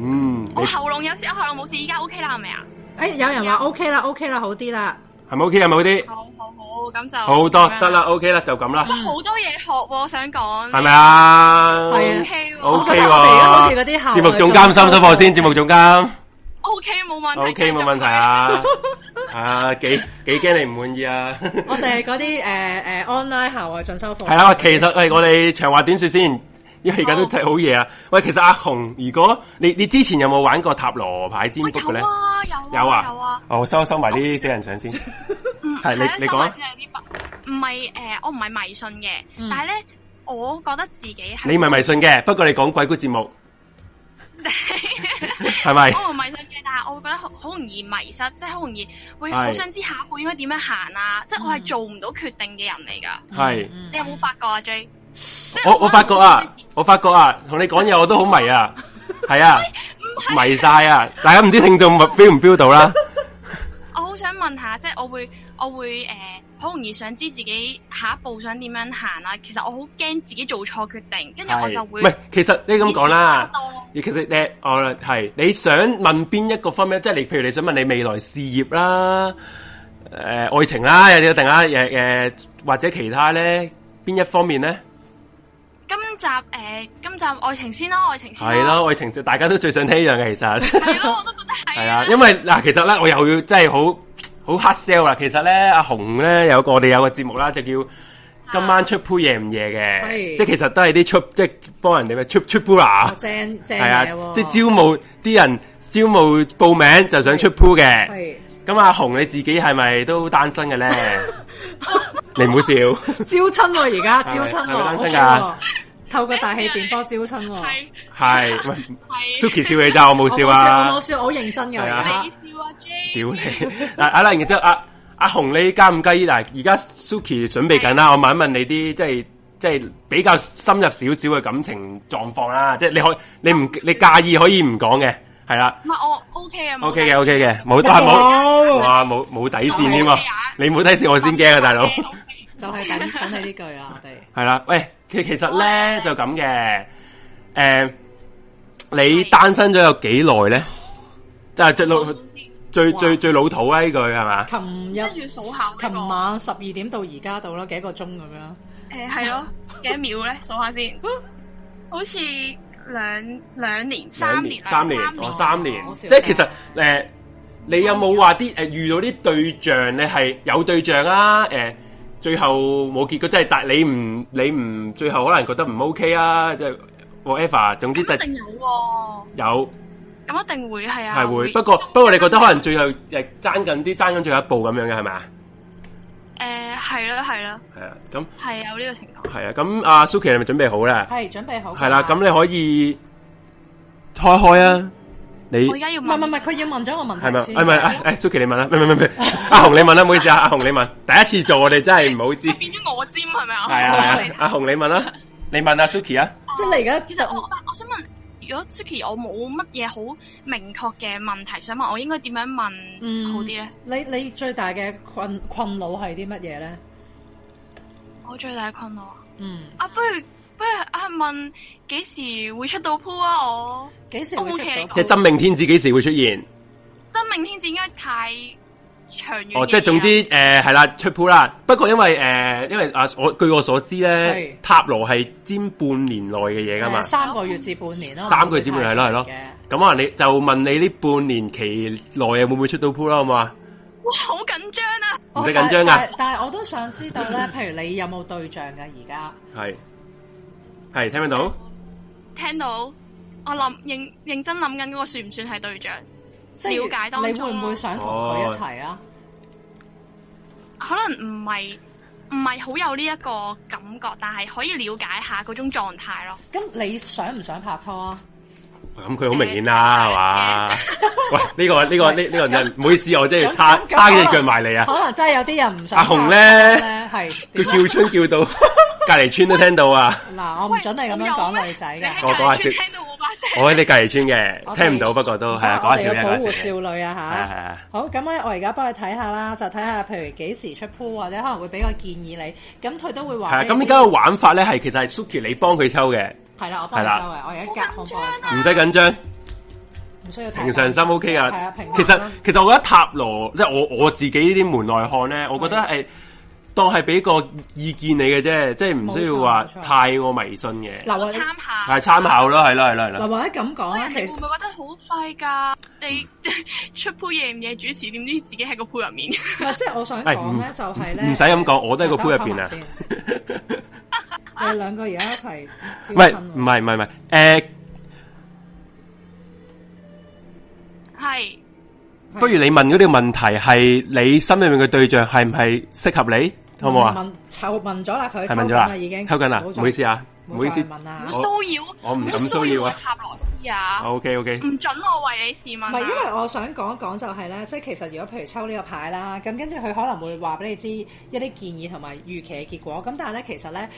A: 嗯，你
C: 我喉嚨有事，我喉嚨冇事，而家 OK 啦，係咪啊？
B: 誒、有人話 OK 啦，OK 啦，好啲啦。
A: 係咪 OK 啊係咪好啲？
C: 好好好，咁就
A: 好
C: 咁
A: 多
C: 樣
A: 得啦。，OK 啦，就咁啦
C: 哇，，好多嘢學喎，我想講
A: 係咪啊
B: 係啊
C: ？OK 喎
A: O
B: 我
A: K
B: 覺得我哋而家好似嗰
A: 喎，
B: 啲校
A: 節目總監心心我先，節目總監
C: OK 冇問題
A: ，O K
C: 繼續
A: 冇問題啊， 啊幾幾驚你唔滿意啊？
B: 我哋係嗰啲誒誒 online 校外進修課
A: 系啦，其實喂，我哋長話短說先，因為而家都真係好嘢啊！喂，其實阿紅，如果你你之前有冇玩過塔羅牌占
C: 我
A: 卜嘅咧
C: 有？啊，有啊，
A: 有啊
C: 有啊。
A: 哦我收一收埋啲死人相先。係你
C: 係啊
A: 你講啊
C: 收埋先有啲不唔係誒，我唔係迷信嘅，
B: 嗯
C: 但係咧，我覺得自己係
A: 你唔係迷信嘅，不過你講鬼故節目係咪？
C: 我唔哦迷信嘅，但係我會覺得好好容易迷失，即係好容易會
A: 係
C: 好想知下一步應該點樣行啊！即係我係做唔到決定嘅人嚟㗎。
A: 係
B: 嗯
C: 你有冇發覺啊？J，
A: 我我发觉啊，我發覺啊，同你講嘢我都好迷 啊，係啊，迷晒啊！大家唔知聽眾 feel 唔 feel 到 啦？
C: 我好想問下，即係我會我會誒，呃好、容易想知自己下一步想點樣行啊！其實我好驚自己做錯決定，跟住我
A: 係
C: 就
A: 唔
C: 會
A: 係？其實你咁講啦
C: 以
A: 其
C: 前打到。
A: 實你我係你想問邊一個方面？即係你，譬如你想問你未來事業啦，誒、愛情啦，有啲一定啦，誒、誒或者其他咧，邊一方面咧？
C: 今集誒、呃今集愛情先啦，愛情先
A: 係
C: 啦，
A: 咯，愛情大家都最想聽一樣嘅，其實
C: 係咯，我都覺得
A: 係
C: 係
A: 啊，因為嗱，其實咧，我又要真係好好 hard sell 啦。其實咧，阿紅咧有個我哋有個節目啦，就叫。
B: 啊
A: 今晚出鋪夜唔夜嘅，
B: 係
A: 即係其實都係啲出，即係幫人哋嘅出出鋪啦。
B: 哦正正
A: 系啊
B: 嘢喎，，
A: 即系招募啲人招募報名就想出 pool 嘅。
B: 係
A: 咁阿紅你自己係咪都單身嘅 咧？你唔好笑，
B: 招親喎，而家招親
A: 係咪
B: 喎
A: 單身
B: OK
A: 㗎
B: 喎，透過大氣電波招親喎。
C: 係
A: 係唔係
C: 係
A: Suki 笑你咋，我冇笑
B: 我
A: 啊
B: 冇！笑，我好認真㗎
A: 係啊
B: 而家
C: 你。笑啊 J，
A: 屌你！嗱，好啦，然之後阿阿紅你介唔介意嗱？而家 Suki 準備緊啦，我問一問你啲即係即係比較深入少少嘅感情狀況啦，即係你可以你唔你介意可以唔講嘅，係啦。
C: 唔係我 OK 啊冇
A: OK
C: 計
A: 嘅，OK 嘅，冇得冇，哇，冇冇底線添啊！你冇底線，我先驚啊，大 佬。
B: 就係等等你呢句啊，我哋
A: 係啦，喂，其其實咧就咁嘅，诶、你單身咗有幾耐咧？即係最老最最最老土啊！呢句係嘛？
B: 琴日
C: 不如數下呢個
B: 琴晚十二點到而家到啦，幾個鐘咁樣。
C: 誒係咯，幾多秒咧？數下先，好似兩兩年、三年、
A: 三年，哦，三年
B: 好。少
A: 即係其實诶、誒你有冇話啲诶呃遇到啲對象你係有對象啊？诶、最後冇結果，即係但你唔你唔最後可能覺得唔 OK 啊？即係 whatever，總之就
C: 咁一定有喎，
A: 有。
C: 咁一定會係啊，
A: 系会，不過不過你覺得可能最後诶爭緊啲，爭緊最後一步咁樣嘅係咪啊？
C: 誒係啦係啦，
A: 係啊，咁
C: 係有呢個情況。
A: 係啊，咁阿 Suki 你咪準備好啦？
B: 係準備好啊㗎。
A: 係啦，咁你可以開開啊，你
C: 我而家要
B: 唔係
C: 問，
B: 唔係唔係，佢要問咗個
A: 係咪？
B: 問題先。
A: 誒哎唔係，誒誒 Suki 你問啦，唔係唔係唔係，阿紅你問啦，唔好意思啊，阿紅你問，第一次做我哋真係唔好知，
C: 即
A: 係
C: 係變咗我尖係咪啊？
A: 啊係啊，阿紅你問啦，你問阿 Suki 啊，
B: 即係你而
C: 其
B: 家
C: 實我我想問，如果 Suki 我冇乜嘢好明確嘅問題想問，我應該點樣問
B: 嗯
C: 好啲咧？
B: 你你最大嘅困困擾係啲乜嘢咧？
C: 我最大嘅困擾啊，
B: 嗯，
C: 啊不如不如啊問幾時會出到 pool 啊我？
B: 幾時會
C: O K，
B: 出
C: 你
B: 到？
A: 即係真命天子幾時會出現？
C: 真命天子應該太長遠嘅嘢啊。
A: 哦，即係總之誒係啦，出鋪啦。不過因為誒、呃因為啊，我據我所知咧
B: 係，
A: 塔羅係佔半年內嘅嘢啊噶嘛
B: 誒，三個月至半年咯，
A: 三個月至半年係咯係咯
B: 嘅
A: 咁可能你就問你呢半年期內會唔會出到鋪啦，好嘛？
C: 哇，好緊張啊！
A: 唔使緊張
B: 哦但
A: 啊
B: 係，但係我都想知道 咧，譬如你有冇對象㗎而家？
A: 係係聽唔聽到？
C: 聽到我諗認認真諗緊嗰個算唔算係對象？
B: 即係
C: 了解當中
B: 你會唔會想同佢一齊啊？
C: 可能唔係唔係好有呢一個感覺，但係可以了解下嗰種狀態咯。
B: 咁你想唔想拍拖啊？
A: 咁佢好明顯 啦，係嘛？喂，呢、個呢、個呢呢、個人，唔好意思，我真係要叉
B: 咁咁
A: 叉幾隻腳埋你啊！
B: 可能真係有啲人唔想
A: 阿
B: 拍
A: 紅
B: 拖。
A: 呢
B: 係
A: 佢叫春叫 到隔離村都聽到啊！
B: 嗱，我唔準你咁樣講女仔
C: 嘅。
B: 嘅。
A: 我講下先
C: 先，聽到我把聲，
A: 我喺你隔離村嘅，
B: 我哋
A: 聽唔到，不過都係啊，
B: 我
A: 講
B: 哋
A: 下笑啫，
B: 要保
A: 講下
B: 護
A: 笑啫。
B: 少女啊
A: 係啊係
B: 吓。
A: 啊，
B: 好，咁咧我而家幫你睇下啦，就睇下譬如幾時出 pool 或者可能會俾個建議你，咁佢都會
A: 係
B: 話
A: 啊。
B: 俾
A: 咁而
B: 你知
A: 家嘅玩法咧，係其實係 Suki 你幫佢抽嘅，
B: 係啦，我幫你收
A: 係啦
B: 嘅，我而家隔空幫你
C: 好緊張啊
A: 唔使緊張。
B: 收，唔需要太
A: 平常心 OK 噶
B: 係啊平常，
A: 其
B: 心
A: 實其實我覺得塔羅即係我我自己呢啲門外漢咧，我覺得係當係俾個意見你嘅啫，即係唔需要話
B: 冇錯冇錯
A: 太過迷信嘅，
B: 嗱
C: 我
B: 或者
C: 參考。
A: 係參考咯，係咯係咯係
B: 嗱
A: 咯，
B: 或者咁講
C: 喂
B: 啦，
C: 人
B: 其
C: 哋
B: 實
C: 會唔。會覺得好廢㗎？你 出鋪夜唔夜主持，點知自己喺個鋪入面？
B: 唔啊係，即係我想
A: 係
B: 講咧，就係咧，
A: 哎唔使咁講，我都喺個杯入邊啊，
B: 等我抽 埋先。你兩個而家一齊照
A: 唔係
B: 親喎，
A: 唔係唔係唔係，誒，
C: 係
A: 不如你問嗰條問題係你心裏面嘅對象係唔係適合你，好唔好啊？
B: 問抽問咗啦，
A: 係
B: 佢嗯抽
A: 問咗
B: 緊
A: 啦，
B: 啦，已經
A: 抽緊啦，
B: 冇
A: 唔
B: 再
A: 好意思啊，
B: 冇
A: 唔好意思
B: 再問啊啦
C: 唔。
A: 我
C: 好騷擾，
A: 我唔敢
C: 好
A: 騷擾啊
C: 塔羅斯啊，
A: ，OK OK，
C: 唔准我為你試
B: 唔
C: 問啊。
B: 係，因為我想講一講就係咧，即係其實如果譬如抽呢個牌啦，咁跟住佢可能會話俾你知一啲建議同埋預期嘅結果。咁但係咧，其實咧，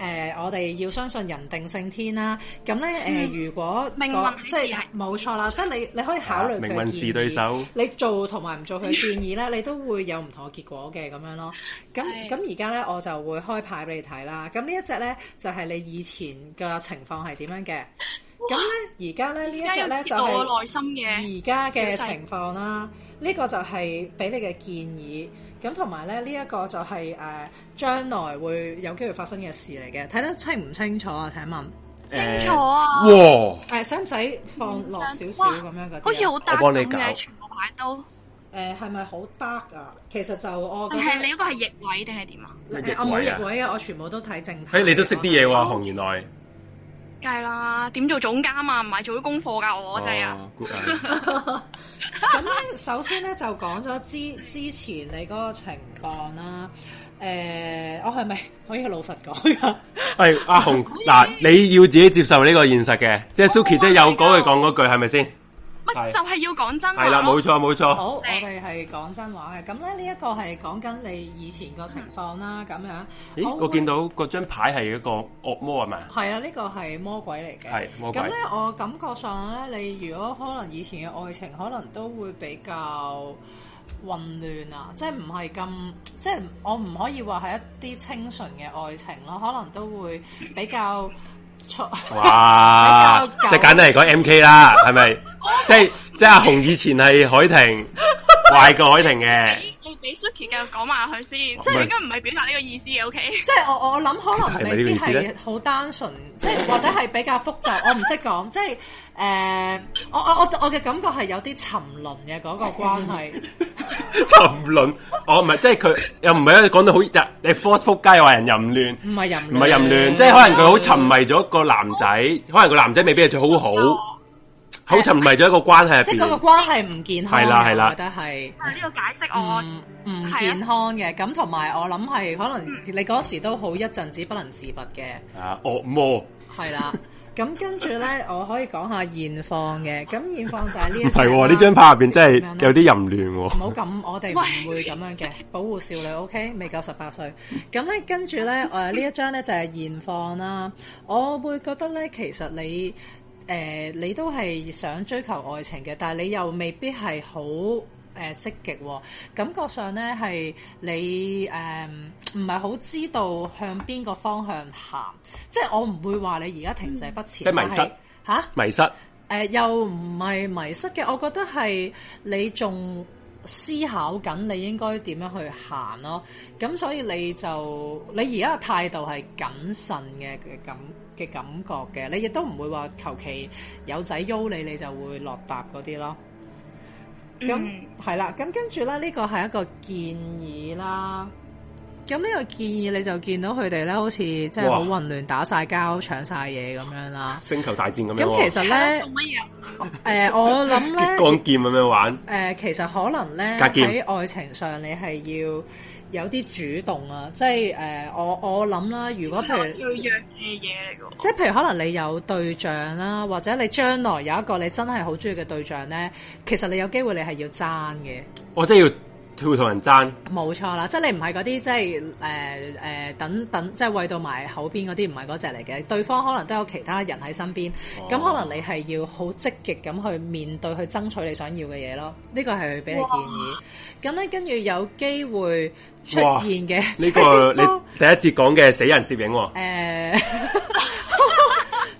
B: 誒、我哋要相信人定勝天啦。咁咧，誒、如果
C: 命
B: 個
C: 運
B: 即嗯係冇錯啦，即係你你可以考慮佢嘅
A: 命啊運是
B: 建議
A: 對手。
B: 你做同埋唔做佢嘅建議咧， 你都會有唔同嘅結果嘅咁樣咯。咁
C: 係
B: 咁而家咧，我就會開牌俾你睇啦。咁呢一隻咧就係、你以前嘅情況係點樣嘅。咁咧而家咧呢
C: 而家
B: 一隻
C: 要
B: 咧
C: 知
B: 就
C: 道
B: 係、
C: 我內心嘅，
B: 而家嘅情況啦，呢、個就係俾你嘅建議。咁同埋咧，呢、一個就係、誒、將來會有機會發生嘅事嚟嘅。睇得清唔清楚啊？請問
A: 誒
C: 清楚啊
A: 哇！
B: 誒，使唔使放落少少
C: 哇
B: 咁樣嗰啲啊？
C: 好似好
A: 我
C: dark
A: 幫你
C: 咁嘅，
A: 搞
C: 全部牌都。
B: 誒，係咪好 dark 啊？其實就我覺
C: 但
B: 得
C: 係你嗰個係逆位定係點啊？
A: 咩
B: 誒我冇
A: 逆位啊
B: 逆位啊，我全部都睇正牌。
A: 誒，你都識啲嘢喎，紅原來。
C: 梗係啦，點做總監啊？唔係做啲功課㗎我真係啊！
A: 哦，good 啊！
B: 咁咧，首先咧就講咗之之前你嗰個情況啦。誒、我係咪 可以老實講啊？
A: 喂，阿 紅，嗱，你要自己接受呢個現實嘅，即係 Suki，即係有講佢講嗰句，係咪先？係
C: 乜就係啊要講真話
A: 係啦，冇
C: 咯？
A: 錯冇錯，
B: 好，我哋係講真話嘅。咁咧，呢一個係講緊你以前個情況啦，咁樣。
A: 咦，
B: 會
A: 我見到嗰張牌係一個惡魔係咪？
B: 係啊，呢個係魔鬼嚟嘅。
A: 係魔鬼
B: 咁咧，我感覺上咧，你如果可能以前嘅愛情，可能都會比較混亂啊，即係唔係咁，即係我唔可以話係一啲清純嘅愛情咯，可能都會比較錯。
A: 哇
B: 比較！舊
A: 即係簡單嚟講，M K 啦，係咪？即係即係阿紅以前係海婷，壞過海婷嘅，
C: 你你俾 Suki 繼續講埋佢先，即
A: 哦唔係
C: 係應該唔係表達呢個意思嘅，OK？
B: 即係我我諗可
A: 其實係
B: 能
A: 咪呢個
B: 未
A: 意
B: 必
A: 思咧
B: 係好單純，即係或者係比較複雜，我唔識講。即係誒、我我我我嘅感覺係有啲沉淪嘅嗰個關係。
A: 沉淪。哦我唔係，即係佢又唔係講到好日，你 force 仆街又話人淫亂。
B: 唔係淫
A: 唔係淫
B: 嗯
A: 亂，即係可能佢好沉迷咗個男仔，可能個男仔未必係最好好，好沉迷咗一個關係
B: 即係
A: 入
B: 嗰個
A: 邊。
B: 關係唔健康嘅，
A: 係啦係啦
B: 我覺得係
C: 啊呢個解釋我
A: 嗯
B: 唔唔健康嘅。咁同埋我諗係可能你嗰時都好一陣子不能自拔嘅，
A: 啊，惡 魔
B: 係啦。咁跟住咧，我可以講下現況嘅。咁現況就係呢
A: 唔
B: 一
A: 係喎，
B: 啦
A: 呢張牌入邊真
B: 咁樣啦
A: 係有啲淫亂喎
B: 唔。好咁，我哋唔會咁樣嘅，保護少女，OK，未夠十八歲。咁咧，跟住咧，誒、呢一張咧就係、現況啦。我會覺得咧，其實你誒、呃你都係想追求愛情嘅，但係你又未必係好誒積極喎。感覺上咧係你誒唔係好知道向邊個方向行，即係我唔會話你而家停滯不
A: 嗯即
B: 前，
A: 係迷失
B: 但係嚇。
A: 迷失，
B: 呃誒、又唔係迷失嘅，我覺得係你仲思考緊你應該點樣去行咯。咁所以你就你而家嘅態度係謹慎嘅嘅感嘅感覺嘅，你亦都唔會話求其有仔邀你，你就會落搭嗰啲咯。咁
C: 嗯
B: 係啦，咁跟住咧，呢個係一個建議啦。咁呢個建議你就見到佢哋咧，好似即係好
A: 哇
B: 混亂，打晒交、搶晒嘢咁樣啦。
A: 星球大戰咁樣
B: 咁其
A: 喎，
B: 實
C: 係咯
B: 咧
C: 做，乜嘢？
B: 誒、呃我諗
A: 激
B: 咧，
A: 光劍咁樣玩，
B: 誒、其實可能咧
A: 格劍
B: 喺愛情上，你係要有啲主動啊，即係誒、我我諗啦，如果譬
C: 係
B: 如
C: 我最弱嘅嘢嚟噶。
B: 即係譬如可能你有對象啦，或者你將來有一個你真係好中意嘅對象咧，其實你有機會你係要爭嘅，
A: 我真係要跳同人爭，
B: 冇錯啦。即係你唔係嗰啲即係誒誒等等，即係喂到埋口邊嗰啲，唔係嗰只嚟嘅。對方可能都有其他人喺身邊，咁、
A: 哦
B: 可能你係要好積極咁去面對去爭取你想要嘅嘢咯。呢個係佢俾你建議。咁咧跟住有機會出
A: 哇
B: 現嘅
A: 呢 個你
B: 情況
A: 第一節講嘅死人攝影喎，
B: 诶，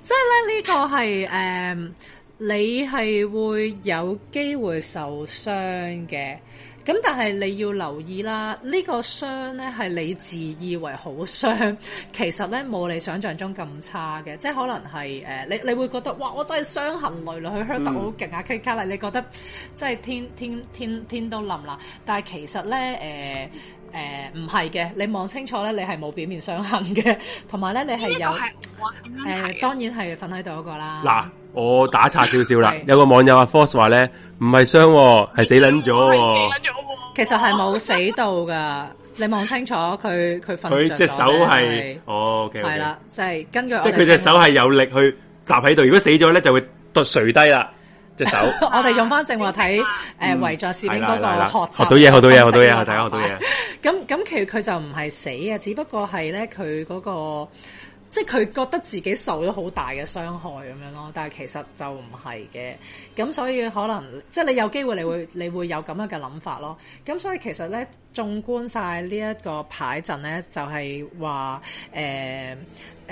B: 即系呃咧呢個係诶、誒你係會有機會受傷嘅。咁但係你要留意啦，呢、個傷咧係你自以為好傷， 其實咧冇你想象中咁差嘅，即係可能係誒、你你會覺得哇，我真係傷痕累累，去 hurt 得好勁啊，K 卡啦，你覺得即係天天天天都冧啦，但係其呃實咧誒。誒唔係嘅，你望清楚咧，你係冇表面傷痕嘅， 同埋咧你係
C: 呢
B: 有
C: 個
B: 誒、
C: 係我啊點樣睇啊？
B: 當然係瞓喺度嗰個啦。
A: 嗱，我打岔少少啦
B: 啊係，
A: 有個網友阿 Force 話咧，唔係傷喎，係死撚咗喎，
C: 喎
B: 其實係冇死到噶，你望清楚佢佢瞓
A: 佢
B: 着
A: 隻
B: 咗
A: 手
B: 啫
A: 係，哦，OK，
B: 係啦，即係根據我
A: 即係
B: 哋
A: 佢隻
B: 正
A: 手係有力去搭喺度，如果死咗咧就會剁垂低啦，隻 手。
B: 我哋用翻正話睇誒
A: 嗯
B: 遺像攝
A: 係
B: 影
A: 啦
B: 嗰
A: 係啦
B: 個學習，
A: 學到嘢，學到嘢，學到嘢，大家學到嘢。。
B: 咁咁其實佢就唔係死嘅，只不過係咧佢嗰個，即係佢覺得自己受咗好大嘅傷害咁樣咯。但係其實就唔係嘅，咁所以可能即係你有機會你會你會有咁樣嘅諗法咯。咁所以其實咧，縱觀晒呢一個牌陣咧，就係話誒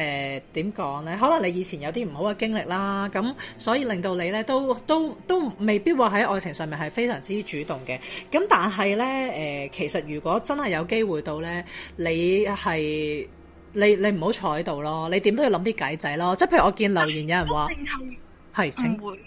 B: 誒點講咧？可能你以前有啲唔好嘅經歷啦，咁所以令到你咧都都都未必話喺愛情上面係非常之主動嘅。咁但係咧，誒、其實如果真係有機會到咧，你係你你唔好坐喺度咯，你點都要諗啲計仔咯。即係譬如我見留言有人話
C: 一定係嗯
B: 係請
C: 唔會，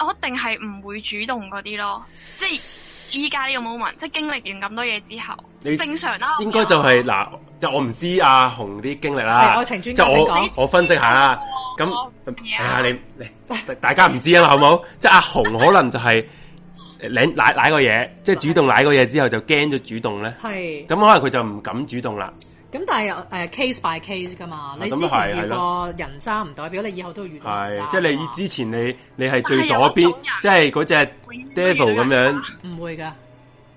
C: 我一定係唔會主動嗰啲咯。即係依家呢個 moment，即係經歷完咁多嘢之後，
A: 你
C: 正常啦。
A: 應該就係嗱，即係我唔知阿紅啲經歷啦，
B: 係愛情專家
A: 即係
B: 請講
A: 我我分析下啦。咁
C: 哦
A: 係啊，你你大家唔知啊嘛，好冇？即係阿紅可能就係舐舐舐個嘢，即係主動舐個嘢之後就驚咗主動咧。
B: 係
A: 咁可能佢就唔敢主動啦。
B: 咁，但係誒、case by case 噶嘛，
A: 啊
B: 你
A: 咁
B: 之前
A: 係
B: 遇
A: 係
B: 過人渣唔代表你以後都會遇到
A: 係
B: 人渣㗎嘛，
A: 即係你之前你你係最左
C: 但係有一
A: 邊
C: 種人，
A: 即係嗰隻 devil 咁樣，
B: 唔會㗎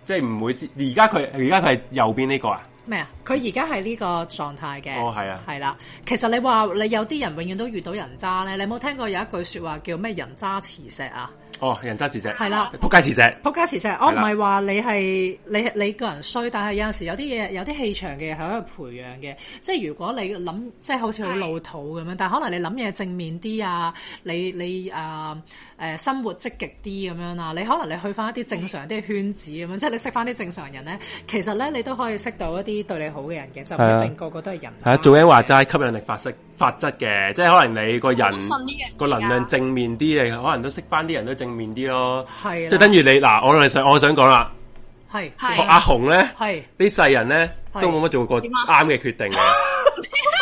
A: 即係唔會知。而家佢而家佢係右邊呢個啊？
B: 咩啊？佢而家係呢個狀態嘅，
A: 哦係啊
B: 係啦。其實你話你有啲人永遠都遇到人渣咧，你有冇聽過有一句説話叫咩人渣磁石啊？
A: 哦，人渣磁石，
B: 係啦。
A: 仆街磁石。
B: 仆街磁石，我唔
A: 係啦
B: 係話你係你你個人衰，但係有陣時有啲嘢有啲氣場嘅嘢係喺度培養嘅。即係如果你諗即係好似好老土咁樣，但係可能你諗嘢正面啲啊，你你啊誒、呃生活積極啲咁樣啊，你可能你去翻一啲正常啲嘅圈子咁樣，即係你識翻啲正常人咧，其實咧你都可以識到一啲對你好嘅人嘅，就唔
A: 係啊
B: 一定個個都係人。
A: 系啊，做 N 話齋吸引力法則法則嘅，即係可能你個人
C: 我都信呢樣嘢㗎
A: 個能量正面啲，你可能都識翻啲人都正面啲咯。
C: 啊
B: 係啦
A: 即係等於你嗱，我哋想我想講啦，
B: 係
C: 係啊
A: 學阿紅咧，
B: 係
A: 呢世人咧
B: 係
A: 都冇乜做過
C: 點啊
A: 啱嘅決定 嘅，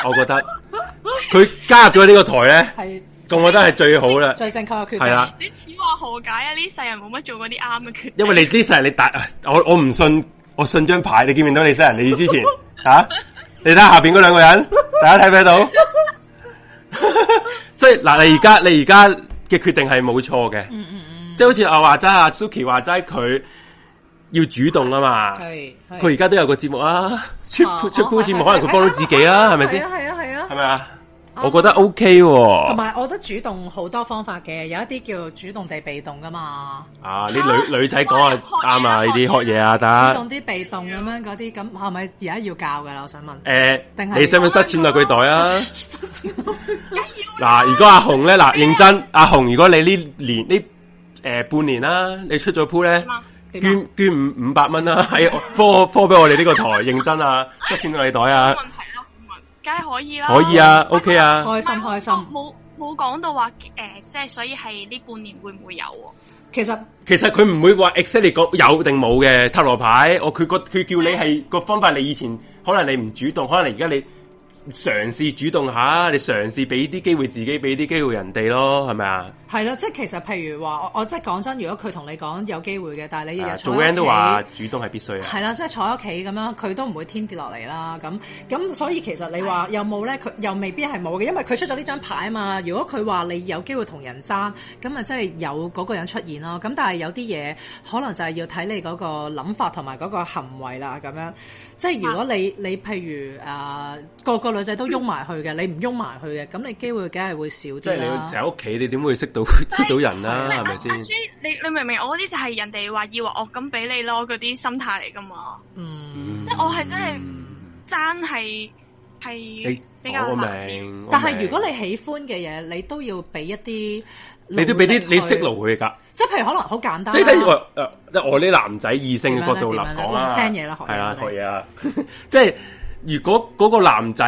A: 我覺得佢加入咗呢個台咧，
B: 係
A: 我覺得係最好啦。
B: 最正確嘅決定。
A: 係啦，
C: 你此話何解啊？呢世人冇乜做過啲啱嘅決定。
A: 因為你呢世人你大，我我唔信，我信張牌，你見唔見到你世人？你之前 啊，你睇下下邊嗰兩個 人，大家睇唔睇到？ 即係嗱，你而家你而家嘅決定係冇錯
B: 嗯
A: 嘅，即係好似阿話齋阿 Suki 話齋佢要主動啊嘛，
B: 係係
A: 佢而家都有個節目啊，出
B: 啊
A: 出 pool 節目，
B: 係
A: 可能佢幫到自己啊，係咪先
B: 係？啊係啊係啊
A: 係。咪啊？我覺得 OK
B: 同
A: 喎，
B: 埋，我覺得主動好多方法嘅，有一啲叫主動地被動噶嘛，
A: 啊，啲女女仔講啊啱啊，呢啲學嘢啊，
B: 主
A: 大家
B: 動啲被動咁樣嗰啲，咁係咪而家要教噶啦？我想問，
A: 誒
B: 定，係
A: 呃你使唔使塞錢落佢袋啊？ 嗱，如果阿紅咧，嗱，認真，阿紅，如果你呢年呢誒、半年啦，你出咗鋪咧
C: 點啊，
B: 點啊
A: 捐捐五五百蚊啦，喺我科科俾我哋呢個台，認真啊，塞錢到你袋啊
C: 冇，問題啦，冇問梗係可以啦，
A: 可以啊，OK 啊，
B: 開心
C: 唔係
B: 開心
C: 我冇冇講到話诶，即係所以係呢半年會唔會有喎？
B: 其實
A: 其實佢唔會話 exactly 講有定冇嘅塔羅牌，我佢個佢叫你係個方法，你以前可能你唔主動，可能你而家你嘗試主動下，你嘗試俾啲機會自己，俾啲機會人哋咯，係咪啊？
B: 係咯，即係其實譬如話，我我即係講真，如果佢同你講有機會嘅，但係你日
A: 啊
B: 日
A: 做
B: 坐喺
A: N
B: 屋
A: 都話
B: 企。
A: 主動係必須啊，
B: 係啦，即係坐喺屋企咁樣，佢都唔會天跌落嚟啦。咁咁，所以其實你話有冇咧？佢又未必係冇嘅，因為佢出咗呢張牌啊嘛。如果佢話你有機會同人爭，咁啊，即係有嗰個人出現咯。咁但係有啲嘢可能就係要睇你嗰個諗法同埋嗰個行為啦。咁樣即係如果你你譬如啊，個個女仔都擁埋去嘅，你唔擁埋去嘅，咁你機會梗係會少
A: 即係
B: 啲
A: 你成。
B: 啦
A: 日喺屋企，你點會識到識到人啦、
C: 唔
A: 係
C: 阿
A: 咪
C: 啊阿
A: 先？
C: J，你你明唔明？我嗰啲就係人哋話以為我咁俾你咯，嗰啲心態嚟噶嘛。
B: 嗯，
C: 即係我係真係
A: 嗯
C: 爭係係
A: 你
C: 比較
A: 我
C: 難啲。
A: 明，
B: 但
A: 我
B: 係
A: 明
B: 如果你喜歡嘅嘢，你都要俾一啲
A: 你都俾
B: 努力
A: 啲你識
B: 去啊
A: 路佢㗎。
B: 即係譬如可能好簡單啦，啊
A: 即係等於我誒，即係我呢男仔異性嘅角度立啊
B: 點樣咧
A: 講啦
B: 點樣咧啊 friend 嘢啦學嘢
A: 係啦，學
B: 我哋
A: 嘢啦。 即係如果嗰個男仔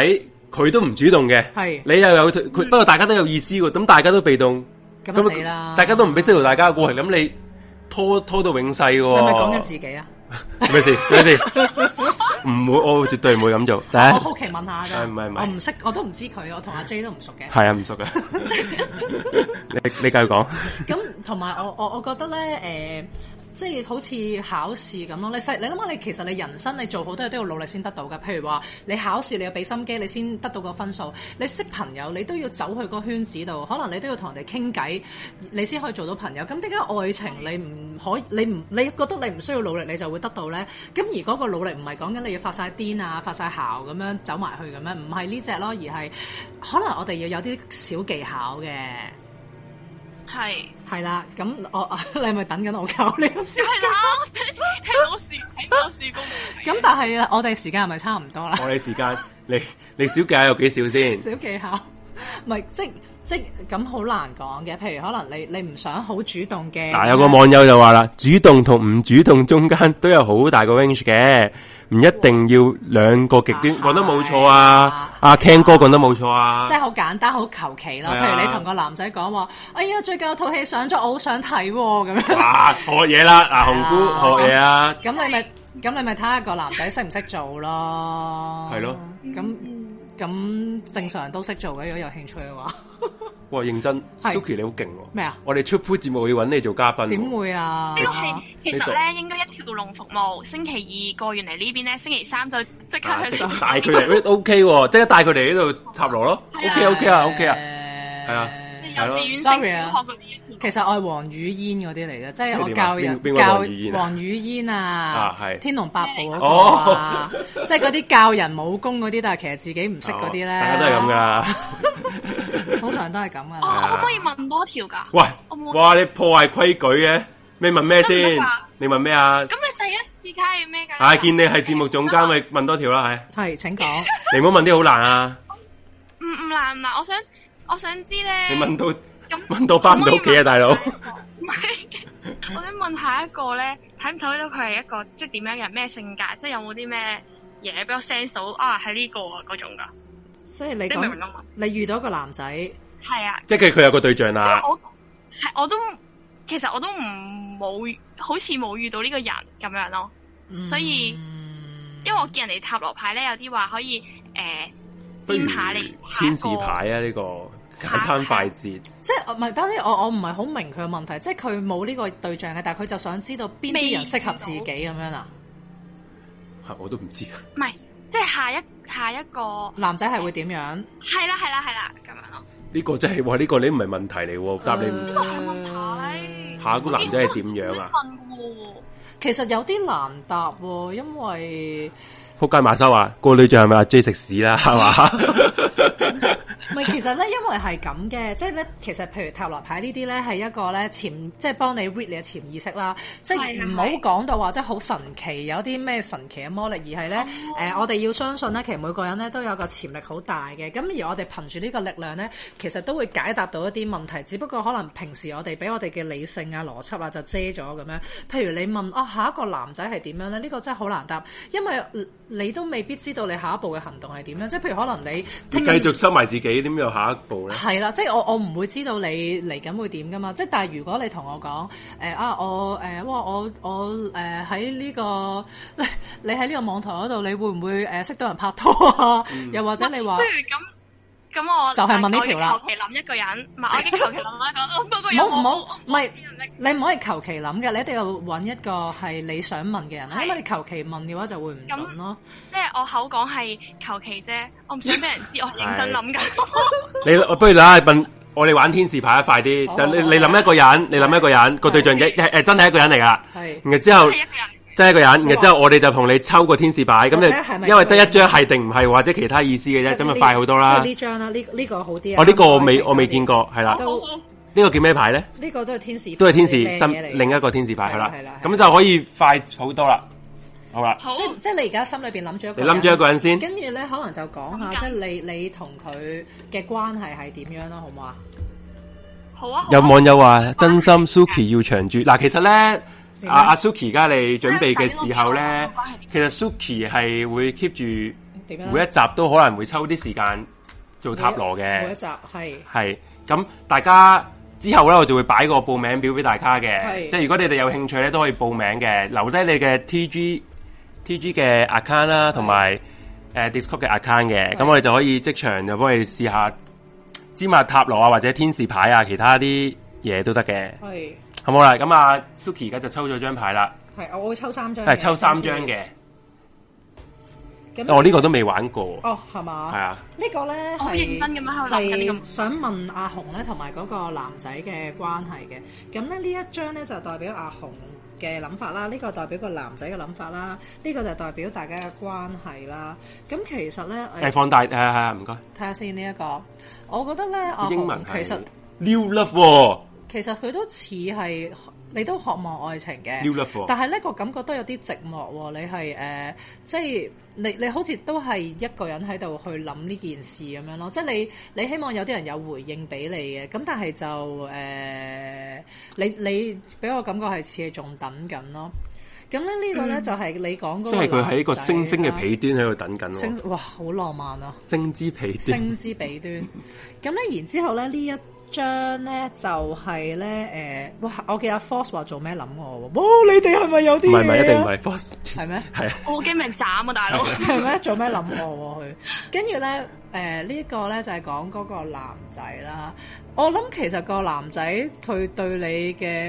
A: 佢都唔主動嘅，
B: 係
A: 你又有佢，不過大家都有意思喎，咁大家都被動，
B: 嗯咁啊就死啦，
A: 大家都唔俾識到大家嘅過程，咁你拖拖到永世嘅
B: 你
A: 喎。
B: 係咪講緊自己啊？
A: 係咪先？係咪先？唔會，我絕對唔會咁做。第
B: 我
A: 一
B: 好奇問下
A: 係
B: 㗎，
A: 唔係唔係
B: 我唔識，我都唔知佢，我同阿 J 都唔熟嘅。
A: 係啊， 唔熟嘅。你你繼續講。
B: 咁同埋我我我覺得咧，誒、即係好似考試咁咯。你細你諗下，你其實你人生你做好多嘢都要努力先得到噶。譬如話你考試，你要俾心機，你先得到個分數。你識朋友，你都要走去個圈子度，可能你都要同人哋傾偈，你先可以做到朋友。咁點解愛情你唔可以你唔你覺得你唔需要努力，你就會得到咧？咁而嗰個努力唔係講緊你要發晒癲啊、發晒姣咁樣走埋去咁樣，唔係呢只咯，而係可能我哋要有啲小技巧嘅。
C: 係
B: 係啦，咁我 你係咪等緊我教你 個先？
C: 係啦，我聽聽到樹 睇到樹公
B: 咁但係啊，我哋時間係咪差唔多啦？
A: 我哋時間，你你小計有幾少先？
B: 小技巧，唔係即即咁好難講嘅。譬如可能你你唔想好主動嘅，
A: 嗱，有個網友就話啦，主動同唔主動中間都有好大個 range 嘅，唔一定要兩個極端。
B: 啊
A: 講得冇錯啊，
B: 係啊
A: 阿 Ken 哥講得冇錯啊
B: 即。係好簡單好求其啦。
A: 係啊
B: 譬如你同個男仔講話，哎呀最近有套戲上咗，我好想睇喎咁樣。
A: 哇，學嘢啦，嗱，紅
B: 啊
A: 姑學嘢啊，
B: 咁你咪咁你咪睇下個男仔識唔識做咯。
A: 係咯
B: 咁咁正常人都識做嘅，如果有興趣嘅話。
A: 哇，認真
B: 係
A: ，Suki 你好勁喎。
B: 咩啊
A: 我哋出 p 節目要揾你做嘉賓喎。
B: 點會啊？
C: 呢個係其
A: 呢度
C: 實咧應該一條龍服務，星期二過完嚟呢邊咧，星期三就即刻
A: 啊？
C: 去
A: 即刻
C: 做
A: 帶佢嚟喂，OK 喎，即刻帶佢嚟呢度插羅咯。
C: 係啊
A: OK OK 啊，OK 啊。係啊
B: 啊
C: 幼稚園、小
B: Sorry 啊
C: 學嗰啲。
B: 其實我係黃雨嫣嗰啲嚟嘅，即係我
A: 即係點啊
B: 教人
A: 邊邊位
B: 教
A: 黃雨嫣啊
B: 黃雨嫣啊
A: 啊，係哦
B: 天龍八部嗰個啊，即係嗰啲教人武功嗰啲，但係其實自己唔識嗰啲咧，
A: 哦大家都係咁噶啊啦。
B: 通常都係咁噶
C: 我
B: 啦。
C: 哦我可唔可以問多條㗎？
A: 喂
C: 我，冇
A: 哇！你破壞規矩嘅，你問咩
C: 得唔
A: 先
C: 得㗎？
A: 你問咩啊？
C: 咁你第一次卡係咩㗎？
A: 啊！見你係節目總監，咪問多條啦，係。
B: 係請講，
A: 你唔好問啲好難 啊！
C: 唔唔難唔難，我想我想知咧。
A: 你問到
C: 咁
A: 問到翻唔到屋企啊，大佬！
C: 唔係，我想問下一個咧，睇唔睇到佢係一個即係點樣嘅人，咩性格，即係有冇啲咩嘢俾我 sense 到啊？係呢個啊嗰種噶，
B: 即係你
C: 你明唔明
B: 講
C: 啊？
B: 你遇到一個男仔，
C: 係啊，
A: 即係佢有個對象啊啦，
C: 我係我都其實我都唔冇，好似冇遇到呢個人咁樣咯。
B: 嗯
C: 所以因為我見人哋塔羅牌咧，有啲話可以誒
A: 不如
C: 占下你下一
A: 天
C: 個
A: 使牌啊！呢個簡單快捷，
B: 即係唔係？當然我我唔係好明佢嘅問題，即係佢冇呢個對象嘅，但係佢就想知道邊啲人適合自己咁樣啊啦。
A: 係我都唔知。
C: 唔係即係下一下一個
B: 男仔係會點樣？
C: 係啦係啦係啦咁樣咯。
A: 呢個真係哇！呢個你唔係問題嚟喎，答你唔
C: 呢個係問牌。
A: 下一個男仔係點樣啊？
C: 我都唔會問喎
B: 其實有啲難答喎，因為
A: 仆街馬修話個女仔係咪阿 J 食屎啦？係嘛？
B: 唔係，其其實咧，因為係咁嘅，即係咧，其實譬如塔羅牌呢啲咧，係一個咧潛，即係幫你 read 你嘅潛意識啦。即
C: 係
B: 係
C: 啊
B: 唔好
C: 係
B: 講到話即係好神奇，有啲咩神奇嘅魔力，而係咧
C: 哦
B: 誒，我哋要相信咧，其實每個人咧都有個潛力好大嘅。咁而我哋憑住呢個力量咧，其實都會解答到一啲問題，只不過可能平時我哋俾我哋嘅理性啊、邏輯啊就遮咗咁樣。譬如你問啊，下一個男仔係點樣咧？呢個真係好難答，因為你都未必知道你下一步嘅行動係點樣。即係譬如可能你啊
A: 你
B: 聽
A: 繼續收埋自己，點有下一步咧？
B: 係啦，即係我我唔會知道你嚟緊會點噶嘛。即係但係如果你同我講誒、啊，我誒、哇我我誒喺呢個 你喺呢個網台嗰度，你會唔會誒、呃識到人拍拖啊？
A: 嗯
B: 又或者你話
C: 不如咁咁我
B: 就係問呢條啦
C: 我已經求其諗一個人，唔係我已經求其諗一個， 我嗰個
B: 唔
C: 人
B: 好
C: 我
B: 唔
C: 冇
B: 好，唔係
C: 我冇能力
B: 你唔可以求其諗嘅，你一定要揾一個係你想問嘅人啦，
C: 係
B: 因為你求其問嘅話就會唔
C: 咁
B: 準咯。
C: 即係我口講係求其啫，我唔想俾人知我係認真諗緊。
A: 你不如啦，笨，我哋玩天使牌啊快啲。
B: 好
A: 就你
B: 好好
A: 你諗一個人，你諗一個人，個對象一係真係一個人嚟噶。
B: 哦係啊
A: 然後之後
C: 係一個人，
A: 真係一個人，然後之後我哋就同你抽個天使牌，咁
B: 或者係
A: 你
B: 咪
A: 因為得一張係定唔係或者其他意思嘅啫，咁
B: 呢
A: 就快好多啦。
B: 呢張啦，呢呢個好啲啊。
A: 我呢個我未
B: 啱啱
A: 我未見過，係啦。
B: 都
C: 好好
A: 呢個叫咩牌咧？
B: 呢個都係天使，
A: 都係天使
B: 咩嘢嚟嘅
A: 新另一個天使牌，係
B: 係啦
A: 啦
B: 係啦。係啦
A: 咁就可以快好多啦。好啦，
C: 好
B: 即係即係你而家心裏邊諗住一個
A: 你諗住一個人先
B: 跟住咧可能就講下
C: 諗緊
B: 即係你你同佢嘅關係係點樣啦，好唔好啊？
C: 好啊，好啊
A: 有網友話真心 Suki 要長住嗱，其實咧
B: 哦點
A: 阿
B: 啊
A: 阿 Suki 而家你準備嘅時候咧
C: 我關係，
A: 其實 Suki 係會 keep 住
B: 點樣啊啊
A: 每一集都可能會抽啲時間做塔羅
B: 每一
A: 嘅，
B: 集係
A: 係咁大家之後咧我就會擺個報名表俾大家嘅，
B: 係
A: 即係如果你哋有興趣咧都可以報名嘅，留低你嘅 TG TG 嘅 account 啦，同埋誒 Discord 嘅 account 嘅，咁我哋就可以即場就幫你試下芝麻塔羅啊，或者天使牌啊，其他啲嘢都得嘅。
B: 係
A: 好冇啦，咁啊 Suki 而家就抽咗張牌啦，
B: 係，我會抽三張嘅，
A: 係抽三張嘅。哦
B: 咁
A: 我呢個都未玩過，
B: 哦係嘛？
A: 係啊，
B: 呢個咧
C: 我好認真咁樣喺度諗緊呢個
B: 係想問阿紅咧，同埋嗰個男仔嘅關係嘅。咁咧呢一張咧就代表阿紅嘅諗法啦，呢、個代表個男仔嘅諗法啦，呢、個就代表大家嘅關係啦。咁其實咧，誒
A: 誒放大誒係係唔該，
B: 睇下先呢一個，我覺得咧阿
A: 英文
B: 紅
A: 係
B: 哦其實
A: New Love 喎
B: 其實佢都似係你都渴望愛情嘅
A: New Love 喎
B: 但係呢個感覺都有啲寂寞喎。你係誒、呃即係你你好似都係一個人喺度去諗呢件事咁樣咯。即係你你希望有啲人有回應俾你嘅，咁但係就誒、呃你你俾我感覺係似係仲等緊咯。咁咧呢個咧、就係你講嗰個
A: 嗯即係佢喺個
B: 男仔
A: 星星嘅
B: 啦
A: 彼端喺度等緊喎，
B: 星哇好浪漫啊！
A: 星之彼端
B: 星之彼端。咁咧，然之後咧，呢一張咧就係咧誒，哇！我記得阿 Force 話做咩諗我喎？冇，你哋係咪有啲
A: 唔
B: 嘢
A: 係
B: 啊
A: 唔係一定唔係 Boss
B: 係咩？
A: 係啊
C: 我驚俾人斬啊，大佬！
B: 係咩？做咩諗我喎佢？跟住咧誒，呢個咧就係講嗰個男仔啦。我諗其實個男仔佢對你嘅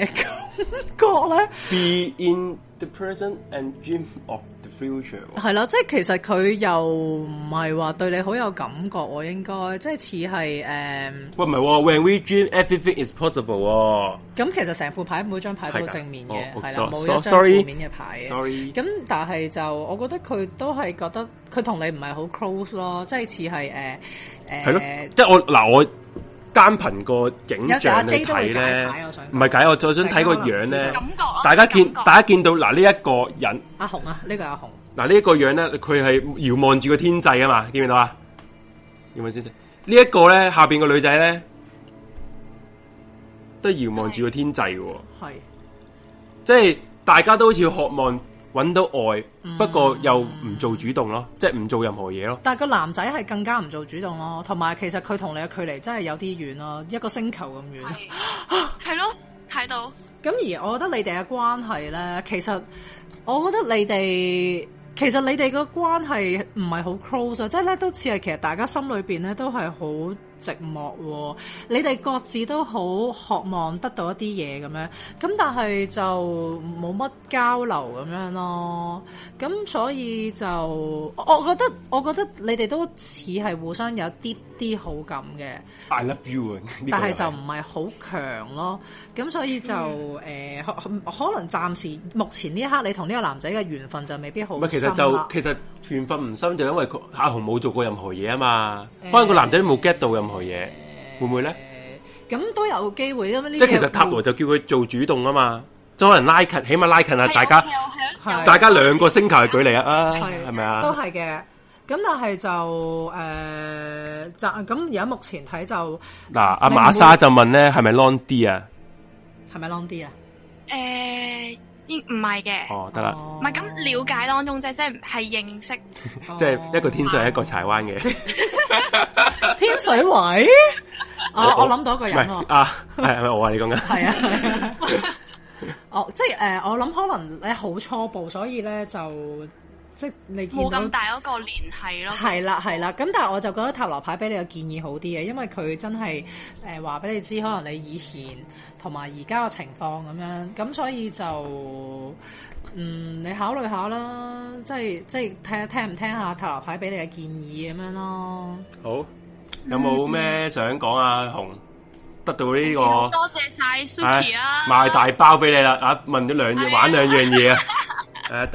B: 感覺咧。
A: Be in the present and dream of the future 喎。
B: 係啦，即係其實佢又唔係話對你好有感覺喎，應該即係似係誒，咁、
A: 喂唔係喎，When we dream everything is possible 喎。
B: 其實成副牌每張牌都好
A: 係㗎
B: 正面
A: 哦
B: 嘅，
A: 哦
B: 係啦、
A: so-
B: 冇
A: so-
B: 一張
A: sorry
B: 負面嘅牌嘅。
A: Sorry，
B: 咁但係就我覺得佢都係覺得佢同你唔係好 close 咯，即係似係誒誒，
A: 係咯，即係我嗱我單憑個影像嚟睇
B: 有時阿 J 都會解
A: 咧
B: 牌我想，講
A: 唔係解我再想睇個樣
B: 大家可
A: 咧
B: 能唔知道
C: 感，覺啊
A: 大家見
C: 感覺
A: 大家見到嗱呢一個人
B: 阿紅啊，呢個阿紅
A: 嗱呢一個樣咧，佢係遙望住個天際啊嘛，見唔見到啊？遙望先生，呢一個咧下邊個女仔咧都遙望住個天際嘅喎，
B: 係
A: 即係大家都好似渴望揾到愛，
B: 嗯
A: 不過又唔做主動咯，即係唔做任何嘢咯。
B: 但係個男仔係更加唔做主動咯，同埋其實佢同你嘅距離真係有啲遠咯，一個星球咁遠。
C: 係係咯，睇到
B: 咁而我覺得你哋嘅關係咧，其實我覺得你哋其實你哋個關係唔係好 close 啊，即係咧都似係其實大家心裏邊咧都係好寂寞喎。你哋各自都好渴望得到一啲嘢咁樣，咁但係就冇乜交流咁樣咯。咁所以就我我覺得我覺得你哋都似係互相有啲啲好感嘅。
A: I love you 啊！呢個
B: 但係
A: 又
B: 就唔係好強咯，咁所以就誒、
A: 嗯
B: 呃可可可能暫時目前呢一刻你同呢個男仔嘅緣分就未必好
A: 唔係，其
B: 深
A: 實就
B: 啦
A: 其實緣分唔深就因為佢阿紅冇做過任何嘢啊嘛，可能個男仔冇 get 到任何嘢，會唔會咧？
B: 咁都有機會因為呢
A: 即
B: 啲
A: 係其實塔羅就叫佢做主動啊嘛，即係可能拉近，起碼拉
B: 啊
A: 近下啊大家，
B: 係
A: 大家兩個星球嘅距離啊，
B: 係
A: 係咪
B: 都
A: 啊？
B: 係嘅。咁但係就诶，就咁而家目前睇就
A: 嗱，阿
B: 你唔會
A: 馬莎就問咧，係咪 long D 啊？
B: 係咪 long 啲啊？
C: 诶，應唔係嘅，
A: 哦，得啦，
B: 哦
C: 唔係咁了解當中啫，即係係認識。
A: 即係一個天啊上一個柴灣嘅，
B: 哦天水圍。 哦，我諗到一個
A: 唔
B: 人
A: 係
B: 喎，
A: 啊，係係咪我啊？你 講緊
B: 係啊。 哦，即係诶，呃我諗可能咧好初步，所以咧就即係你見
C: 冇
B: 到
C: 咁大嗰個聯繫咯。
B: 係啦，係啦，咁但係我就覺得塔羅牌俾你嘅建議好啲嘅，因為佢真係誒話俾你知，可能你以前同埋而家嘅情況咁樣，咁所以就嗯，你考慮下啦，即係 即係聽聽唔聽下塔羅牌俾你嘅建議咁樣 咯。
A: 好，有冇咩想講啊？紅得到呢個
C: 好多謝晒
A: 唉
C: Suki 啊，
A: 賣大包俾你啦！啊，問咗兩樣，
C: 係啊
A: 玩兩樣嘢 啊！誒，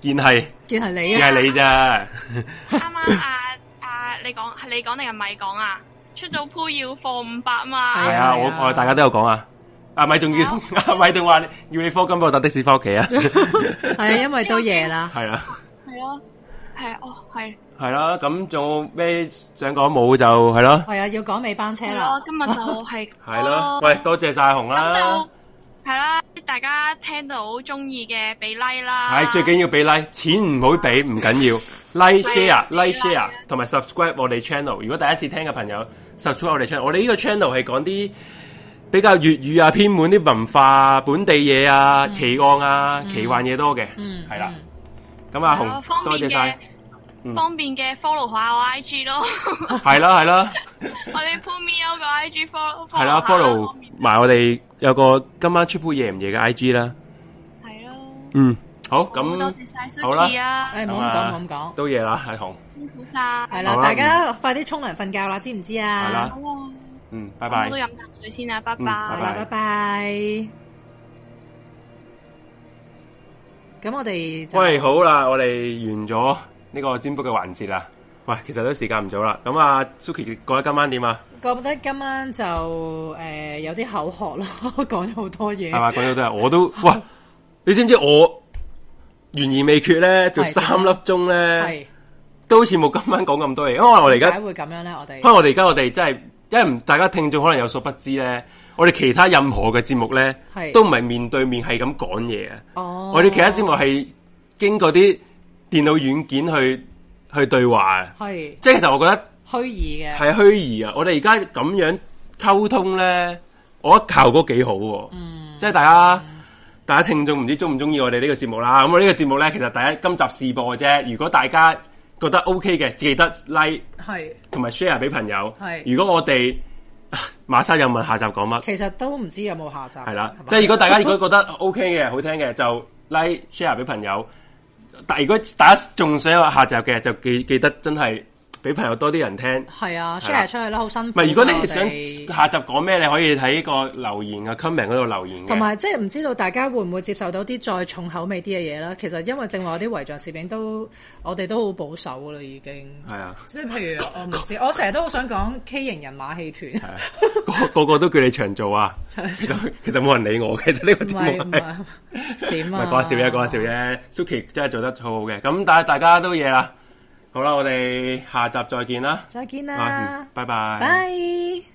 A: 第一集見係
B: 見係你
A: 見
B: 啊，
A: 係你咋？
C: 啱啱啊啊，你講係你講定係咪講啊？出咗鋪要放五百嘛
A: 係
B: 係？
A: 啊，
B: 啊
A: 我我大家都有講啊。阿米仲要，阿米仲話要你科金，幫我搭的士翻屋 企啊。
B: 係啊，因為都夜啦。
A: 係啊，
C: 係咯，係哦，係
A: 係啦。咁仲有咩想講冇就係咯，
B: 係啊，要趕尾班車
C: 係
B: 啦
C: 咯，。今日 就係
A: 係咯。喂，啊多謝晒紅
C: 咁
A: 啦
C: 就。啊係啦，大家聽到中意嘅俾 like 啦，
A: 係最緊要俾 like，錢唔好俾唔 緊要，like
C: 係
A: share
C: 啊
A: like
C: 俾 like
A: share
C: 啊
A: 同埋 subscribe 我哋 channel。如果第一次聽嘅朋友 subscribe 我哋 channel，我哋呢個 channel 係講啲比較粵語啊、偏門啲文化啊、本地嘢啊、
C: 嗯
A: 奇案啊、奇幻嘢多嘅，
B: 嗯，
A: 係啦
B: 嗯。
A: 咁阿
C: 係咯
A: 紅，
C: 方
A: 多
C: 便
A: 謝
C: 嘅
A: 晒，嗯。
C: 方便嘅 follow 下我 IG 咯，
A: 係啦係 啦。
C: 我哋 p u m i 有個 IG follow
A: 系啦
C: 下
A: ，follow 埋我哋有個今晚出杯夜唔夜嘅 I G 啦。
C: 係咯。
A: 嗯，好
C: 好多
A: 咁
C: 謝晒
A: 好啦
C: Suki 啊，
B: 誒唔好咁講，唔好哎咁講。
A: 都夜啦，係紅，
C: 辛苦晒。
B: 係
A: 好
B: 啦，
A: 啦
B: 大家快啲沖涼瞓覺啦，知唔知啊？
A: 係啦
C: 好啊，
A: 嗯，拜
C: 咁
A: 拜
C: 我都。飲啖水先啊啦，拜
A: 嗯
B: 好
A: 拜
C: 拜。
B: 啦，拜拜。咁我哋就
A: 喂，好啦，我哋完咗呢個占卜嘅環節啦。喂，其實都時間唔早啦。咁啊，Suki 覺得今晚點啊？
B: 覺得今晚就誒、呃有啲口渴咯， 講咗好多嘢
A: 係。嘛，講到都係，我都哇，你知唔知我懸而未決咧？做
B: 係
A: 三粒鐘咧，
B: 係
A: 都好似冇今晚講咁多嘢。因為我哋而
B: 點
A: 家
B: 解會咁樣咧？我哋
A: 不過我哋而家我哋真係，因為唔大家聽眾可能有所不知咧，我哋其他任何嘅節目咧
B: 係，
A: 都唔係面對面係咁講嘢啊。
B: 哦，
A: 我哋其他節目係經過啲電腦軟件去去對話啊，
B: 係
A: 即係其實我覺得
B: 虛擬嘅，
A: 係虛擬啊。我哋而家咁樣溝通咧，我覺得效果幾好喎、
B: 嗯
A: 即係大家。大家聽眾唔知中唔中意我哋呢個節目啦，咁我呢個節目咧，其實第一今集試播嘅啫。如果大家覺得 OK 嘅，記得 like
B: 係
A: 同埋 share 俾朋友。
B: 係
A: 如果我哋 馬莎又問下集講乜，
B: 其實都唔知有冇下集。
A: 係啦
B: 嘛，
A: 即係如果大家如果覺得 OK 嘅、好聽嘅，就 like share 俾朋友。但如果大家仲想有下集嘅，就記記得真係俾朋友多啲人聽。
B: 係啊
A: 係啦
B: ，share 出去啦，好辛
A: 唔
B: 苦㗎。啊
A: 係，如果你哋
B: 我哋
A: 想下集講咩，你可以喺個留言嘅 comment 嗰度留言
B: 同
A: 嘅。
B: 埋即係唔知道大家會唔會接受到啲再重口味啲嘅嘢啦？其實因為正話我啲遺像攝影都我哋都好保守噶啦，已經。
A: 係啊，
B: 即係譬如我唔知，我成日都好想講 K 型人馬戲
A: 係
B: 團，
A: 啊個個個都叫你長做啊，其實冇人理我嘅，其實呢個
B: 唔
A: 節
B: 係
A: 目
B: 唔
A: 係。
B: 係點
A: 唔
B: 啊？
A: 係講下笑啫，講下笑啫。Suki 真係做得好好嘅，咁但係大家都嘢啦。好啦，我哋下集再見啦。
B: 再見
A: 啊
B: 啦
A: 嗯，拜拜。
B: 拜。